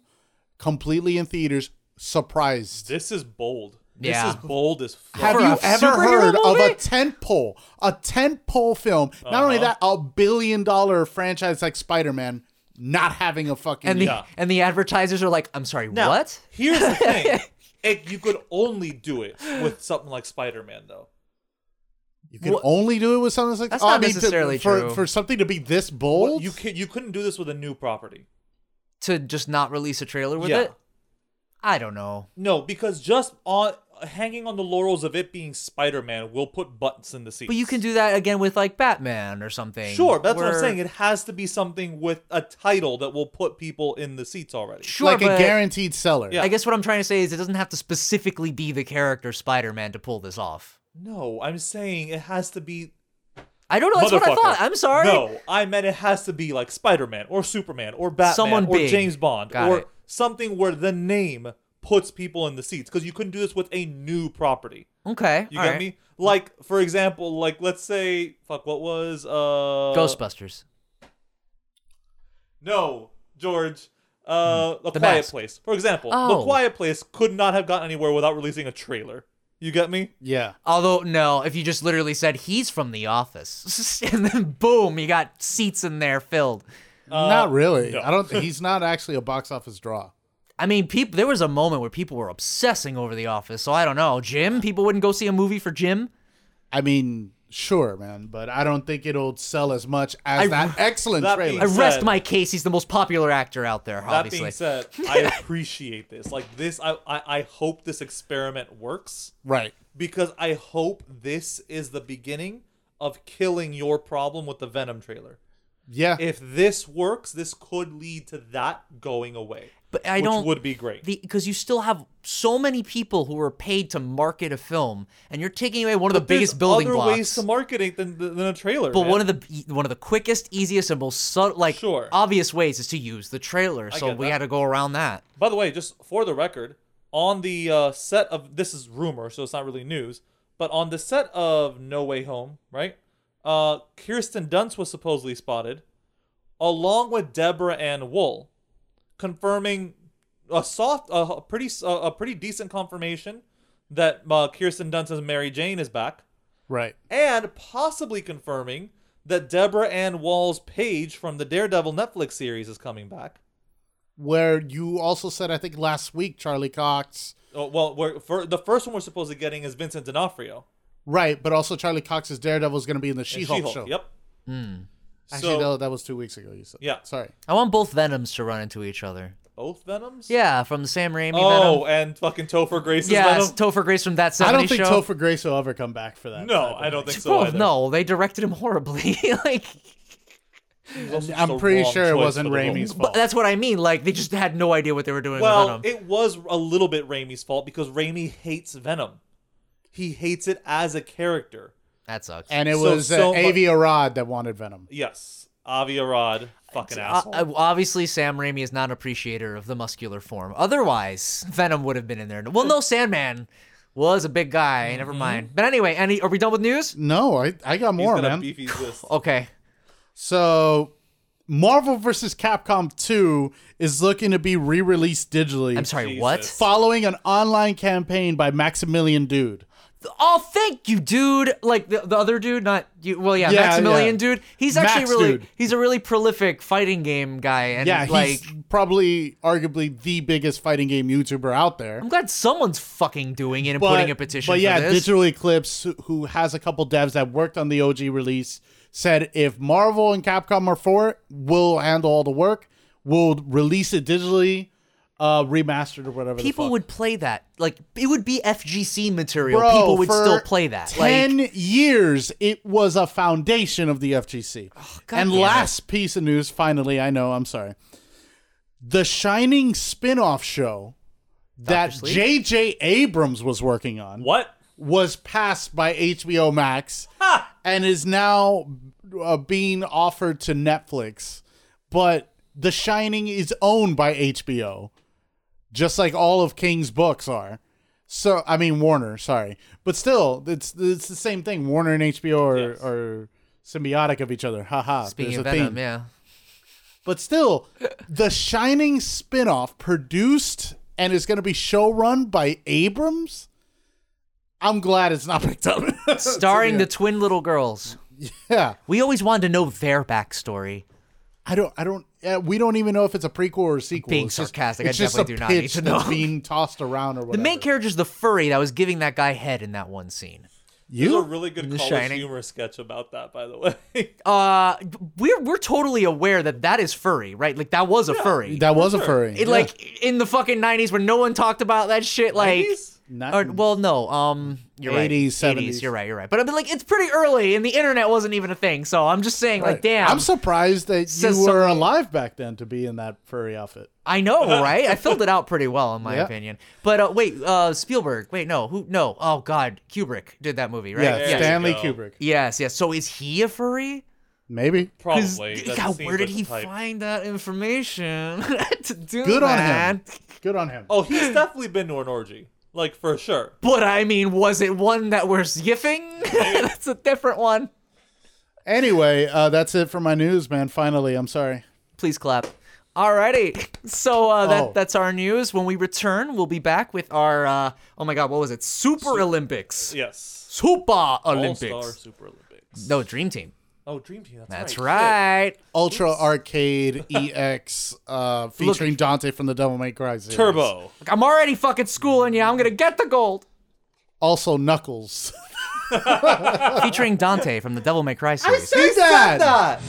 Speaker 3: completely in theaters surprised.
Speaker 1: This is bold. This
Speaker 2: Yeah.
Speaker 1: is bold as fuck.
Speaker 3: Have
Speaker 2: For
Speaker 3: you
Speaker 2: a
Speaker 3: ever
Speaker 2: superhero
Speaker 3: heard of
Speaker 2: movie?
Speaker 3: a tent pole? A tent pole film. Not only
Speaker 1: Uh-huh.
Speaker 3: that, a billion dollar franchise like Spider Man not having a fucking
Speaker 2: and the
Speaker 1: Yeah.
Speaker 2: and the advertisers are like, I'm sorry,
Speaker 5: No.
Speaker 2: what?
Speaker 1: Here's the thing.
Speaker 2: [laughs]
Speaker 1: It, you could only do it with something like Spider-Man, though.
Speaker 3: you can only do it with something like oh,
Speaker 2: That's
Speaker 3: I
Speaker 2: not
Speaker 3: mean, to-
Speaker 2: necessarily
Speaker 3: for,
Speaker 2: true.
Speaker 3: for something to be this
Speaker 1: Well,
Speaker 3: bold.
Speaker 1: you can, you couldn't do this with a new property.
Speaker 2: To just not release a trailer with
Speaker 1: Yeah.
Speaker 2: it? I don't know.
Speaker 1: No, because just on hanging on the laurels of it being Spider-Man will put butts in the seats.
Speaker 2: But you can do that again with like Batman or something.
Speaker 1: Sure, that's what I'm
Speaker 2: where-
Speaker 1: saying. It has to be something with a title that will put people in the seats already.
Speaker 2: sure,
Speaker 3: like
Speaker 2: but
Speaker 3: a guaranteed seller.
Speaker 1: Yeah.
Speaker 2: I guess what I'm trying to say is it doesn't have to specifically be the character Spider-Man to pull this off.
Speaker 1: No, I'm saying it has to be.
Speaker 2: I don't know. That's what I
Speaker 1: Motherfucker.
Speaker 2: thought. I'm sorry.
Speaker 1: No, I meant it has to be like Spider-Man or Superman or Batman
Speaker 2: Someone
Speaker 1: or
Speaker 2: big.
Speaker 1: James Bond
Speaker 2: Got
Speaker 1: or
Speaker 2: it.
Speaker 1: something where the name puts people in the seats because you couldn't do this with a new property.
Speaker 2: Okay.
Speaker 1: You
Speaker 2: all
Speaker 1: get
Speaker 2: right.
Speaker 1: me? Like for example, like let's say fuck what was uh
Speaker 2: Ghostbusters.
Speaker 1: No, George. Uh, a
Speaker 2: Hmm. The
Speaker 1: Quiet
Speaker 2: Mask.
Speaker 1: Place, for example.
Speaker 2: Oh.
Speaker 1: The Quiet Place could not have gotten anywhere without releasing a trailer. You get me?
Speaker 3: Yeah.
Speaker 2: Although no, if you just literally said he's from The Office, [laughs] and then boom, you got seats in there filled.
Speaker 3: not really.
Speaker 1: Uh, no.
Speaker 3: I don't he's not actually a box office draw.
Speaker 2: I mean, people. There was a moment where people were obsessing over The Office. So I don't know, Jim. People wouldn't go see a movie for Jim.
Speaker 3: I mean, sure, man, but I don't think it'll sell as much as
Speaker 2: I-
Speaker 3: that excellent
Speaker 1: That
Speaker 3: trailer.
Speaker 2: I
Speaker 1: being
Speaker 2: rest
Speaker 1: said-
Speaker 2: my case. He's the most popular actor out there.
Speaker 1: That
Speaker 2: Obviously.
Speaker 1: being said,
Speaker 2: [laughs]
Speaker 1: I appreciate this. Like this, I, I I hope this experiment works
Speaker 3: right.
Speaker 1: because I hope this is the beginning of killing your problem with the Venom trailer.
Speaker 3: Yeah.
Speaker 1: If this works, this could lead to that going away.
Speaker 2: but I
Speaker 1: which
Speaker 2: don't.
Speaker 1: would be great.
Speaker 2: because you still have so many people who are paid to market a film, and you're taking away one of the biggest
Speaker 1: There's
Speaker 2: building
Speaker 1: other
Speaker 2: blocks.
Speaker 1: ways to marketing than than a trailer.
Speaker 2: but
Speaker 1: man.
Speaker 2: one of the one of the quickest, easiest, and most subtle, like
Speaker 1: Sure.
Speaker 2: obvious ways is to use the trailer. So
Speaker 1: get
Speaker 2: we
Speaker 1: that.
Speaker 2: had to go around that.
Speaker 1: By the way, just for the record, on the uh, set of this is rumor, so it's not really news, but on the set of No Way Home, right? Uh, Kirsten Dunst was supposedly spotted, along with Deborah Ann Wool, confirming a soft, a, a pretty, s- a, a pretty decent confirmation that uh, Kirsten Dunst as Mary Jane is back,
Speaker 3: Right.
Speaker 1: and possibly confirming that Deborah Ann Wool's Paige from the Daredevil Netflix series is coming back.
Speaker 3: Where you also said I think last week Charlie Cox
Speaker 1: Oh, well, we're, for, the first one we're supposed to be getting is Vincent D'Onofrio.
Speaker 3: Right, but also Charlie Cox's Daredevil is going to be in the
Speaker 1: and
Speaker 3: She-Hulk,
Speaker 1: She-Hulk,
Speaker 3: show.
Speaker 1: Yep.
Speaker 3: Actually,
Speaker 1: So
Speaker 3: no, that was two weeks ago. You said.
Speaker 1: Yeah.
Speaker 3: Sorry.
Speaker 2: I want both Venoms to run into each other.
Speaker 1: both Venoms.
Speaker 2: Yeah, from the Sam Raimi
Speaker 1: Oh,
Speaker 2: Venom.
Speaker 1: and fucking Topher Grace's
Speaker 2: Yeah, it's
Speaker 1: Venom.
Speaker 2: Topher Grace from that 70s
Speaker 3: I don't think
Speaker 2: show.
Speaker 3: Topher Grace will ever come back for that.
Speaker 1: no,
Speaker 3: type of
Speaker 1: I don't
Speaker 3: thing.
Speaker 1: think so
Speaker 2: Oh,
Speaker 1: either.
Speaker 2: [laughs] no, they directed him horribly. like
Speaker 1: also just
Speaker 3: I'm
Speaker 1: the
Speaker 3: pretty
Speaker 1: wrong
Speaker 3: sure it
Speaker 1: choice
Speaker 3: wasn't
Speaker 1: for the role.
Speaker 3: Raimi's fault.
Speaker 2: But that's what I mean. Like they just had no idea what they were doing with
Speaker 1: Well,
Speaker 2: Venom.
Speaker 1: it was a little bit Raimi's fault because Raimi hates Venom. He hates it as a character.
Speaker 2: that sucks.
Speaker 3: and it
Speaker 1: So-
Speaker 3: was
Speaker 1: so
Speaker 3: uh,
Speaker 1: mu-
Speaker 3: Avi Arad that wanted Venom.
Speaker 1: Yes, Avi Arad, fucking asshole.
Speaker 2: Uh, obviously, Sam Raimi is not an appreciator of the muscular form. Otherwise, Venom would have been in there. Well,
Speaker 3: [laughs]
Speaker 2: no, Sandman was a big guy. Never mind. But anyway, any are we done with news?
Speaker 3: Mm-hmm. No, I, I got
Speaker 1: He's
Speaker 3: more,
Speaker 1: got a
Speaker 3: man. [laughs]
Speaker 1: beefy list.
Speaker 2: Okay.
Speaker 3: So, Marvel vs. Capcom 2 is looking to be re released digitally.
Speaker 2: I'm sorry.
Speaker 1: Jesus.
Speaker 2: What?
Speaker 3: Following an online campaign by Maximilian Dude.
Speaker 2: Oh, thank you, dude. Like the, the other dude, not you. Well, yeah,
Speaker 3: Yeah,
Speaker 2: Maximilian,
Speaker 3: yeah.
Speaker 2: dude. He's actually
Speaker 3: Max,
Speaker 2: really
Speaker 3: dude.
Speaker 2: he's a really prolific fighting game guy. And
Speaker 3: Yeah,
Speaker 2: like
Speaker 3: he's probably arguably the biggest fighting game YouTuber out there.
Speaker 2: I'm glad someone's fucking doing it and
Speaker 3: But,
Speaker 2: putting a petition.
Speaker 3: but yeah,
Speaker 2: for this.
Speaker 3: Digital Eclipse, who- who has a couple devs that worked on the OG release, said if Marvel and Capcom are for it, we'll handle all the work. We'll release it digitally, uh, remastered or whatever. the
Speaker 2: people
Speaker 3: fuck.
Speaker 2: would play that. Like it would be FGC material.
Speaker 3: Bro,
Speaker 2: people would
Speaker 3: for
Speaker 2: still play that.
Speaker 3: Ten
Speaker 2: like
Speaker 3: years, it was a foundation of the FGC.
Speaker 2: Oh, God
Speaker 3: and
Speaker 2: damn it.
Speaker 3: last piece of news, finally, I know, I'm sorry. The Shining spin-off show that
Speaker 2: Sleep?
Speaker 3: J.J. Abrams was working on
Speaker 1: What?
Speaker 3: was passed by HBO Max and is now uh, being offered to Netflix. But The Shining is owned by HBO, just like all of King's books are. So I mean Warner, sorry, but still, it's it's the same thing. Warner and HBO are,
Speaker 1: Yes.
Speaker 3: are symbiotic of each other. Haha.
Speaker 2: speaking
Speaker 3: there's
Speaker 2: of
Speaker 3: a theme.
Speaker 2: Venom, yeah.
Speaker 3: But still, The Shining spinoff produced and is going to be showrun by Abrams. I'm glad it's not picked up.
Speaker 2: starring the twin little girls.
Speaker 3: [laughs] yeah,
Speaker 2: We always wanted to know their backstory.
Speaker 3: I don't, I don't, uh, we don't even know if it's a prequel or a sequel.
Speaker 2: being
Speaker 3: It's just-
Speaker 2: sarcastic. I
Speaker 3: it's just
Speaker 2: definitely
Speaker 3: a
Speaker 2: do not need
Speaker 3: pitch
Speaker 2: to know.
Speaker 3: that's being tossed around or whatever.
Speaker 2: The main character's the furry that was giving that guy head in that one scene.
Speaker 1: There's a
Speaker 3: you
Speaker 1: really good
Speaker 2: The
Speaker 1: college
Speaker 2: Shining.
Speaker 1: humor sketch about that, by the way. [laughs]
Speaker 2: Uh, we're we're totally aware that that is furry, right? Like that was a furry.
Speaker 3: that was a furry.
Speaker 2: it, Like in the fucking nineties when no one talked about that shit. Like,
Speaker 1: 90s?
Speaker 3: Not-
Speaker 2: or- well, no, um, you're right,
Speaker 3: 80s,
Speaker 2: 80s,
Speaker 3: 70s.
Speaker 2: You're right, you're right. But I mean, like, it's pretty early, and the internet wasn't even a thing. So I'm just saying, like, damn,
Speaker 3: I'm surprised that
Speaker 2: Says
Speaker 3: you were
Speaker 2: something.
Speaker 3: alive back then to be in that furry outfit.
Speaker 2: I
Speaker 1: [laughs]
Speaker 2: know, right? I filled it out pretty well, in my
Speaker 3: Yeah.
Speaker 2: opinion. But uh, wait, uh, Spielberg. Wait, no, who? No, oh God, Kubrick did that movie, right?
Speaker 3: Yeah,
Speaker 1: There you
Speaker 3: Stanley
Speaker 1: go.
Speaker 3: Kubrick.
Speaker 2: Yes, yes. So is he a furry?
Speaker 3: Maybe.
Speaker 2: Because
Speaker 1: Probably. That
Speaker 2: God,
Speaker 1: seems
Speaker 2: where did
Speaker 1: like
Speaker 2: he
Speaker 1: the type.
Speaker 2: find that information [laughs] to do
Speaker 3: Good on
Speaker 2: that?
Speaker 3: him. Good on him.
Speaker 1: Oh, he's definitely been to an orgy, like for sure.
Speaker 2: But I mean, was it one that we're yiffing? [laughs] That's a different one.
Speaker 3: Anyway, uh, that's it for my news, man. Finally, I'm sorry.
Speaker 2: Please clap. Alrighty, so uh, that
Speaker 3: Oh.
Speaker 2: that's our news. When we return, we'll be back with our uh, oh my god, what was it? Super Olympics,
Speaker 1: Yes.
Speaker 2: Super
Speaker 1: All Star
Speaker 2: Olympics.
Speaker 1: Super Olympics.
Speaker 2: No, Dream Team.
Speaker 1: Oh, Dream Team. That's,
Speaker 2: That's
Speaker 1: right.
Speaker 2: right.
Speaker 3: Ultra
Speaker 5: [laughs]
Speaker 3: Arcade EX uh, featuring Dante from the Devil May Cry series.
Speaker 1: Shit. Turbo.
Speaker 2: Look, I'm already fucking schooling you. I'm gonna get the gold.
Speaker 3: Also Knuckles.
Speaker 2: Featuring Dante from the Devil May Cry series.
Speaker 3: [laughs] He said that.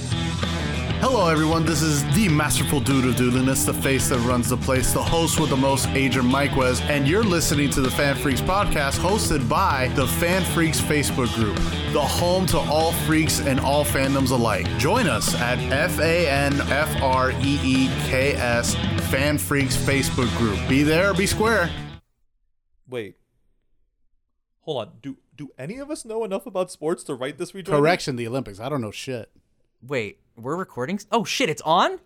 Speaker 5: Hello, everyone. This is the masterful dude of doodliness, the face that runs the place, the host with the most, Adrian Miquez, and you're listening to the Fan Freaks podcast, hosted by the Fan Freaks Facebook group, the home to all freaks and all fandoms alike. Join us at F A N F R E E K S Fan Freaks Facebook group. Be there, or be square.
Speaker 1: Wait. Hold on. Do do any of us know enough about sports to write this rejoinder?
Speaker 3: Correction, the Olympics. I don't know shit.
Speaker 2: Wait, we're recording? s- Oh shit, it's on?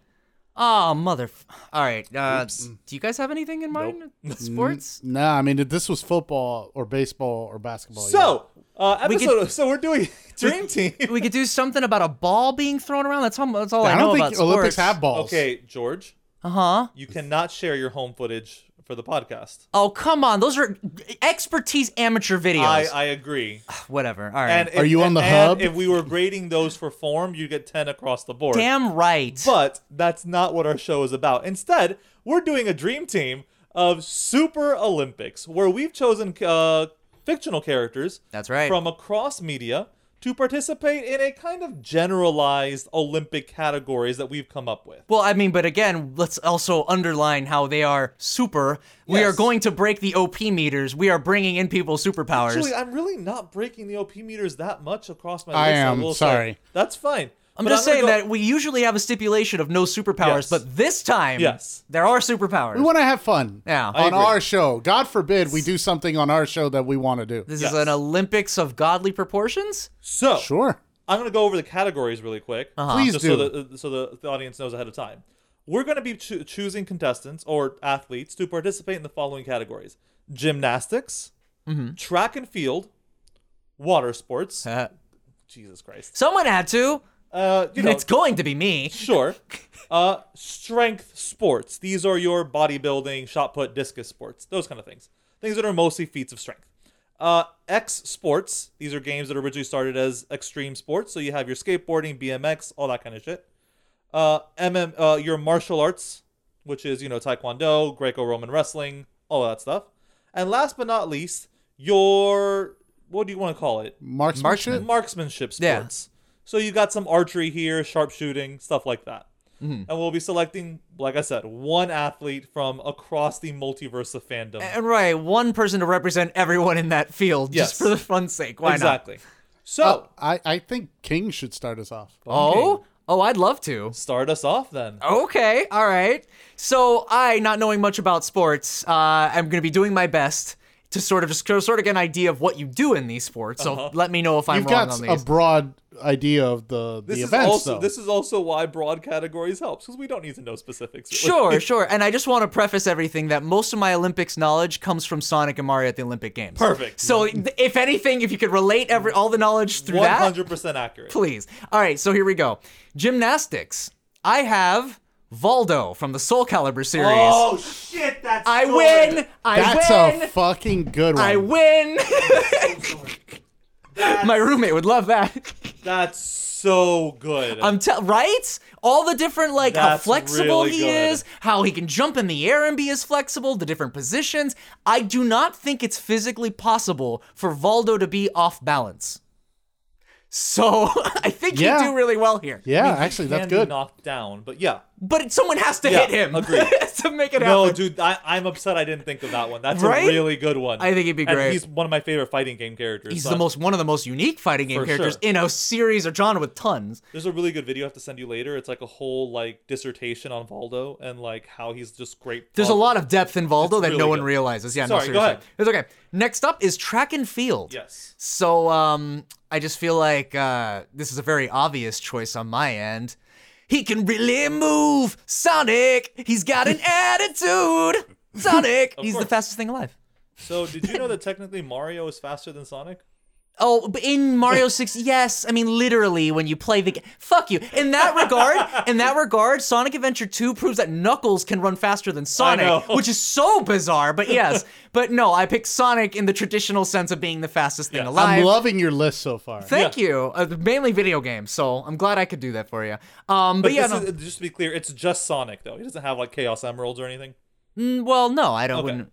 Speaker 2: Oh, mother. All right. Uh, do you guys have anything in mind? Sports?
Speaker 3: Nah, I mean if this was football or baseball or basketball. Oh, yeah.
Speaker 1: So, uh,
Speaker 2: We could-
Speaker 1: episode. so we're doing Dream Team.
Speaker 2: we could do something about a ball being thrown around. That's, how, that's
Speaker 1: oh,
Speaker 2: all I,
Speaker 3: I
Speaker 2: know
Speaker 3: don't
Speaker 2: about
Speaker 3: think
Speaker 2: sports.
Speaker 3: Olympics have balls.
Speaker 1: [laughs] Okay, George,
Speaker 2: Uh huh.
Speaker 1: you cannot share your home footage for the podcast.
Speaker 2: Oh come on, those are expertise amateur videos.
Speaker 1: I, I agree.
Speaker 2: Whatever. All right.
Speaker 1: And if,
Speaker 3: Are you on the
Speaker 1: and
Speaker 3: hub?
Speaker 1: If we were grading those for form, you get ten across the board.
Speaker 2: Damn right.
Speaker 1: But that's not what our show is about. Instead, we're doing a dream team of Super Olympics, where we've chosen uh, fictional characters.
Speaker 2: That's right.
Speaker 1: From across media to participate in a kind of generalized Olympic categories that we've come up with.
Speaker 2: Well, I mean, but again, let's also underline how they are super. We
Speaker 1: Yes.
Speaker 2: are going to break the OP meters. We are bringing in people superpowers.
Speaker 1: Actually, I'm really not breaking the OP meters that much across my list.
Speaker 3: I am,
Speaker 1: will
Speaker 3: sorry.
Speaker 1: Say. That's fine.
Speaker 2: I'm
Speaker 1: But
Speaker 2: just
Speaker 1: I'm gonna
Speaker 2: saying
Speaker 1: go-
Speaker 2: that we usually have a stipulation of no superpowers,
Speaker 1: Yes.
Speaker 2: but this time,
Speaker 1: Yes.
Speaker 2: there are superpowers.
Speaker 3: We want to have fun.
Speaker 2: Yeah. I
Speaker 3: on
Speaker 1: agree.
Speaker 3: our show. God forbid we do something on our show that we want to do.
Speaker 2: this
Speaker 1: Yes.
Speaker 2: is an Olympics of godly proportions.
Speaker 1: So
Speaker 3: Sure.
Speaker 1: I'm going to go over the categories really quick.
Speaker 3: Please
Speaker 1: just
Speaker 3: do.
Speaker 1: So, the, so the, the audience knows ahead of time. We're going to be choo- choosing contestants or athletes to participate in the following categories gymnastics,
Speaker 3: Mm-hmm.
Speaker 1: track and field, water sports.
Speaker 2: Uh,
Speaker 1: Jesus Christ.
Speaker 2: someone had to.
Speaker 1: Uh, you know,
Speaker 2: It's going to be me.
Speaker 1: sure. Uh, strength sports. These are your bodybuilding, shot put, discus sports, those kind of things. Things that are mostly feats of strength. Uh, X sports. These are games that originally started as extreme sports. So you have your skateboarding, BMX, all that kind of shit. Uh, MM, uh, your martial arts, which is you know Taekwondo, Greco-Roman wrestling, all that stuff. And last but not least, your what do you want to call it?
Speaker 3: Marksmanship.
Speaker 1: marksmanship
Speaker 2: Yeah.
Speaker 1: sports. So you got some archery here, sharpshooting, stuff like that.
Speaker 2: Mm-hmm.
Speaker 1: And we'll be selecting, like I said, one athlete from across the multiverse of fandom.
Speaker 2: And right, one person to represent everyone in that field,
Speaker 1: Yes.
Speaker 2: just for the fun's sake. Why
Speaker 1: exactly. So
Speaker 2: Oh.
Speaker 3: I, I think King should start us off.
Speaker 2: not? Oh, oh, I'd love to.
Speaker 1: start us off then.
Speaker 2: Oh, Okay, all right. So I, not knowing much about sports, uh, I'm going to be doing my best to sort of just sort of get an idea of what you do in these sports. So
Speaker 1: Uh-huh.
Speaker 2: let me know if I'm
Speaker 3: You've
Speaker 2: wrong
Speaker 3: got
Speaker 2: on
Speaker 3: a
Speaker 2: these.
Speaker 3: broad idea of the, the
Speaker 1: This is
Speaker 3: events,
Speaker 1: also
Speaker 3: though.
Speaker 1: this is also why broad categories helps because we don't need to know specifics. really.
Speaker 2: Sure, sure. And I just want to preface everything that most of my Olympics knowledge comes from Sonic and Mario at the Olympic Games.
Speaker 1: Perfect.
Speaker 2: So th- if anything, if you could relate every all the knowledge through
Speaker 1: One
Speaker 2: that,
Speaker 1: hundred percent accurate.
Speaker 2: please. All right, so here we go. Gymnastics. I have Valdo from the Soul Calibur series.
Speaker 1: Oh shit! That's
Speaker 2: I
Speaker 1: good.
Speaker 2: win. I
Speaker 3: That's
Speaker 2: win.
Speaker 3: a fucking good one.
Speaker 2: I win. [laughs] My roommate would love that.
Speaker 1: That's so good.
Speaker 2: I'm tell right? All the different like how
Speaker 1: That's
Speaker 2: flexible
Speaker 1: really
Speaker 2: he
Speaker 1: good.
Speaker 2: is, how he can jump in the air and be as flexible, the different positions. I do not think it's physically possible for Valdo to be off balance. So [laughs] I think
Speaker 3: Yeah.
Speaker 2: you do really well here.
Speaker 3: yeah, actually, that's
Speaker 1: Can be
Speaker 3: good.
Speaker 1: knocked down, but yeah.
Speaker 2: But someone has to
Speaker 1: Yeah,
Speaker 2: hit him
Speaker 1: agreed.
Speaker 2: [laughs] to make it
Speaker 1: No,
Speaker 2: happen.
Speaker 1: dude, I, I'm upset I didn't think of that one. That's
Speaker 2: Right?
Speaker 1: a really good one.
Speaker 2: I think he'd be
Speaker 1: And
Speaker 2: great.
Speaker 1: he's one of my favorite fighting game characters.
Speaker 2: He's
Speaker 1: so
Speaker 2: the
Speaker 1: I'm-
Speaker 2: most one of the most unique fighting game
Speaker 1: For
Speaker 2: characters
Speaker 1: sure.
Speaker 2: in a series or genre with tons.
Speaker 1: There's a really good video I have to send you later. It's like a whole like dissertation on Valdo and like how he's just great.
Speaker 2: There's a lot of depth in Valdo
Speaker 1: It's
Speaker 2: that
Speaker 1: really
Speaker 2: no one
Speaker 1: good.
Speaker 2: realizes. Yeah,
Speaker 1: Sorry,
Speaker 2: no,
Speaker 1: go
Speaker 2: seriously.
Speaker 1: ahead.
Speaker 2: It's okay. Next up is track and field.
Speaker 1: Yes.
Speaker 2: So um, I just feel like uh, this is a very obvious choice on my end. He can really move, Sonic. He's
Speaker 1: [laughs]
Speaker 2: got an attitude, Sonic. He's the
Speaker 1: course.
Speaker 2: fastest thing alive.
Speaker 1: So did you know that technically Mario is faster than Sonic?
Speaker 2: Oh, but in Mario 6, yes, I mean literally when you play the game. Fuck you. In that regard, in that regard, Sonic Adventure 2 proves that Knuckles can run faster than
Speaker 1: know.
Speaker 2: Sonic, which is so bizarre, but yes. but no, I picked Sonic in the traditional sense of being the fastest thing
Speaker 1: Yes.
Speaker 2: alive.
Speaker 3: I'm loving your list so far.
Speaker 2: Thank you. Uh, mainly video games, so I'm glad I could do that for you. Um, but,
Speaker 1: But
Speaker 2: [laughs] yeah,
Speaker 1: this
Speaker 2: no,
Speaker 1: is- just to be clear, it's just Sonic though. He doesn't have like Chaos Emeralds or anything.
Speaker 2: mm, well, no, I don't.
Speaker 1: Okay.
Speaker 2: Wouldn't,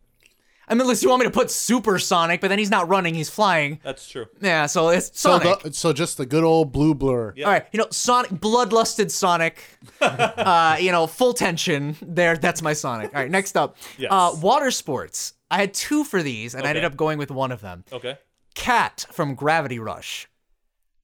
Speaker 2: I mean, unless you want me to put Super Sonic, but then he's not running, he's flying.
Speaker 1: That's true.
Speaker 2: Yeah, so it's
Speaker 3: so,
Speaker 2: Sonic.
Speaker 3: the, so just the good old blue blur.
Speaker 1: Yeah.
Speaker 2: All right, you know, Sonic, bloodlusted Sonic,
Speaker 1: [laughs]
Speaker 2: uh, you know, full tension there. That's my Sonic. All right, next up,
Speaker 1: Yes.
Speaker 2: uh, water sports. I had two for these, and I ended
Speaker 1: Okay.
Speaker 2: up going with one of them.
Speaker 1: Okay.
Speaker 2: Cat from Gravity Rush.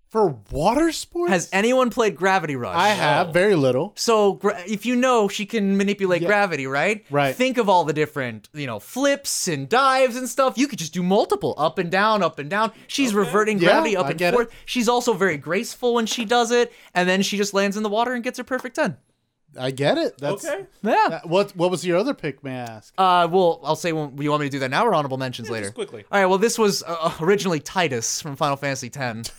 Speaker 3: For water sports?
Speaker 2: Has anyone played Gravity Rush?
Speaker 3: I have very little.
Speaker 2: So gra- if you know she can manipulate gravity, right?
Speaker 3: Right.
Speaker 2: Think of all the different, you know, flips and dives and stuff. You could just do multiple, up and down, up and down. She's reverting
Speaker 3: Yeah,
Speaker 2: gravity up
Speaker 3: I
Speaker 2: and
Speaker 3: get it.
Speaker 2: forth. She's also very graceful when she does it, and then she just lands in the water and gets her perfect ten.
Speaker 3: I get it. That's
Speaker 1: Okay.
Speaker 2: Yeah.
Speaker 3: that- what what was your other pick, may I ask?
Speaker 2: Uh, well, I'll say when you want me to do that now or honorable mentions later.
Speaker 1: just quickly.
Speaker 2: All right. Well, this was uh, originally Titus from Final Fantasy
Speaker 1: [laughs]
Speaker 2: X,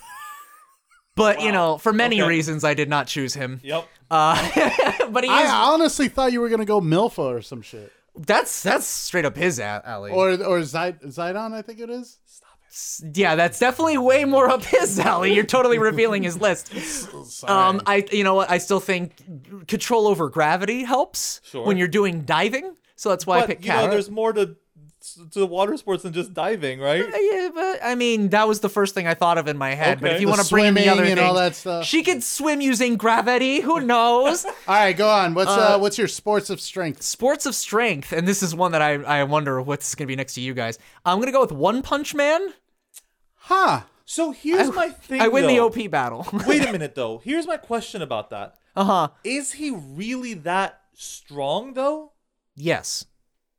Speaker 2: but you know, for many
Speaker 1: Okay.
Speaker 2: reasons, I did not choose him.
Speaker 1: Yep.
Speaker 2: [laughs] But he is,
Speaker 1: uh,
Speaker 3: I honestly thought you were gonna go Milfa or some shit.
Speaker 2: that's that's straight up his a- alley.
Speaker 3: Or or Zid- Zidon, I think it is.
Speaker 2: Yeah, that's definitely way more up his alley. You're totally revealing
Speaker 1: [laughs]
Speaker 2: his list. Um, I, you know what? I still think control over gravity helps
Speaker 1: Sure.
Speaker 2: when you're doing diving. So that's why I
Speaker 1: But
Speaker 2: picked
Speaker 1: you know,
Speaker 2: cat.
Speaker 1: there's more to to water sports than just diving, right?
Speaker 2: [laughs] yeah, but I mean, that was the first thing I thought of in my head. But
Speaker 1: Okay.
Speaker 2: if you
Speaker 1: The
Speaker 2: want to bring in the
Speaker 3: swimming
Speaker 2: other
Speaker 3: and all
Speaker 2: things-
Speaker 3: that stuff.
Speaker 2: she could swim using gravity.
Speaker 1: [laughs]
Speaker 2: Who knows?
Speaker 3: All right, go on. What's uh, what's your sports of strength?
Speaker 2: Sports of strength, and this is one that I I wonder what's gonna be next to you guys. I'm gonna go with One Punch Man.
Speaker 3: Huh.
Speaker 1: So here's my thing.
Speaker 2: I win the
Speaker 1: though.
Speaker 2: [laughs] OP battle.
Speaker 1: Wait a minute though. Here's my question about that.
Speaker 2: uh huh.
Speaker 1: Is he really that strong though?
Speaker 2: Yes.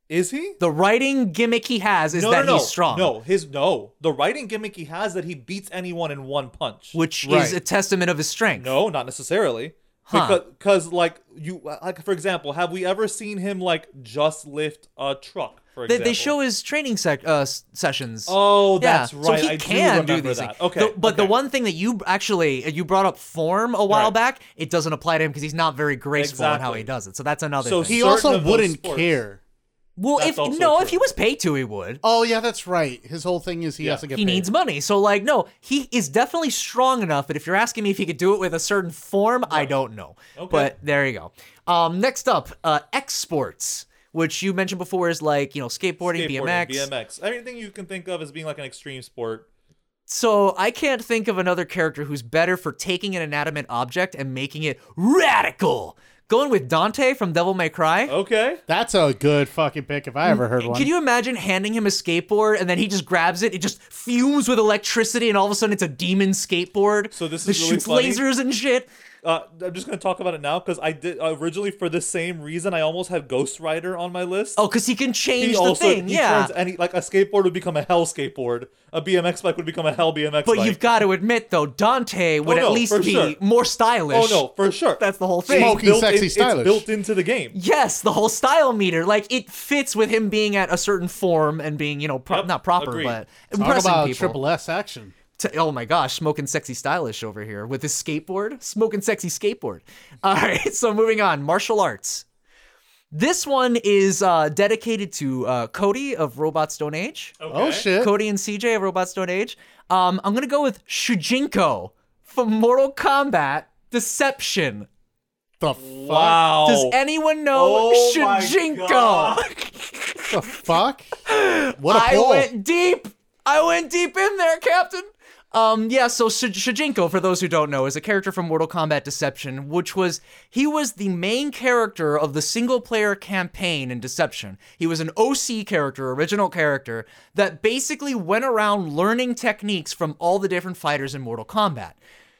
Speaker 1: Is he?
Speaker 2: The writing gimmick he has is
Speaker 1: no,
Speaker 2: that
Speaker 1: no, no.
Speaker 2: he's strong.
Speaker 1: No, his no. The writing gimmick he has that he beats anyone in one punch.
Speaker 2: Which
Speaker 3: Right.
Speaker 2: is a testament of his strength.
Speaker 1: No, not necessarily.
Speaker 2: Huh.
Speaker 1: Because, cause like you, like for example, have we ever seen him like just lift a truck? For
Speaker 2: They,
Speaker 1: example,
Speaker 2: they show his training sec- uh, s- sessions.
Speaker 1: Oh,
Speaker 2: Yeah,
Speaker 1: that's
Speaker 2: So
Speaker 1: right.
Speaker 2: he
Speaker 1: I
Speaker 2: can
Speaker 1: do,
Speaker 2: do,
Speaker 1: remember
Speaker 2: these
Speaker 1: that.
Speaker 2: things.
Speaker 1: Okay,
Speaker 2: The- but the
Speaker 1: okay.
Speaker 2: one thing that you actually uh, you brought up form a while
Speaker 1: Right.
Speaker 2: back, it doesn't apply to him because he's not very graceful in how
Speaker 1: Exactly.
Speaker 2: he does it. So that's another.
Speaker 1: So
Speaker 2: thing.
Speaker 3: He
Speaker 1: Certain
Speaker 3: also
Speaker 1: of those
Speaker 3: wouldn't
Speaker 1: sports.
Speaker 3: care.
Speaker 2: well,
Speaker 1: That's
Speaker 2: if
Speaker 1: also
Speaker 2: no,
Speaker 1: true.
Speaker 2: if he was paid to, he would.
Speaker 3: Oh yeah, that's right. His whole thing is he has to get.
Speaker 2: He
Speaker 3: paid.
Speaker 2: needs money, so like no, he is definitely strong enough. But if you're asking me if he could do it with a certain form, I don't know.
Speaker 1: Okay.
Speaker 2: But there you go. Um, next up, uh, exports, which you mentioned before is like you know skateboarding,
Speaker 1: Skateboarding,
Speaker 2: BMX.
Speaker 1: BMX, anything you can think of as being like an extreme sport.
Speaker 2: So I can't think of another character who's better for taking an inanimate object and making it radical. Going with Dante from Devil May Cry.
Speaker 1: Okay,
Speaker 3: That's a good fucking pick if I ever heard one.
Speaker 2: Can you imagine handing him a skateboard and then he just grabs it? It just fumes with electricity, and all of a sudden it's a demon skateboard.
Speaker 1: So this
Speaker 2: that
Speaker 1: is really
Speaker 2: shoots
Speaker 1: funny.
Speaker 2: lasers and shit.
Speaker 1: uh, I'm just gonna talk about it now because I did uh, originally for the same reason. I almost had Ghost Rider on my list.
Speaker 2: Oh, because he can change
Speaker 1: he
Speaker 2: the
Speaker 1: also
Speaker 2: thing.
Speaker 1: he
Speaker 2: yeah,
Speaker 1: turns any like a skateboard would become a hell skateboard. A BMX bike would become a hell BMX.
Speaker 2: but
Speaker 1: bike.
Speaker 2: you've got to admit though, Dante would
Speaker 1: Oh, no,
Speaker 2: at least
Speaker 1: for
Speaker 2: be
Speaker 1: sure.
Speaker 2: more stylish.
Speaker 1: oh no, for sure.
Speaker 2: that's the whole
Speaker 1: It's
Speaker 2: thing.
Speaker 3: Smoking,
Speaker 1: built
Speaker 3: sexy,
Speaker 1: in-
Speaker 3: stylish.
Speaker 1: It's built into the game.
Speaker 2: [laughs] Yes, the whole style meter, like it fits with him being at a certain form and being, you know, pro-
Speaker 1: Yep,
Speaker 2: not proper,
Speaker 1: agreed.
Speaker 2: but
Speaker 3: Talk
Speaker 2: impressing
Speaker 3: about
Speaker 2: people.
Speaker 3: triple S action.
Speaker 2: T- oh my gosh, smoking sexy stylish over here with his skateboard, smoking sexy skateboard. [laughs] All right, so moving on, martial arts. This one is uh, dedicated to uh, Cody of Robot Stone Age.
Speaker 3: Oh shit!
Speaker 2: Cody and CJ of Robot Stone Age. Um, I'm gonna go with Shujinko from Mortal Kombat Deception.
Speaker 3: The fuck?
Speaker 1: Wow.
Speaker 2: Does anyone know
Speaker 1: Oh my
Speaker 2: Shujinko?
Speaker 1: God.
Speaker 3: The fuck? What a
Speaker 2: I
Speaker 3: pull!
Speaker 2: went deep. I went deep in there, Captain. Um, yeah, so Sh- Shijinko, for those who don't know, is a character from Mortal Kombat Deception, which was, he was the main character of the single player campaign in Deception. He was an OC character, original character, that basically went around learning techniques from all the different fighters in Mortal Kombat.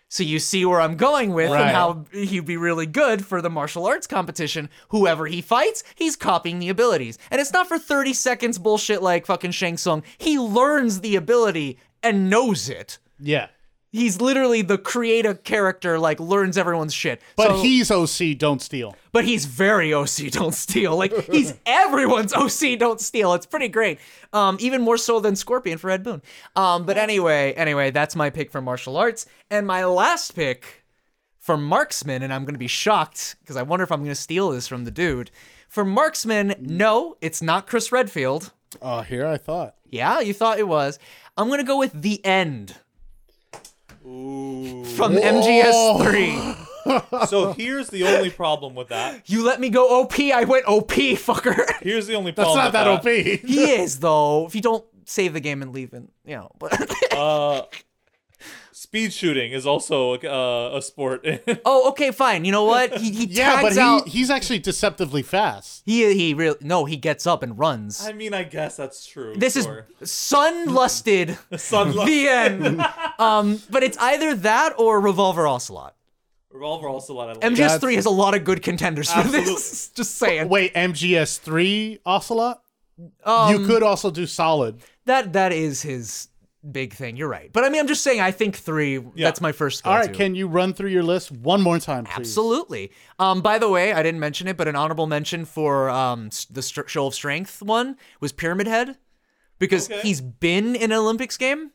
Speaker 2: So you see where I'm going with and
Speaker 3: Right.
Speaker 2: how he'd be really good for the martial arts competition. Whoever he fights, he's copying the abilities. And it's not for 30 seconds bullshit like fucking Shang Tsung. He learns the ability and knows it.
Speaker 3: yeah,
Speaker 2: He's literally the creative character, like learns everyone's shit.
Speaker 3: but
Speaker 2: So-
Speaker 3: he's OC. Don't steal.
Speaker 2: but he's very OC don't steal. Like he's everyone's OC don't steal. It's pretty great. Um, even more so than Scorpion for Ed Boon. Um, but anyway, anyway, that's my pick for martial arts. And my last pick for marksman, and I'm gonna be shocked because I wonder if I'm gonna steal this from the dude. For marksman, no, it's not Chris Redfield.
Speaker 3: Oh, here I thought.
Speaker 2: Yeah, you thought it was. I'm gonna go with the end. From MGS3.
Speaker 1: So here's the only problem with that.
Speaker 2: You let me go OP, I went OP, fucker. [laughs]
Speaker 1: Here's the only
Speaker 3: That's
Speaker 1: problem.
Speaker 3: not that
Speaker 1: with
Speaker 3: OP.
Speaker 2: He is though. If you don't save the game and leave, and you know, but [coughs]
Speaker 1: Speed shooting is also uh, a sport. [laughs]
Speaker 2: oh, okay, fine. You know what? He, he
Speaker 3: [laughs] [laughs] Yeah, but
Speaker 2: tags
Speaker 3: he,
Speaker 2: out.
Speaker 3: he's actually deceptively fast.
Speaker 2: He he really no. He gets up and runs.
Speaker 1: I mean, I guess that's true.
Speaker 2: this
Speaker 1: sure.
Speaker 2: is
Speaker 1: [laughs]
Speaker 2: sun lusted. [laughs]
Speaker 1: Sun
Speaker 2: the uh, end. um, but it's either that or Revolver Ocelot.
Speaker 1: Revolver also a lot. I like.
Speaker 2: MGS3 has a lot of good contenders for this.
Speaker 1: Absolutely.
Speaker 2: [laughs] Just saying.
Speaker 3: Wait, MGS3 Ocelot.
Speaker 1: Um,
Speaker 3: you could also do solid.
Speaker 2: That that is his big thing. You're right. But I mean, I'm just saying. I think three. That's my first.
Speaker 3: All
Speaker 2: Go-to.
Speaker 3: right, can you run through your list one more time, please?
Speaker 2: Absolutely. Um, by the way, I didn't mention it, but an honorable mention for um, s- the str show of strength one was Pyramid Head because
Speaker 1: Okay.
Speaker 2: he's been in an Olympics game.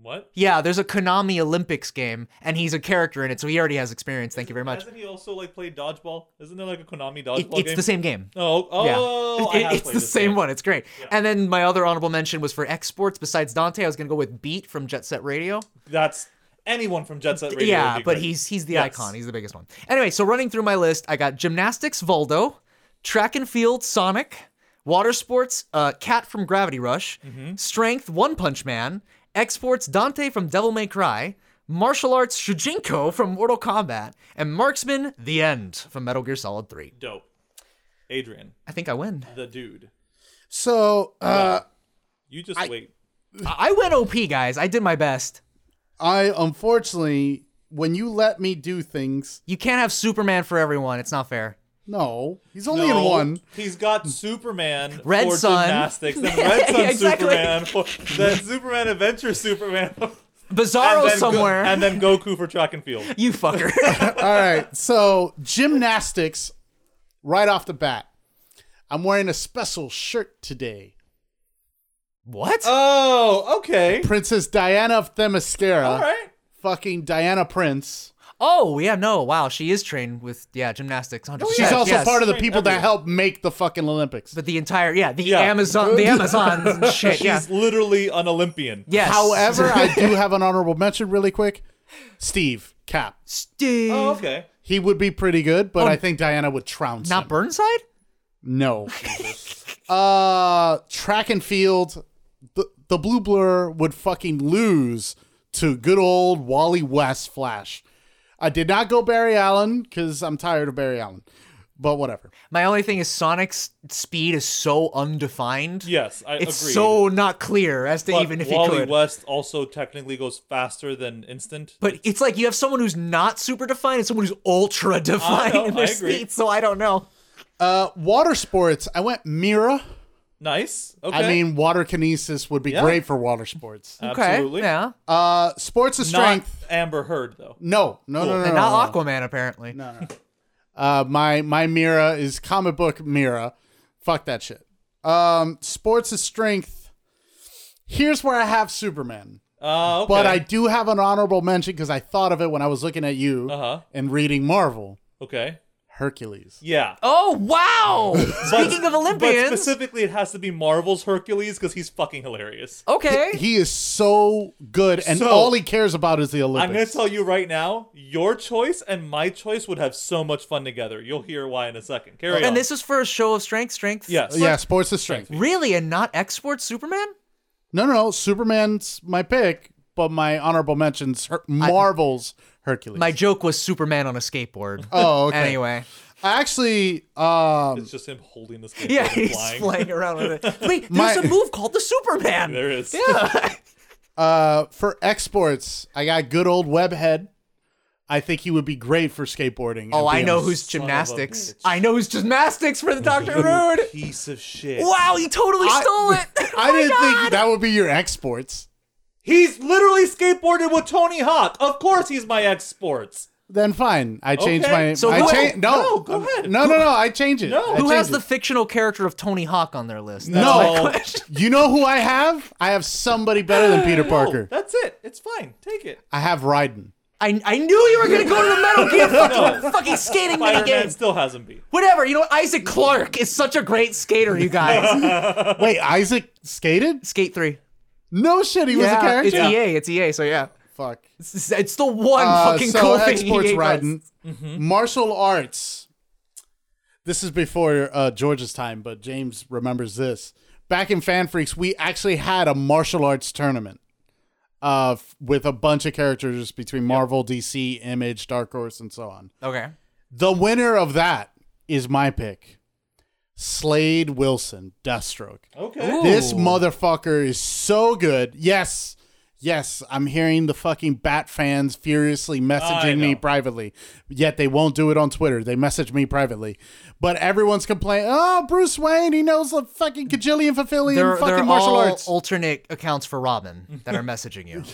Speaker 1: What?
Speaker 2: Yeah, there's a Konami Olympics game, and he's a character in it, so he already has experience. Thank you very much.
Speaker 1: Hasn't he also like played dodgeball? Isn't there like a Konami
Speaker 2: It,
Speaker 1: dodgeball
Speaker 2: it's
Speaker 1: game?
Speaker 2: the same game.
Speaker 1: Oh,
Speaker 2: Yeah,
Speaker 1: oh, I
Speaker 2: It-
Speaker 1: have
Speaker 2: it's
Speaker 1: played
Speaker 2: the
Speaker 1: this
Speaker 2: same
Speaker 1: game.
Speaker 2: one. It's great. And then my other honorable mention was for exports. Besides Dante, I was gonna go with Beat from Jet Set Radio.
Speaker 1: That's anyone from Jet Set Radio. would
Speaker 2: yeah,
Speaker 1: be
Speaker 2: but
Speaker 1: great.
Speaker 2: he's he's the
Speaker 1: Yes.
Speaker 2: icon. He's the biggest one. Anyway, so running through my list, I got gymnastics Voldo, track and field Sonic, water sports uh, Cat from Gravity Rush,
Speaker 1: Mm-hmm.
Speaker 2: strength One Punch Man, exports Dante from Devil May Cry, martial arts Shujinko from Mortal Kombat, and marksman The End from Metal Gear Solid Three.
Speaker 1: dope. Adrian, [laughs]
Speaker 2: I think I win.
Speaker 1: the dude.
Speaker 3: So, uh,
Speaker 1: You just wait.
Speaker 2: I I went OP, guys. I did my best.
Speaker 3: I unfortunately, when you let me do things,
Speaker 2: You can't have Superman for everyone. It's not fair.
Speaker 3: no, he's only
Speaker 1: No,
Speaker 3: in one.
Speaker 1: He's got
Speaker 2: [laughs]
Speaker 1: Superman
Speaker 2: Red
Speaker 1: for
Speaker 2: Sun.
Speaker 1: gymnastics, then
Speaker 2: [laughs]
Speaker 1: Red Sun
Speaker 2: Exactly.
Speaker 1: Superman, for,
Speaker 2: [laughs]
Speaker 1: then Superman Adventure Superman, [laughs] and
Speaker 2: Bizarro
Speaker 1: then Go-
Speaker 2: somewhere.
Speaker 1: and then Goku for track and
Speaker 2: [laughs]
Speaker 1: field.
Speaker 2: you fucker.
Speaker 1: [laughs]
Speaker 3: All right, so gymnastics, right off the bat. I'm wearing a special shirt today.
Speaker 2: what?
Speaker 1: Oh, okay,
Speaker 3: Princess Diana of Themyscira.
Speaker 1: all right.
Speaker 3: Fucking Diana Prince.
Speaker 2: oh, yeah, no. Wow, she is trained with yeah, gymnastics 100%.
Speaker 3: She's also
Speaker 2: yes.
Speaker 3: part of the
Speaker 1: Trained
Speaker 3: people that
Speaker 1: everywhere.
Speaker 3: helped make the fucking Olympics.
Speaker 2: but the entire yeah, the
Speaker 1: Yeah.
Speaker 2: Amazon,
Speaker 1: [laughs]
Speaker 2: the Amazons and shit. Yeah.
Speaker 1: He's literally an Olympian.
Speaker 2: Yes.
Speaker 3: However,
Speaker 2: [laughs]
Speaker 3: I do have an honorable mention really quick. Steve Cap.
Speaker 2: Steve.
Speaker 1: Oh, okay.
Speaker 3: He would be pretty good, but I think Diana would trounce
Speaker 2: Oh. Not
Speaker 3: him.
Speaker 2: Burnside?
Speaker 3: No. [laughs] uh track and field the, the blue blur would fucking lose to good old Wally West Flash. I did not go Barry Allen cuz I'm tired of Barry Allen. But whatever.
Speaker 2: My only thing is Sonic's speed is so undefined.
Speaker 1: Yes, I
Speaker 2: It's
Speaker 1: agree.
Speaker 2: so not clear as to
Speaker 1: But
Speaker 2: even if
Speaker 1: Wally
Speaker 2: he could.
Speaker 1: West also technically goes faster than instant.
Speaker 2: But it's like you have someone who's not super defined and someone who's ultra defined
Speaker 1: know,
Speaker 2: in their
Speaker 1: I agree.
Speaker 2: speed, so I don't know.
Speaker 3: Uh water sports, I went Mira.
Speaker 1: nice. Okay.
Speaker 3: I mean water kinesis would be
Speaker 1: Yeah.
Speaker 3: great for water sports.
Speaker 1: absolutely.
Speaker 2: Okay. Yeah.
Speaker 3: Uh sports of strength.
Speaker 1: Not Amber Heard though.
Speaker 3: no, no, no, no,
Speaker 2: and
Speaker 3: no, no.
Speaker 2: not Aquaman, apparently.
Speaker 3: Uh, my my Mira is comic book Mira. Fuck that shit. Um, sports is strength. Here's where I have Superman,
Speaker 1: Uh, okay.
Speaker 3: but I do have an honorable mention because I thought of it when I was looking at you
Speaker 1: Uh-huh.
Speaker 3: and reading Marvel.
Speaker 1: okay.
Speaker 3: Hercules.
Speaker 1: Yeah.
Speaker 2: Oh wow!
Speaker 1: [laughs] But-
Speaker 2: Speaking of Olympians,
Speaker 1: but specifically, it has to be Marvel's Hercules because he's fucking hilarious.
Speaker 2: okay.
Speaker 3: He is so good, and
Speaker 1: So-
Speaker 3: all he cares about is the
Speaker 1: I'm gonna
Speaker 3: Olympics.
Speaker 1: tell you right now, your choice and my choice would have so much fun together. You'll hear why in a second. Carry on.
Speaker 2: and this is for a show of strength, strength.
Speaker 1: yes,
Speaker 3: yeah, sports is strength.
Speaker 2: Really, and not export Superman?
Speaker 3: No, no, no. Superman's my pick, but my honorable mentions Her- Marvel's Hercules.
Speaker 2: My joke was Superman on a skateboard.
Speaker 3: oh, okay.
Speaker 2: [laughs] Anyway,
Speaker 3: I actually, um,
Speaker 1: It's just him holding this.
Speaker 2: yeah,
Speaker 1: and
Speaker 2: he's
Speaker 1: flying.
Speaker 2: flying. around
Speaker 1: [laughs]
Speaker 2: with it. Wait, there's
Speaker 3: My-
Speaker 2: a move called the Superman.
Speaker 1: There is.
Speaker 2: Yeah.
Speaker 3: Uh, for exports, I got good old Webhead. I think he would be great for skateboarding.
Speaker 2: oh,
Speaker 3: and
Speaker 2: I
Speaker 3: BMX.
Speaker 2: know who's
Speaker 1: of a
Speaker 2: gymnastics.
Speaker 1: bitch.
Speaker 2: I know who's gymnastics for
Speaker 1: [laughs]
Speaker 2: the Doctor Rude.
Speaker 1: Piece of shit.
Speaker 2: Wow, he totally
Speaker 3: I-
Speaker 2: stole it.
Speaker 3: [laughs] I
Speaker 2: Oh my
Speaker 3: didn't think
Speaker 2: God.
Speaker 3: that would be your exports.
Speaker 1: He's literally skateboarded with Tony Hawk. Of course, he's my ex sports.
Speaker 3: Then fine, I changed
Speaker 1: Okay,
Speaker 3: my.
Speaker 1: so
Speaker 3: I
Speaker 1: who-
Speaker 3: cha- no,
Speaker 1: no, go ahead.
Speaker 3: No, no, no. I change it.
Speaker 1: No.
Speaker 3: I
Speaker 2: Who
Speaker 3: change
Speaker 2: has the
Speaker 3: it.
Speaker 2: fictional character of Tony Hawk on their list? That's
Speaker 3: No.
Speaker 2: my question.
Speaker 3: [laughs] you know who I have? I have somebody
Speaker 2: [gasps]
Speaker 3: better than Peter Parker.
Speaker 1: That's it. It's fine. Take it.
Speaker 3: I
Speaker 2: [laughs]
Speaker 3: have Ryden.
Speaker 2: I, I knew you were gonna go to the Metal
Speaker 1: [laughs]
Speaker 2: Gear fucking, fucking skating
Speaker 1: Spider-Man
Speaker 2: minigame.
Speaker 1: still hasn't beat.
Speaker 2: Whatever, you know what? Isaac Clark is such a great skater, you guys.
Speaker 1: [laughs]
Speaker 3: Wait, Isaac skated?
Speaker 2: Skate three.
Speaker 3: No shit, he was a
Speaker 2: it's
Speaker 3: character.
Speaker 2: EA. It's EA. So yeah,
Speaker 3: Fuck.
Speaker 2: it's, it's the one [laughs]
Speaker 3: Uh,
Speaker 2: fucking
Speaker 3: so
Speaker 2: cool
Speaker 3: exports
Speaker 2: thing EA does.
Speaker 3: riding
Speaker 2: Mm-hmm.
Speaker 3: martial arts this is before uh, george's time but james remembers this back in fan freaks we actually had a martial arts tournament uh, f- with a bunch of characters between marvel dc image dark horse and so on
Speaker 2: Okay.
Speaker 3: the winner of that is my pick slade wilson deathstroke
Speaker 1: Okay.
Speaker 3: this
Speaker 2: Ooh.
Speaker 3: motherfucker is so good. Yes. Yes, I'm hearing the fucking Bat fans furiously
Speaker 1: I
Speaker 3: messaging me
Speaker 1: know.
Speaker 3: privately. Yet they won't do it on Twitter. They message me privately. But everyone's complaining, oh, Bruce Wayne, he knows the fucking cajillion fulfilling
Speaker 2: There,
Speaker 3: fucking
Speaker 2: there are
Speaker 3: martial
Speaker 2: all
Speaker 3: arts.
Speaker 2: alternate accounts for Robin that are messaging [laughs] you.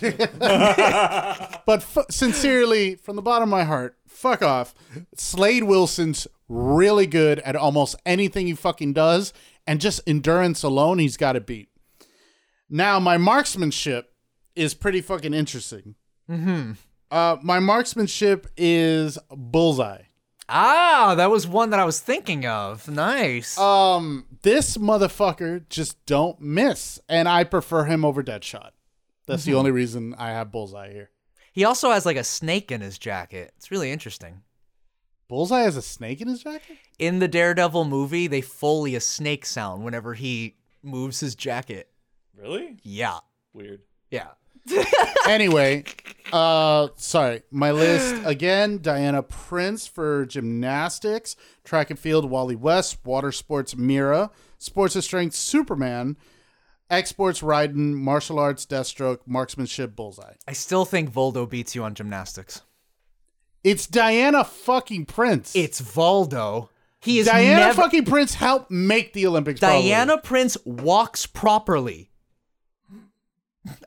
Speaker 3: But f- sincerely, from the bottom of my heart, fuck off. Slade Wilson's really good at almost anything he fucking does, and just endurance alone, he's got it beat. Now, my marksmanship is pretty fucking interesting. Mm-hmm. Uh, my marksmanship is bullseye.
Speaker 2: ah, that was one that I was thinking of. Nice.
Speaker 3: Um, this motherfucker just don't miss, and I prefer him over Deadshot. That's the only reason I have bullseye here.
Speaker 2: he also has like a snake in his jacket. It's really interesting.
Speaker 3: Bullseye has a snake in his jacket.
Speaker 2: in the Daredevil movie, they foley a snake sound whenever he moves his jacket.
Speaker 1: Really?
Speaker 2: Yeah.
Speaker 1: Weird.
Speaker 2: Yeah.
Speaker 3: anyway, uh, sorry. My list again: Diana Prince for gymnastics, track and field, Wally West, water sports, Mira, sports of strength, Superman, Exports, Raiden, martial arts, Deathstroke, marksmanship, bullseye.
Speaker 2: I still think Voldo beats you on gymnastics.
Speaker 3: It's Diana fucking Prince.
Speaker 2: It's Voldo. He is
Speaker 3: Diana
Speaker 2: never-
Speaker 3: fucking Prince helped make the Olympics. probably.
Speaker 2: Diana Prince walks properly.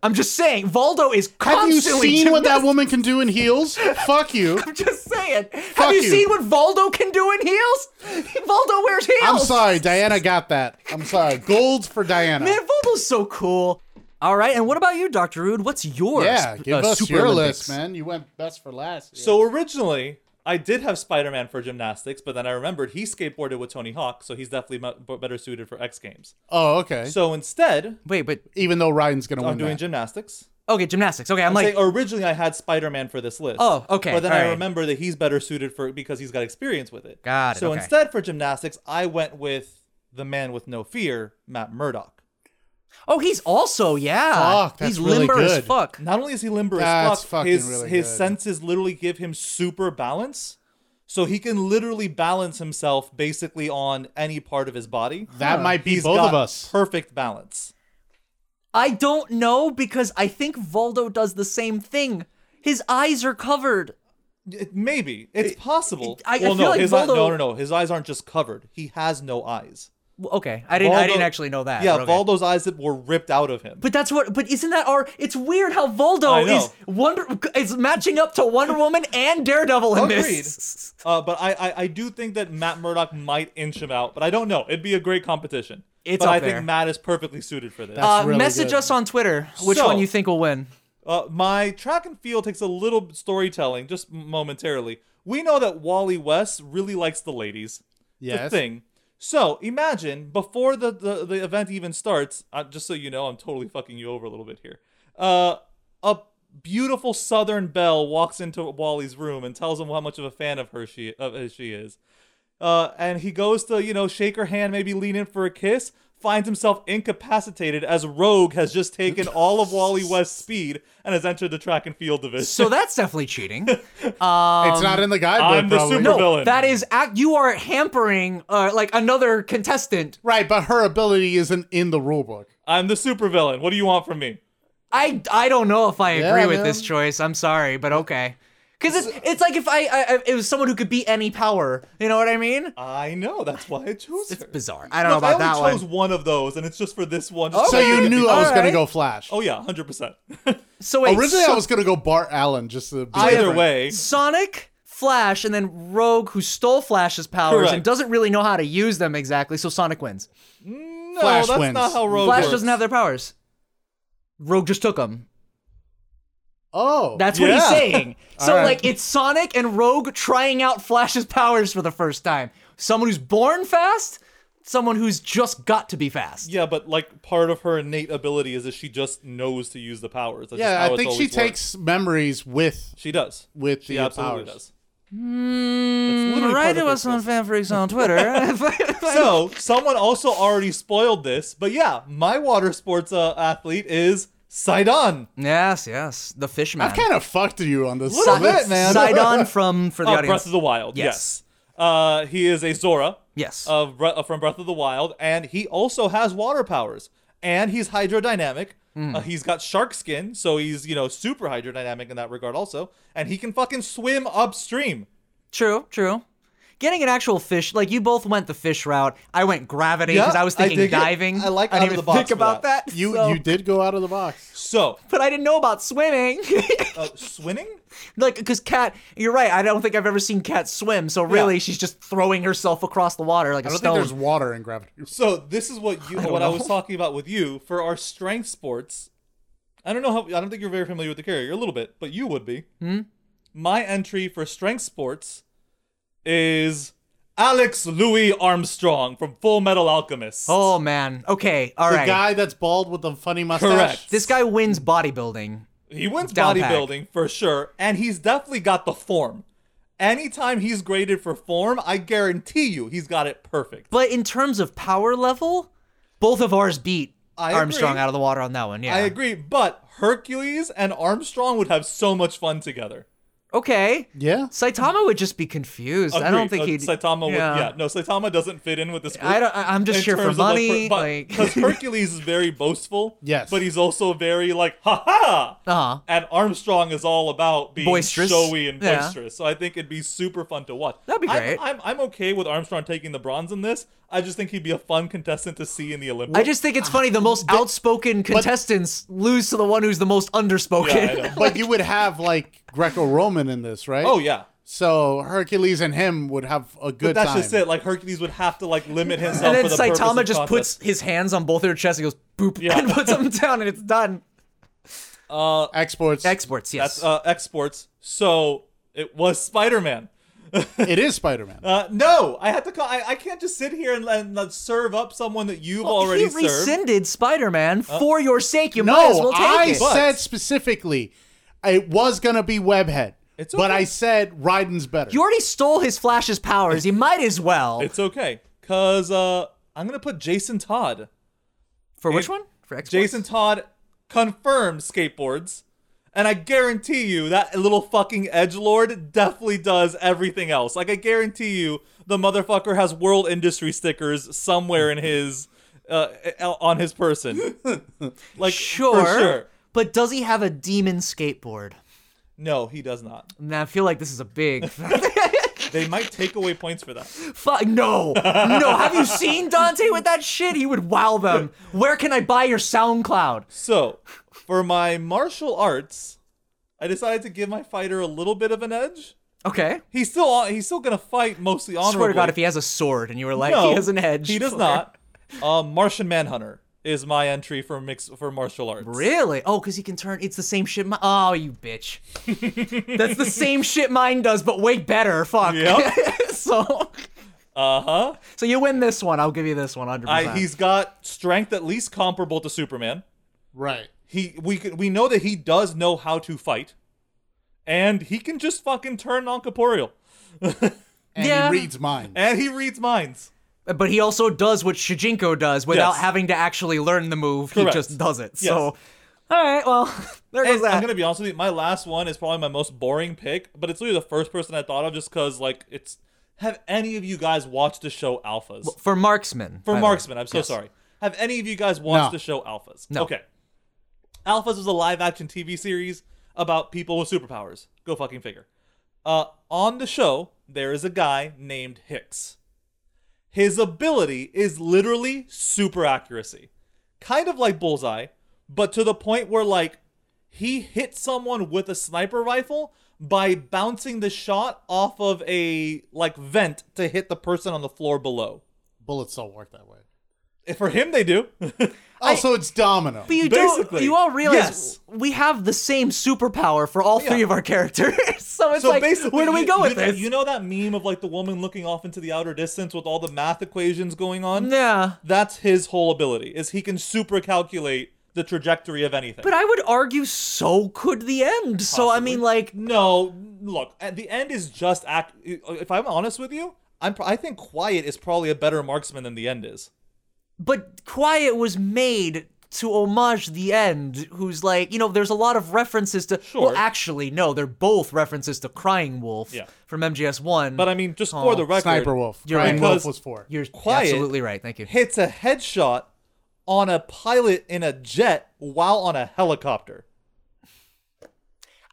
Speaker 2: I'm just saying, Voldo is
Speaker 3: Have
Speaker 2: constantly.
Speaker 3: you seen what that
Speaker 2: gymnast-
Speaker 3: woman can do in heels?
Speaker 2: [laughs]
Speaker 3: Fuck you.
Speaker 2: I'm just saying.
Speaker 3: Fuck
Speaker 2: Have you,
Speaker 3: you.
Speaker 2: seen what Voldo can do in heels? Voldo wears heels.
Speaker 3: I'm sorry, Diana got that. I'm sorry. Gold for Diana.
Speaker 2: Man, Voldo's so cool. All right, and what about you, Dr. Rude? What's yours?
Speaker 3: yeah, give
Speaker 2: uh,
Speaker 3: us
Speaker 2: Super
Speaker 3: your
Speaker 2: Olympics?
Speaker 3: list, man. You went best for last.
Speaker 1: So originally, I did have Spider Man for gymnastics, but then I remembered he skateboarded with Tony Hawk, so he's definitely mu- b- better suited for X Games.
Speaker 3: oh, okay.
Speaker 1: So instead,
Speaker 2: Wait, but
Speaker 3: Even though Ryan's gonna
Speaker 1: I'm
Speaker 3: win,
Speaker 1: doing
Speaker 3: that.
Speaker 1: gymnastics.
Speaker 2: okay, gymnastics. Okay, I'm, like,
Speaker 1: Saying originally, I had Spider Man for this list.
Speaker 2: Oh, okay,
Speaker 1: But then I
Speaker 2: alright.
Speaker 1: remember that he's better suited for because he's got experience with it.
Speaker 2: Got it,
Speaker 1: So
Speaker 2: okay.
Speaker 1: instead, for gymnastics, I went with the man with no fear, Matt Murdock.
Speaker 2: oh, he's also yeah.
Speaker 3: Fuck, that's
Speaker 2: he's
Speaker 3: really
Speaker 2: limber as
Speaker 3: good.
Speaker 2: fuck.
Speaker 1: Not only is he limber
Speaker 3: That's
Speaker 1: as fuck,
Speaker 3: fucking
Speaker 1: his
Speaker 3: really
Speaker 1: his
Speaker 3: good.
Speaker 1: senses literally give him super balance. So he can literally balance himself basically on any part of his body.
Speaker 3: that might be
Speaker 1: He's
Speaker 3: both
Speaker 1: got
Speaker 3: of us.
Speaker 1: Perfect balance.
Speaker 2: I don't know because I think Voldo does the same thing. His eyes are covered.
Speaker 1: It- maybe it's possible.
Speaker 2: I- I
Speaker 1: well,
Speaker 2: feel
Speaker 1: no,
Speaker 2: like
Speaker 1: his eye,
Speaker 2: Voldo-
Speaker 1: no, no, no. His eyes aren't just covered. He has no eyes.
Speaker 2: Well, Okay, I didn't. I
Speaker 1: Voldo-
Speaker 2: didn't actually know that.
Speaker 1: Yeah,
Speaker 2: but okay.
Speaker 1: Voldo's eyes that were ripped out of him.
Speaker 2: But that's what. But isn't that our? It's weird how
Speaker 1: I
Speaker 2: Voldo
Speaker 1: know.
Speaker 2: is Wonder is matching up to Wonder Woman and Daredevil in
Speaker 1: Agreed.
Speaker 2: this.
Speaker 1: Uh, but I, I, I do think that Matt Murdock might inch him out. But I don't know. It'd be a great competition.
Speaker 2: It's
Speaker 1: but
Speaker 2: up
Speaker 1: I
Speaker 2: there.
Speaker 1: think Matt is perfectly suited for this.
Speaker 2: Uh,
Speaker 3: That's really
Speaker 2: message
Speaker 3: good.
Speaker 2: us on Twitter which
Speaker 1: So-
Speaker 2: one you think will win.
Speaker 1: Uh, my track and field takes a little storytelling, just momentarily. We know that Wally West really likes the ladies. It's a
Speaker 3: Yes.
Speaker 1: thing. So imagine before the, the, the event even starts, uh, just so you know, I'm totally fucking you over a little bit here. Uh, a beautiful Southern belle walks into Wally's room and tells him how much of a fan of her she of his she is. Uh, and he goes to you know shake her hand, maybe lean in for a kiss. Finds himself incapacitated as Rogue has just taken all of Wally West's speed and has entered the track and field division.
Speaker 2: So that's definitely cheating.
Speaker 3: it's not in the guidebook.
Speaker 1: I'm the
Speaker 3: probably.
Speaker 1: super-
Speaker 2: [laughs] no,
Speaker 1: villain.
Speaker 2: that is ac- you are hampering uh, like another contestant.
Speaker 3: right, but her ability isn't in the rule book.
Speaker 1: I'm the supervillain. What do you want from me?
Speaker 2: I I don't know if I
Speaker 3: Yeah,
Speaker 2: agree with
Speaker 3: man.
Speaker 2: this choice. I'm sorry, but okay. Cause it's it's like if I, I I- it was someone who could beat any power. You know what I mean?
Speaker 1: I know. That's why I chose
Speaker 2: It's
Speaker 1: her.
Speaker 2: bizarre. I don't
Speaker 1: Uh, Look,
Speaker 2: know about
Speaker 1: I
Speaker 2: that
Speaker 1: only chose
Speaker 2: one.
Speaker 1: one of those, and it's just for this one.
Speaker 3: So you knew I was gonna
Speaker 2: Alright.
Speaker 3: go Flash.
Speaker 1: Oh yeah, hundred percent.
Speaker 2: So wait,
Speaker 3: Originally,
Speaker 2: so-
Speaker 3: I was gonna go Bart Allen. Just to be
Speaker 1: Either
Speaker 3: different.
Speaker 1: way,
Speaker 2: Sonic, Flash, and then Rogue, who stole Flash's powers
Speaker 1: Correct.
Speaker 2: and doesn't really know how to use them exactly. So Sonic wins.
Speaker 1: no,
Speaker 3: Flash
Speaker 1: that's
Speaker 3: wins.
Speaker 1: not how Rogue
Speaker 2: Flash
Speaker 1: works.
Speaker 2: doesn't have their powers. Rogue just took them.
Speaker 3: Oh,
Speaker 2: That's what he's
Speaker 1: Yeah.
Speaker 2: saying.
Speaker 1: [laughs]
Speaker 2: So
Speaker 3: Alright.
Speaker 2: like it's Sonic and Rogue trying out Flash's powers for the first time. Someone who's born fast, someone who's just got to be fast.
Speaker 1: Yeah, but like part of her innate ability is that she just knows to use the powers. That's just
Speaker 3: yeah.
Speaker 1: how
Speaker 3: I
Speaker 1: it's
Speaker 3: think she
Speaker 1: always worked.
Speaker 3: takes memories with
Speaker 1: She does.
Speaker 3: with
Speaker 1: she
Speaker 3: the
Speaker 1: absolutely
Speaker 3: powers.
Speaker 1: does. That's literally
Speaker 2: Hmm, Right
Speaker 1: part of
Speaker 2: to
Speaker 1: her
Speaker 2: us on
Speaker 1: skill
Speaker 2: fanfreaks on [laughs] Twitter.
Speaker 1: set. So someone also already spoiled this, but yeah, my water sports uh, athlete is Sidon.
Speaker 2: yes, yes, the fishman.
Speaker 3: I've kind of fucked you on this.
Speaker 1: Little bit, man.
Speaker 3: [laughs]
Speaker 2: Sidon from for the
Speaker 1: Oh,
Speaker 2: audience.
Speaker 1: Breath of the Wild.
Speaker 2: Yes.
Speaker 1: Yes. Uh, he is a Zora.
Speaker 2: Yes.
Speaker 1: Of Bre- uh, from Breath of the Wild, and he also has water powers, and he's hydrodynamic.
Speaker 2: Hmm.
Speaker 1: Uh, he's got shark skin, so he's you know super hydrodynamic in that regard also, and he can fucking swim upstream.
Speaker 2: True, true. Getting an actual fish, like you both went the fish route. I went gravity
Speaker 1: Yeah,
Speaker 2: because I was
Speaker 1: I
Speaker 2: thinking
Speaker 1: dig it.
Speaker 2: diving.
Speaker 1: I like
Speaker 2: I didn't
Speaker 1: out of
Speaker 2: even
Speaker 1: the box
Speaker 2: think
Speaker 1: for
Speaker 2: about that.
Speaker 1: that.
Speaker 3: You
Speaker 2: so-
Speaker 3: you did go out of the box.
Speaker 1: So
Speaker 2: [laughs] but I didn't know about swimming. [laughs]
Speaker 1: uh, [laughs] swimming?
Speaker 2: like, because Kat, you're right. I don't think I've ever seen Kat swim. So really,
Speaker 1: Yeah.
Speaker 2: she's just throwing herself across the water like a
Speaker 3: I don't
Speaker 2: stone.
Speaker 3: think there's water in gravity.
Speaker 1: So this is what you what I
Speaker 2: [laughs]
Speaker 1: was talking about with you for our strength sports. I don't know how I don't think you're very familiar with the carrier a little bit, but you would be.
Speaker 2: Hmm?
Speaker 1: My entry for strength sports is Alex Louis Armstrong from Full Metal Alchemist.
Speaker 2: oh man. Okay. all right.
Speaker 3: The guy that's bald with the funny mustache.
Speaker 1: Correct.
Speaker 2: this guy wins bodybuilding.
Speaker 1: He wins
Speaker 2: Down pat.
Speaker 1: bodybuilding for sure, and he's definitely got the form. Anytime he's graded for form, I guarantee you he's got it perfect.
Speaker 2: But in terms of power level, both of ours beat
Speaker 1: I
Speaker 2: Armstrong
Speaker 1: agree.
Speaker 2: out of the water on that one. Yeah.
Speaker 1: I agree, but Hercules and Armstrong would have so much fun together.
Speaker 2: okay.
Speaker 3: Yeah.
Speaker 2: Saitama would just be confused. I don't
Speaker 1: Agreed.
Speaker 2: think
Speaker 1: Uh,
Speaker 2: he'd.
Speaker 1: Saitama.
Speaker 2: yeah.
Speaker 1: Would, yeah, no, Saitama doesn't fit in with this. Group
Speaker 2: I don't. I- I'm just here for money. Like, [laughs]
Speaker 1: because Hercules is very boastful.
Speaker 3: Yes.
Speaker 1: but he's also very like, ha ha.
Speaker 2: uh-huh.
Speaker 1: And Armstrong is all about being
Speaker 2: Boisterous.
Speaker 1: showy and
Speaker 2: Yeah.
Speaker 1: boisterous. So I think it'd be super fun to watch.
Speaker 2: That'd be
Speaker 1: I'm-
Speaker 2: great.
Speaker 1: I'm, I'm, okay with Armstrong taking the bronze in this. I just think he'd be a fun contestant to see in the Olympics.
Speaker 2: I just think it's funny. The most outspoken contestants lose to the one who's the most
Speaker 1: Yeah, I
Speaker 2: underspoken.
Speaker 1: know.
Speaker 3: But you would have like Greco-Roman in this, right?
Speaker 1: oh yeah.
Speaker 3: So Hercules and him would have a
Speaker 1: But
Speaker 3: good
Speaker 1: that's
Speaker 3: time.
Speaker 1: just it. Like Hercules would have to like limit himself.
Speaker 2: [laughs] and then
Speaker 1: Oh, for the purpose
Speaker 2: Saitama
Speaker 1: of
Speaker 2: just
Speaker 1: contest.
Speaker 2: puts his hands on both their chests and goes boop
Speaker 1: Yeah.
Speaker 2: and puts them down and it's done.
Speaker 3: Exports.
Speaker 2: Exports, yes.
Speaker 1: That's uh, exports. So it was Spider Man.
Speaker 3: it is Spider-Man.
Speaker 1: Uh, no, I had to call. I, I can't just sit here and, and, uh, serve up someone that you've already
Speaker 2: he
Speaker 1: served. Uh,
Speaker 2: rescinded Spider-Man for your sake. You might
Speaker 3: no,
Speaker 2: as well take
Speaker 3: I
Speaker 2: it.
Speaker 1: But-
Speaker 3: said specifically, it was gonna be Webhead,
Speaker 1: It's
Speaker 3: but
Speaker 1: okay.
Speaker 3: I said Ryden's better.
Speaker 2: You already stole his Flash's powers. You might as well.
Speaker 1: It's okay, cause uh, I'm gonna put Jason Todd.
Speaker 2: For which
Speaker 1: it-
Speaker 2: one? For exports.
Speaker 1: Jason Todd confirmed skateboards, and I guarantee you that little fucking edge lord definitely does everything else. Like I guarantee you, the motherfucker has world industry stickers somewhere in his uh on his person.
Speaker 2: [laughs]
Speaker 1: like
Speaker 2: Sure.
Speaker 1: for sure.
Speaker 2: But does he have a demon skateboard?
Speaker 1: No, he does not.
Speaker 2: Now I feel like this is a big [laughs]
Speaker 1: They might take away points for that.
Speaker 2: fuck. No, no. Have you seen Dante with that shit? He would wow them. Where can I buy your SoundCloud?
Speaker 1: So, for my martial arts, I decided to give my fighter a little bit of an edge.
Speaker 2: Okay.
Speaker 1: He's still he's still gonna fight mostly honorably.
Speaker 2: Swear to God, if he has a sword and you were like,
Speaker 1: No,
Speaker 2: he has an edge.
Speaker 1: He does
Speaker 2: for-
Speaker 1: not. Um, Martian Manhunter is my entry for mix for martial arts.
Speaker 2: Really? Oh, because he can turn. It's the same shit. Mi- oh, you bitch. That's the same shit mine does, but way better. Fuck.
Speaker 1: Yep.
Speaker 2: [laughs] so,
Speaker 1: Uh huh.
Speaker 2: so you win this one. I'll give you this one. Hundred percent.
Speaker 1: He's got strength at least comparable to Superman.
Speaker 3: right.
Speaker 1: He we could- we know that he does know how to fight, and he can just fucking turn non corporeal,
Speaker 3: And
Speaker 2: Yeah.
Speaker 3: he reads mine.
Speaker 1: and he reads minds.
Speaker 2: But he also does what Shijinko does without
Speaker 1: Yes.
Speaker 2: having to actually learn the move.
Speaker 1: Correct.
Speaker 2: He just does it.
Speaker 1: Yes.
Speaker 2: So, all right, well, [laughs] there goes
Speaker 1: And uh,
Speaker 2: that.
Speaker 1: I'm gonna be honest with you. My last one is probably my most boring pick, but it's really the first person I thought of just because like it's. Have any of you guys watched the show Alphas?
Speaker 2: For marksman. by
Speaker 1: For
Speaker 2: the way.
Speaker 1: Marksman, I'm so
Speaker 2: Yes.
Speaker 1: sorry. Have any of you guys watched
Speaker 3: No.
Speaker 1: the show Alphas?
Speaker 2: No.
Speaker 1: Okay. Alphas was a live action TV series about people with superpowers. Go fucking figure. Uh, on the show, there is a guy named Hicks. His ability is literally super accuracy. Kind of like Bullseye, but to the point where, like, he hit someone with a sniper rifle by bouncing the shot off of a, like, vent to hit the person on the floor below.
Speaker 3: Bullets don't work that way.
Speaker 1: For him, they
Speaker 2: [laughs]
Speaker 1: do.
Speaker 3: Also, it's Domino.
Speaker 2: But you
Speaker 1: Basically,
Speaker 2: don't. You all realize
Speaker 1: yes.
Speaker 2: we have the same superpower for all three of our characters. [laughs] so it's
Speaker 1: so
Speaker 2: like,
Speaker 1: basically,
Speaker 2: where do we
Speaker 1: you-
Speaker 2: go
Speaker 1: you
Speaker 2: with
Speaker 1: know,
Speaker 2: this?
Speaker 1: You know that meme of like the woman looking off into the outer distance with all the math equations going on.
Speaker 2: yeah.
Speaker 1: That's his whole ability. Is he can super calculate the trajectory of anything.
Speaker 2: But I would argue, so could the end. So I mean, like,
Speaker 1: no, look. At the end is just act. If I'm honest with you, I'm. pr- I think Quiet is probably a better marksman than the end is.
Speaker 2: but Quiet was made to homage the end, who's like, you know, there's a lot of references to.
Speaker 1: Sure.
Speaker 2: Well, actually, no, they're both references to Crying Wolf
Speaker 1: Yeah.
Speaker 2: from MGS1.
Speaker 1: But I mean, just for the record,
Speaker 3: Sniper Wolf.
Speaker 2: You're
Speaker 3: Crying
Speaker 2: right.
Speaker 1: Because
Speaker 3: Wolf was four.
Speaker 2: you're
Speaker 1: Quiet
Speaker 2: absolutely right. Thank you.
Speaker 1: hits a headshot on a pilot in a jet while on a helicopter.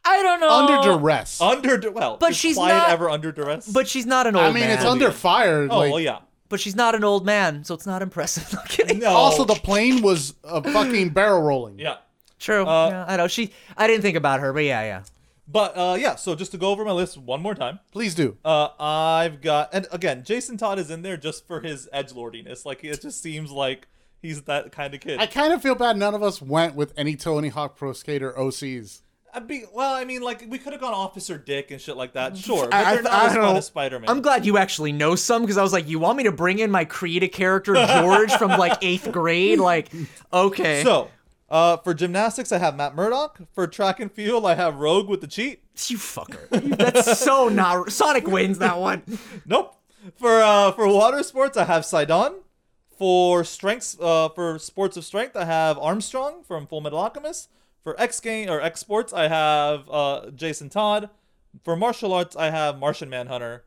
Speaker 2: I don't know.
Speaker 3: Under duress.
Speaker 1: Under well,
Speaker 2: But
Speaker 1: is
Speaker 2: she's
Speaker 1: Quiet
Speaker 2: not-
Speaker 1: ever under duress.
Speaker 2: But she's not an old
Speaker 3: I mean,
Speaker 2: man.
Speaker 3: it's under fire.
Speaker 1: oh
Speaker 3: like,
Speaker 1: well, yeah.
Speaker 2: but she's not an old man, so it's not impressive. [laughs] I'm kidding.
Speaker 1: No.
Speaker 3: Also, the plane was a fucking barrel rolling.
Speaker 1: Oh. yeah.
Speaker 2: True. yeah, I know. She. I didn't think about her, but yeah, yeah.
Speaker 1: But uh, yeah, so just to go over my list one more time,
Speaker 3: Please do.
Speaker 1: uh, I've got and again, Jason Todd is in there just for his edge lordiness. Like it just seems like he's that kind of kid.
Speaker 3: I kind of feel bad none of us went with any Tony Hawk Pro Skater OCs.
Speaker 1: I'd be, well, I mean, like we could have gone Officer Dick and shit like that, sure. But
Speaker 3: I-
Speaker 1: they're
Speaker 3: I-
Speaker 1: not
Speaker 3: I
Speaker 1: as
Speaker 3: don't
Speaker 1: fun
Speaker 3: know.
Speaker 1: as Spider Man.
Speaker 2: I'm glad you actually know some because I was like, you want me to bring in my create a character George from like eighth grade? Like, okay.
Speaker 1: so. Uh, for gymnastics, I have Matt Murdock. For track and field, I have Rogue with the cheat.
Speaker 2: you fucker. That's so not. Sonic wins that one.
Speaker 1: Nope. For uh, for water sports, I have Sidon. For strengths, uh, for sports of strength, I have Armstrong from Full Metal Alchemist. For X game or X sports, I have uh, Jason Todd. For martial arts, I have Martian Manhunter,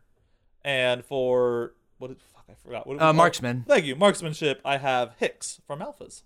Speaker 1: and for what? is- Fuck, I forgot. What do we
Speaker 2: Uh,
Speaker 1: call it?
Speaker 2: marksman.
Speaker 1: Thank you, marksmanship. I have Hicks from Alphas.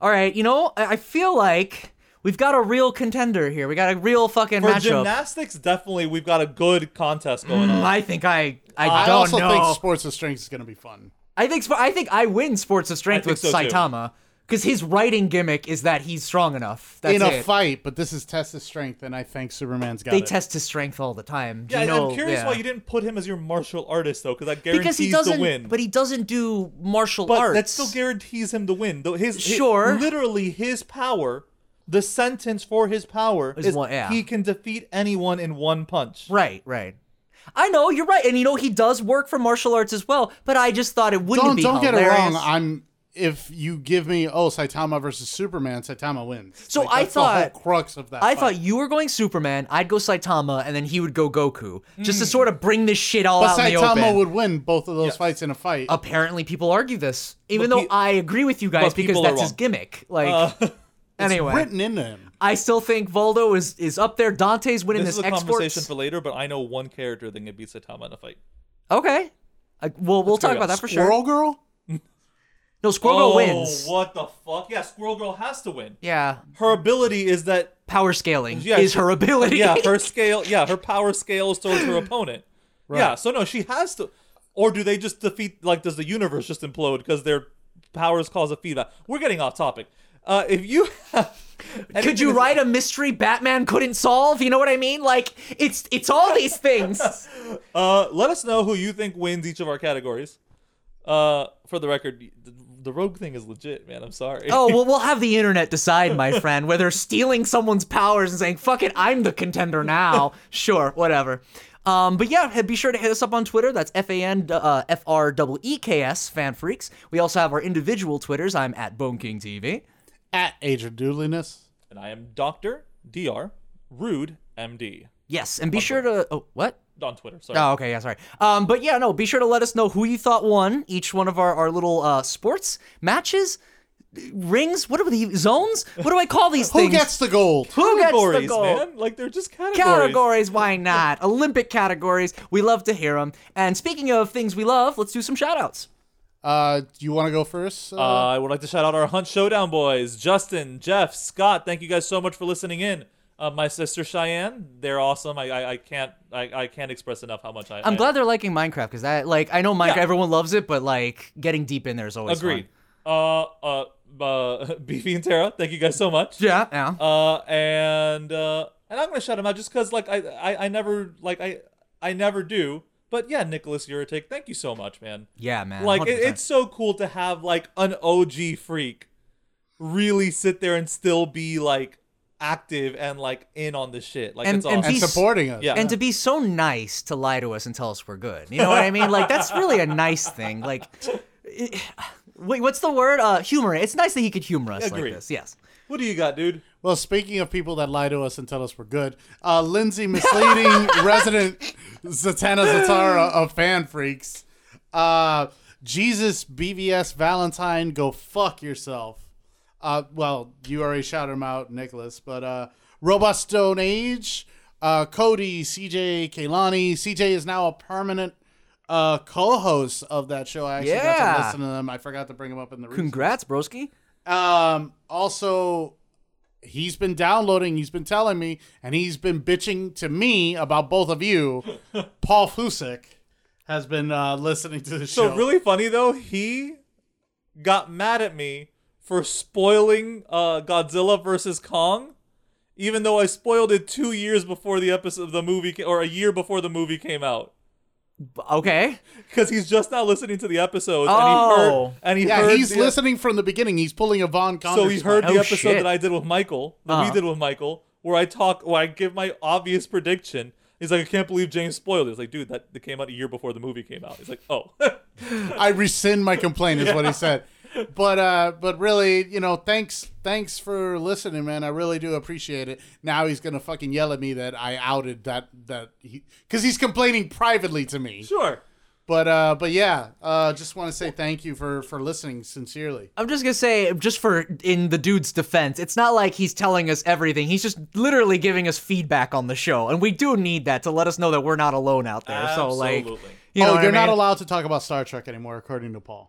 Speaker 2: All right, you know, I I feel like we've got a real contender here. We got a real fucking
Speaker 1: For
Speaker 2: matchup. Mm,
Speaker 1: gymnastics, definitely, we've got a good contest going on.
Speaker 2: I think I I,
Speaker 3: I
Speaker 2: don't
Speaker 3: also
Speaker 2: know.
Speaker 3: think sports of strength is going to be fun.
Speaker 2: I think sp- I think I win sports of strength
Speaker 1: think so,
Speaker 2: with
Speaker 1: too.
Speaker 2: Saitama because his writing gimmick is that he's strong enough. That's
Speaker 3: in a
Speaker 2: it.
Speaker 3: fight, but this is test his strength, and I think Superman's got
Speaker 2: they
Speaker 3: it.
Speaker 2: test his strength all the time. Do
Speaker 1: Yeah,
Speaker 2: you know,
Speaker 1: I'm curious
Speaker 2: yeah.
Speaker 1: why you didn't put him as your martial artist though, because that guarantees
Speaker 2: because he doesn't.
Speaker 1: the win.
Speaker 2: But he doesn't do martial
Speaker 1: But
Speaker 2: arts.
Speaker 1: that still guarantees him to win. Though his hi-
Speaker 2: Sure.
Speaker 1: literally his power, the sentence for his power
Speaker 2: Is
Speaker 1: is,
Speaker 2: one- yeah.
Speaker 1: he can defeat anyone in one punch.
Speaker 2: Right, right. I know you're right, and you know he does work for martial arts as well. But I just thought it wouldn't
Speaker 3: don't
Speaker 2: be
Speaker 3: don't get it
Speaker 2: hilarious.
Speaker 3: wrong. I'm if you give me oh Saitama versus Superman, Saitama wins.
Speaker 2: So
Speaker 3: Like,
Speaker 2: I
Speaker 3: that's the whole
Speaker 2: thought-
Speaker 3: crux of that.
Speaker 2: I
Speaker 3: fight.
Speaker 2: thought you were going Superman, I'd go Saitama, and then he would go Goku, just
Speaker 1: Hmm.
Speaker 2: to sort of bring this shit all
Speaker 3: but
Speaker 2: out in the open. Uh,
Speaker 3: Saitama would win both of those fights in a fight.
Speaker 2: Apparently, people argue this, even
Speaker 1: But
Speaker 2: though
Speaker 1: pe-
Speaker 2: I agree with you guys
Speaker 1: but
Speaker 2: because
Speaker 1: people are
Speaker 2: that's his
Speaker 1: wrong. Uh.
Speaker 2: gimmick. Like,
Speaker 1: [laughs]
Speaker 2: anyway,
Speaker 3: Written into him.
Speaker 2: I still think Voldo is is up there. Dante's winning
Speaker 1: This,
Speaker 2: this,
Speaker 1: is a conversation
Speaker 2: exports.
Speaker 1: for later, but I know one character that can beat Saitama in a fight.
Speaker 2: okay, I, well, we'll talk
Speaker 1: carry
Speaker 2: about
Speaker 1: on.
Speaker 2: that for sure.
Speaker 3: Squirrel Girl.
Speaker 2: No, Squirrel Girl
Speaker 1: oh,
Speaker 2: wins.
Speaker 1: what the fuck? Yeah, Squirrel Girl has to win.
Speaker 2: Yeah,
Speaker 1: Her ability is that
Speaker 2: power scaling
Speaker 1: Yeah,
Speaker 2: is
Speaker 1: she-
Speaker 2: her ability.
Speaker 1: yeah, her scale yeah, her power scales towards her opponent. Yeah, so no, she has to or do they just defeat like does the universe just implode because their powers cause a feedback? We're getting off topic. Uh if you [laughs] have
Speaker 2: [laughs] Could you
Speaker 1: anything-
Speaker 2: write a mystery Batman couldn't solve? You know what I mean? Like it's it's all these things.
Speaker 1: [laughs] Uh, let us know who you think wins each of our categories. Uh, for the record, the, the rogue thing is legit, man. I'm sorry.
Speaker 2: Oh well, we'll have the internet decide, my friend, whether stealing someone's powers and saying "fuck it, I'm the
Speaker 1: [laughs]
Speaker 2: contender now." Sure, whatever. Um, but yeah, he- be sure to hit us up on Twitter. That's F A N uh, F R E E K S Fan Freaks. We also have our individual Twitters. I'm at Bone King TV.
Speaker 3: at Age of Doodliness.
Speaker 1: and I am Doctor Dr. Rude MD
Speaker 2: Yes, and be sure to oh what
Speaker 1: on Twitter. Sorry.
Speaker 2: Oh, okay, yeah, sorry. Um, but yeah, no, be sure to let us know who you thought won each one of our, our little uh, sports matches, rings. What are the zones? What do I call these
Speaker 1: [laughs]
Speaker 3: Who
Speaker 2: things?
Speaker 3: gets the gold?
Speaker 2: who gets
Speaker 1: categories,
Speaker 2: the goal?
Speaker 1: man. Like they're just categories.
Speaker 2: Categories, why not? Olympic categories. We love to hear them. And speaking of things we love, let's do some shout outs.
Speaker 3: Uh, do you want to go first?
Speaker 1: Uh, I would like to shout out our Hunt Showdown boys, Justin, Jeff, Scott. Thank you guys so much for listening in. Uh, my sister Cheyenne, they're awesome. I I, I can't I, I can't express enough how much I.
Speaker 2: I'm
Speaker 1: I
Speaker 2: glad they're liking Minecraft because that, like, I know Minecraft,
Speaker 1: Yeah.
Speaker 2: everyone loves it, but like getting deep in there is always
Speaker 1: Agreed.
Speaker 2: Fun.
Speaker 1: Uh, uh, uh, [laughs] Beefy and Tara, thank you guys so much.
Speaker 2: Yeah, yeah.
Speaker 1: Uh, and uh, and I'm gonna shout him out just because like I, I I never like I I never do. But yeah, Nicholas Uritic, thank you so much, man.
Speaker 2: yeah, man.
Speaker 1: Like it,
Speaker 2: 100%.
Speaker 1: it's so cool to have like an OG freak really sit there and still be like active and like in on the shit. Like
Speaker 2: And-
Speaker 1: it's
Speaker 2: and
Speaker 1: awesome.
Speaker 3: and
Speaker 2: he's-
Speaker 3: supporting us.
Speaker 1: yeah.
Speaker 2: and to be so nice to lie to us and tell us we're good. You know what I mean? Like that's really a nice thing. Like, it- wait, what's the word? Uh, humor. It's nice that he could humor us
Speaker 1: Agreed.
Speaker 2: like this. Yes.
Speaker 1: what do you got, dude?
Speaker 3: Well, speaking of people that lie to us and tell us we're good, uh,
Speaker 2: [laughs]
Speaker 3: Lindsay misleading resident Zatanna Zatara of Fan Freaks. Uh, Jesus BVS Valentine, go fuck yourself. Uh, well, you already shouted him out, Nicholas, but uh, Robot Stone Age, uh, Cody, CJ, Kaylani. CJ is now a permanent uh, co host of that show. I actually got to
Speaker 2: Yeah.
Speaker 3: listen to them. I forgot to bring them up in the room.
Speaker 2: Congrats, broski.
Speaker 3: Um, also, he's been downloading, he's been telling me, and he's been bitching to me about both
Speaker 1: [laughs]
Speaker 3: of you. Paul Fusik has been uh, listening to the
Speaker 1: So
Speaker 3: show.
Speaker 1: really funny though, he got mad at me for spoiling uh, Godzilla versus Kong, even though I spoiled it two years before the episode of the movie ca- or a year before the movie came out.
Speaker 2: Okay.
Speaker 1: Because he's just now listening to the episodes,
Speaker 2: Oh.
Speaker 1: and he heard, and he
Speaker 3: yeah,
Speaker 1: heard
Speaker 3: he's
Speaker 1: the-
Speaker 3: listening from the beginning. He's pulling a Von Conner.
Speaker 1: So he heard
Speaker 2: Oh,
Speaker 1: the episode
Speaker 2: shit.
Speaker 1: that I did with Michael, that we
Speaker 2: Uh-huh.
Speaker 1: did with Michael, where I talk, where I give my obvious prediction. He's like, I can't believe James spoiled it. It's like, dude, that, that came out a year before the movie came out. He's like, oh, [laughs]
Speaker 3: I rescind my complaint is what he said. But uh, but really, you know, thanks thanks for listening, man. I really do appreciate it. Now he's gonna fucking yell at me that I outed that that because he's complaining privately to me.
Speaker 1: sure.
Speaker 3: But uh, but yeah, uh, just want to say thank you for for listening sincerely.
Speaker 2: I'm just gonna say, just for in the dude's defense, it's not like he's telling us everything. He's just literally giving us feedback on the show, and we do need that to let us know that we're not alone out there. So like,
Speaker 1: Absolutely.
Speaker 2: you know,
Speaker 3: oh,
Speaker 2: what I
Speaker 3: you're not
Speaker 2: mean?
Speaker 3: allowed to talk about Star Trek anymore, according to Paul.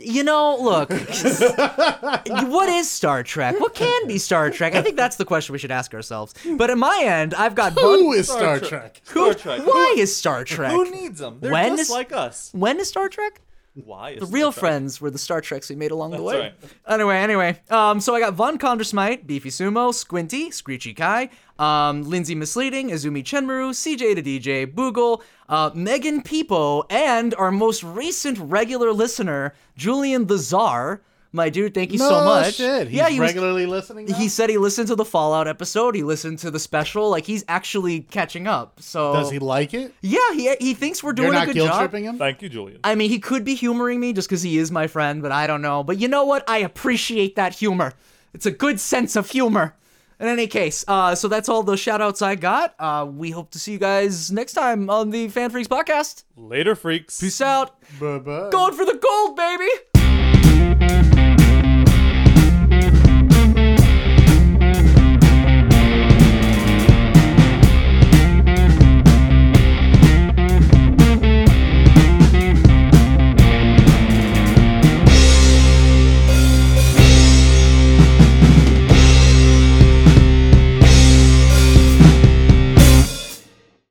Speaker 2: You know, look, what is Star Trek? What can be Star Trek? I think that's the question we should ask ourselves. But at my end, I've got
Speaker 3: Who
Speaker 2: one.
Speaker 3: is Star,
Speaker 1: Star
Speaker 3: Trek?
Speaker 1: Star Trek.
Speaker 2: Why is Star Trek?
Speaker 1: Who needs them? They're
Speaker 2: When
Speaker 1: just
Speaker 2: is-
Speaker 1: like us.
Speaker 2: when is Star Trek?
Speaker 1: Why is
Speaker 2: The real
Speaker 1: Star Trek-
Speaker 2: friends were the Star Treks we made along the
Speaker 1: That's
Speaker 2: way.
Speaker 1: right.
Speaker 2: Anyway, anyway. Um, so I got Von Condersmite, Beefy Sumo, Squinty, Screechy Kai, um, Lindsay Misleading, Izumi Chenmaru, CJ to DJ, Boogle, uh, Megan Peepo, and our most recent regular listener, Julian the Czar. My dude, thank you so
Speaker 3: No
Speaker 2: much.
Speaker 3: shit. He's
Speaker 2: yeah, he was-
Speaker 3: regularly listening. Now?
Speaker 2: he said he listened to the Fallout episode. He listened to the special. Like he's actually catching up. So
Speaker 3: Does he like it?
Speaker 2: Yeah, he he thinks we're doing
Speaker 3: You're
Speaker 2: a
Speaker 3: not
Speaker 2: good
Speaker 3: guilt
Speaker 2: job.
Speaker 3: tripping him.
Speaker 1: Thank you, Julian.
Speaker 2: I mean, he could be humoring me just because he is my friend, but I don't know. But you know what? I appreciate that humor. It's a good sense of humor. In any case, uh, so that's all the shout outs I got. Uh, we hope to see you guys next time on the Fan Freaks podcast.
Speaker 1: Later, freaks.
Speaker 2: Peace out.
Speaker 3: Bye-bye.
Speaker 2: Going for the gold, baby.